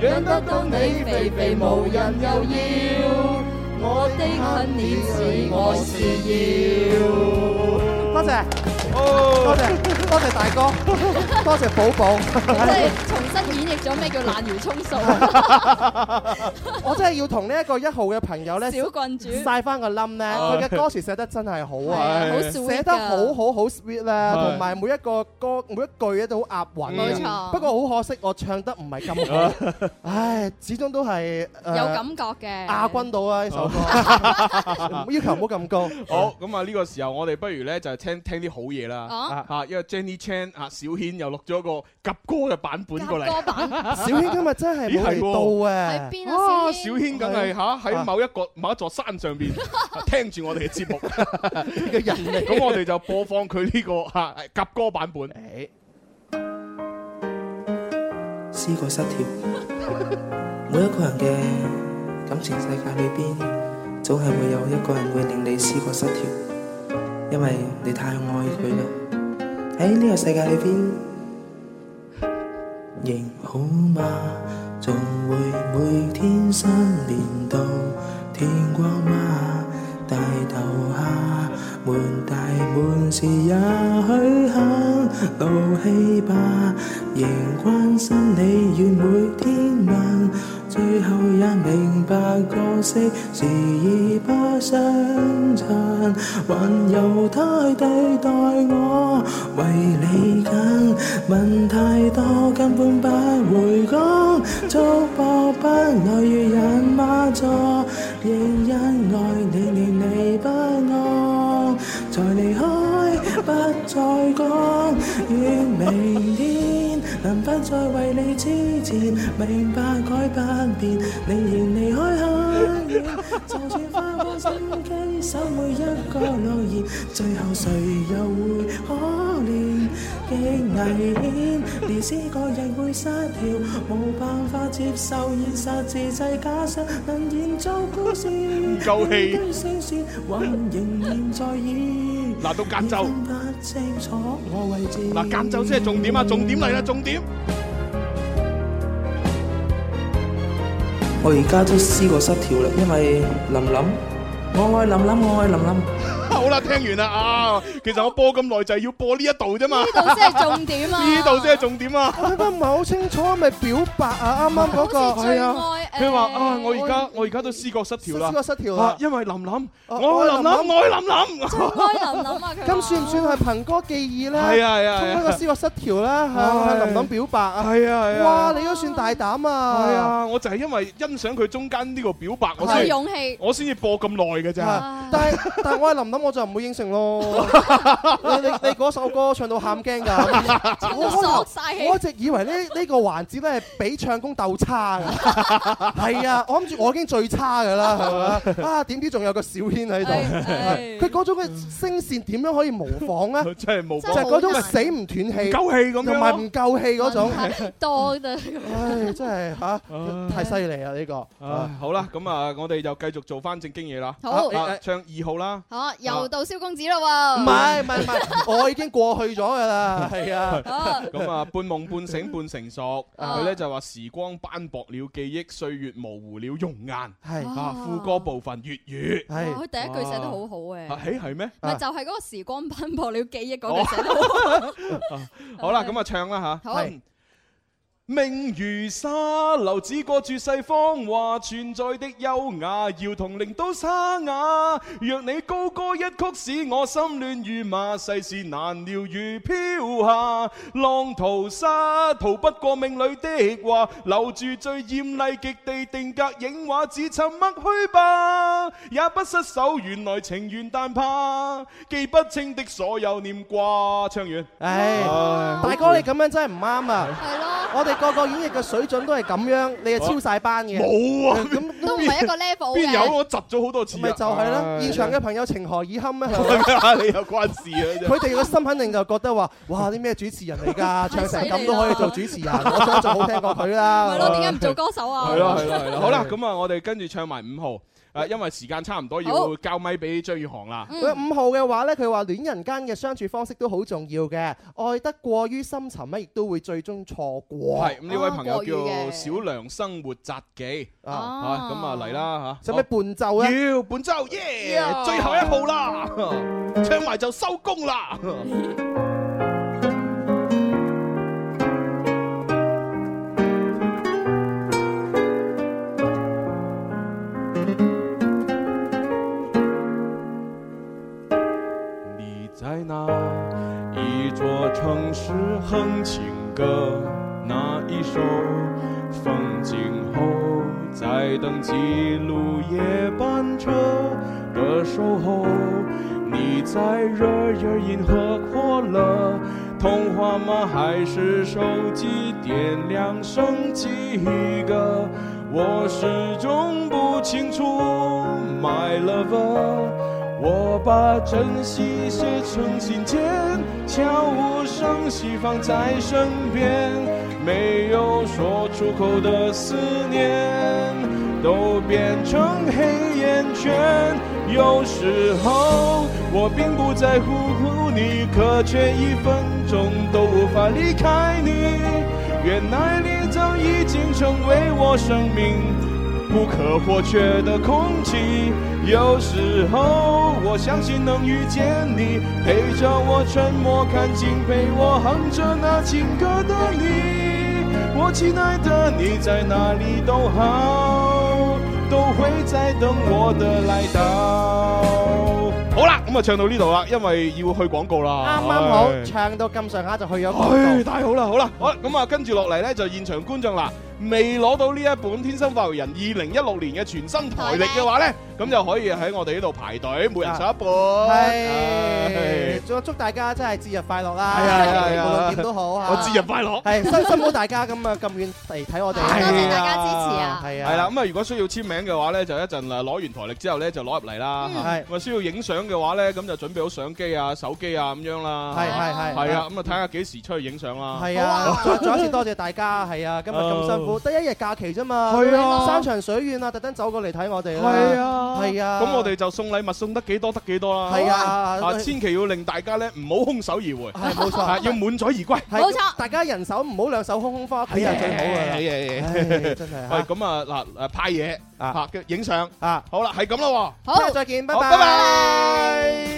[SPEAKER 8] 養得到你肥肥，無人又要，我的 honey 是我是要。多謝，多謝，多謝大哥，多謝寶寶。
[SPEAKER 23] 即係重新演繹咗咩叫濫竽充數。
[SPEAKER 2] 啊
[SPEAKER 8] 我真係要同呢一個一號嘅朋友咧，
[SPEAKER 23] 小郡主
[SPEAKER 8] 晒翻個冧咧，佢嘅歌詞寫得真係好啊
[SPEAKER 23] 係，好 sweet 㗎
[SPEAKER 8] 寫得好好好 sweet 啦，
[SPEAKER 7] 係
[SPEAKER 8] 同埋每一個歌每一句咧都好押韻。
[SPEAKER 23] 冇錯
[SPEAKER 8] 不過好可惜，我唱得唔係 咁好，唉，始終都係
[SPEAKER 23] 有
[SPEAKER 8] 呃
[SPEAKER 23] 感覺嘅。
[SPEAKER 8] 亞軍到啊呢首歌， 要求唔好咁高。
[SPEAKER 7] 好，咁啊呢個時候我哋不如咧就聽聽啲好嘢啦
[SPEAKER 23] 哦，
[SPEAKER 7] 嚇，因為 Jenny Chan 啊小軒又錄咗個急歌嘅版本過嚟，
[SPEAKER 23] 夾歌版
[SPEAKER 8] 小軒今日真係
[SPEAKER 7] 咦
[SPEAKER 8] 冇
[SPEAKER 7] 係喎
[SPEAKER 8] 嚟到啊！
[SPEAKER 23] 邊
[SPEAKER 7] 哇！
[SPEAKER 23] 啊，
[SPEAKER 7] 小
[SPEAKER 23] 小
[SPEAKER 7] 軒梗係嚇喺
[SPEAKER 8] 啊
[SPEAKER 7] 某一個某一座山上 邊啊聽住我哋嘅節目，
[SPEAKER 8] 嘅人嚟
[SPEAKER 7] 咁我哋就播放佢呢個嚇夾歌版本。
[SPEAKER 27] 思覺失調。每一個人嘅感情世界裏邊，總係會有一個人會令你思覺失調，因為你太愛佢啦。喺呢個世界裏邊，仍好嗎？仲會每天失眠到天光嗎？大頭蝦滿大滿是也許肯怒氣吧，仍關心你與每天問，最後也明白角色時已不相襯。間，還由他去對待我，為你揀問太多根本不回港，束縛不來如人馬座，仍因愛你連你不安，才離開不再講，願明天能不再為你痴纏，明白改不變，你仍離開很遠，就算花光心機守每一個諾言，最後誰又會可憐？極危險，連思個人會失調，冇辦法接受現實，自製假想能延續故事，唔
[SPEAKER 7] 夠氣
[SPEAKER 27] 聲線還仍然在意。
[SPEAKER 7] 嗱，到間奏，
[SPEAKER 27] 不清楚我位置。
[SPEAKER 7] 嗱間奏先係重點啊！重點嚟啦，重點。
[SPEAKER 27] 我而家都試過失調啦，因為林林，我愛林林，我愛林林。
[SPEAKER 7] 好啦，聽完啦啊！其實我播咁耐就係要播呢一度啫嘛。呢
[SPEAKER 2] 度先係重點啊
[SPEAKER 7] 呢度先係重點啊！
[SPEAKER 8] 我覺得唔係好清楚，係咪表白啊？啱啱嗰個係
[SPEAKER 7] 啊，佢話啊，我而家我而家都思覺失調啦，
[SPEAKER 8] 思覺失調啦
[SPEAKER 7] 啊因為林林，
[SPEAKER 8] 哦
[SPEAKER 7] 我愛林林，我愛林林，
[SPEAKER 8] 咁算唔算係憑歌寄意咧？
[SPEAKER 7] 係啊係啊係啊
[SPEAKER 8] 通過思覺失調啦，向向林林表白啊！
[SPEAKER 7] 係啊係啊
[SPEAKER 8] 哇，你都算大膽啊！
[SPEAKER 7] 係啊，我就係因為欣賞佢中間呢個表白，我
[SPEAKER 8] 佢
[SPEAKER 7] 先
[SPEAKER 8] 有勇氣
[SPEAKER 7] 我先至播咁耐嘅咋。
[SPEAKER 8] 但係但係我係林林，我就唔會應承咯。你你你嗰首歌唱到喊驚㗎，我
[SPEAKER 2] 到索
[SPEAKER 8] 我
[SPEAKER 2] 晒氣
[SPEAKER 8] 我一直以為呢呢個環節咧係比唱功鬥差㗎。係啊，我諗住我已經最差㗎啦，係咪啊？點知仲有個小軒喺度，係佢嗰種嘅聲線點樣可以模仿咧？
[SPEAKER 7] 真係模
[SPEAKER 8] 就係嗰種死唔斷氣，
[SPEAKER 7] 唔夠氣咁樣咯
[SPEAKER 8] 同埋唔夠氣嗰 種。
[SPEAKER 2] 多 得
[SPEAKER 8] 唉，真係嚇，太犀利啊！呢個
[SPEAKER 7] 唉，好啦，咁啊，我哋就繼續做翻正經嘢啦。
[SPEAKER 2] 好
[SPEAKER 7] 啊啊唱二號啦。
[SPEAKER 2] 好，又到蕭公子咯喎。
[SPEAKER 8] 唔係唔係唔係， 我已經過去咗㗎 啦，係啊。
[SPEAKER 7] 咁啊，半夢半醒半 成熟，佢咧就話時光斑駁了記憶，歲月模糊了容顏。
[SPEAKER 8] 係
[SPEAKER 7] 啊，副歌部分粵語。
[SPEAKER 8] 係
[SPEAKER 2] 佢第一句寫得好好
[SPEAKER 7] 啊
[SPEAKER 2] 嘅，
[SPEAKER 7] 誒係咩？
[SPEAKER 2] 咪就係嗰個時光斑駁了記憶嗰
[SPEAKER 8] 哦
[SPEAKER 2] 句寫得好好。
[SPEAKER 7] 好啦，咁啊唱啦
[SPEAKER 2] 好
[SPEAKER 7] 吓。嗯命如沙，流只過絕世芳華，存在的優雅，搖同令到沙啞。若你高歌一曲，使我心亂如麻，世事難料如飄下。浪淘沙，逃不過命裏的話，留住最豔麗極地定格影畫，只沉默去吧，也不失手。原來情緣但怕，記不清的所有念掛。唱完，
[SPEAKER 8] 唉，
[SPEAKER 7] Ờ.
[SPEAKER 8] 大哥你咁樣真係唔啱啊！係咯，我哋個個演繹嘅水準都係咁樣，你係超晒班嘅。
[SPEAKER 7] 冇啊
[SPEAKER 8] 咁
[SPEAKER 2] 都唔係一個 level 嘅
[SPEAKER 7] 邊有我窒咗好多次啊
[SPEAKER 8] 咪就係啦，
[SPEAKER 7] 唉
[SPEAKER 8] 現場嘅朋友情何以堪啊！
[SPEAKER 7] 係咪啊你有關事啊真係
[SPEAKER 8] 佢哋個心肯定就覺得話：哇！啲咩主 持人嚟㗎，唱成咁都可以做主持人， 我想做好聽過佢啦。
[SPEAKER 2] 係咯，點解唔做歌手啊？
[SPEAKER 7] 係咯係咯係咯，好啦，咁啊，我哋跟住唱埋五號。誒，因為時間差唔多，要
[SPEAKER 8] 好
[SPEAKER 7] 交咪俾張宇航啦。
[SPEAKER 8] 佢五號嘅話呢，佢話戀人間嘅相處方式都好重要嘅，愛得過於深沉呢，亦都會最終錯過。
[SPEAKER 7] 係咁，呢位朋友叫小梁生活雜記啊，啊咁啊嚟啦
[SPEAKER 8] 使
[SPEAKER 7] 嚇。
[SPEAKER 8] 唔使伴奏呢？
[SPEAKER 7] 要伴奏耶！最後一號啦，唱埋就收工啦。
[SPEAKER 12] 你在哪一座城市哼情歌？那一首风景后，在等几路夜班车的守候。你在热夜饮喝过了童话吗？还是手机点亮剩几个？我始终不清楚，My lover。我把珍惜写成信笺，悄无声息放在身边，没有说出口的思念，都变成黑眼圈。有时候我并不在乎你，可却一分钟都无法离开你。原来你早已经成为我生命不可或缺的空气。有时候我相信能遇见你，陪着我沉默看景，陪我哼着那情歌的你，我亲爱的你在哪里都好，都会在等我的来到。
[SPEAKER 7] 好啦，咁啊唱到呢度啦，因為要去廣告
[SPEAKER 8] 啱
[SPEAKER 7] 啦。
[SPEAKER 8] 啱好
[SPEAKER 7] 唉
[SPEAKER 8] 唱到咁上下就去咗
[SPEAKER 7] 唉，
[SPEAKER 8] 廣告。
[SPEAKER 7] 太好啦，好啦，好啦，咁啊，跟住落嚟咧就現場觀眾啦，未攞到呢一本《天生快活人》二零一六年嘅全新台歷嘅話咧，咁就可以喺我哋呢度排隊，每人上一本。
[SPEAKER 8] 係，仲有祝大家真係節日快樂啦！
[SPEAKER 7] 係啊係啊係啊
[SPEAKER 8] 無論點都好啊！
[SPEAKER 7] 我節日快樂
[SPEAKER 8] 係辛辛苦大家咁啊咁遠嚟睇我哋，係啊，
[SPEAKER 7] 係啦，咁啊，如果需要簽名嘅話咧，就一陣誒攞完台歷之後咧，就攞入嚟啦。
[SPEAKER 8] 嗯
[SPEAKER 7] 係咁啊，需要影相嘅話咧，咁就準備好相機啊、手機啊咁樣啦。
[SPEAKER 8] 係係係
[SPEAKER 7] 係啊，咁啊睇下幾時出去影相啦。
[SPEAKER 8] 係啊，再再一次多謝大家，係啊，今日咁辛苦，得一日假期啫嘛，
[SPEAKER 7] 哦係啊
[SPEAKER 8] 山長水遠啊，特登走過嚟睇我哋啦，
[SPEAKER 7] 係啊，
[SPEAKER 8] 係啊，
[SPEAKER 7] 咁我哋就送禮物送得幾多得幾多啦。
[SPEAKER 8] 係啊
[SPEAKER 7] 啊千祈要令大家咧唔好空手而回，係
[SPEAKER 8] 冇錯
[SPEAKER 7] 要滿載而歸。
[SPEAKER 8] 係大家人手唔好兩手空空
[SPEAKER 7] 啊哎
[SPEAKER 8] 翻屋企就哎最好㗎啦，
[SPEAKER 7] 係係
[SPEAKER 8] 唉真係啊
[SPEAKER 7] 哎喂，咁啊嗱誒派嘢嚇，嘅影相
[SPEAKER 8] 啊，
[SPEAKER 7] 好啦，係咁啦喎。
[SPEAKER 8] 好，再見，拜
[SPEAKER 7] 好
[SPEAKER 8] 拜，
[SPEAKER 7] 拜拜。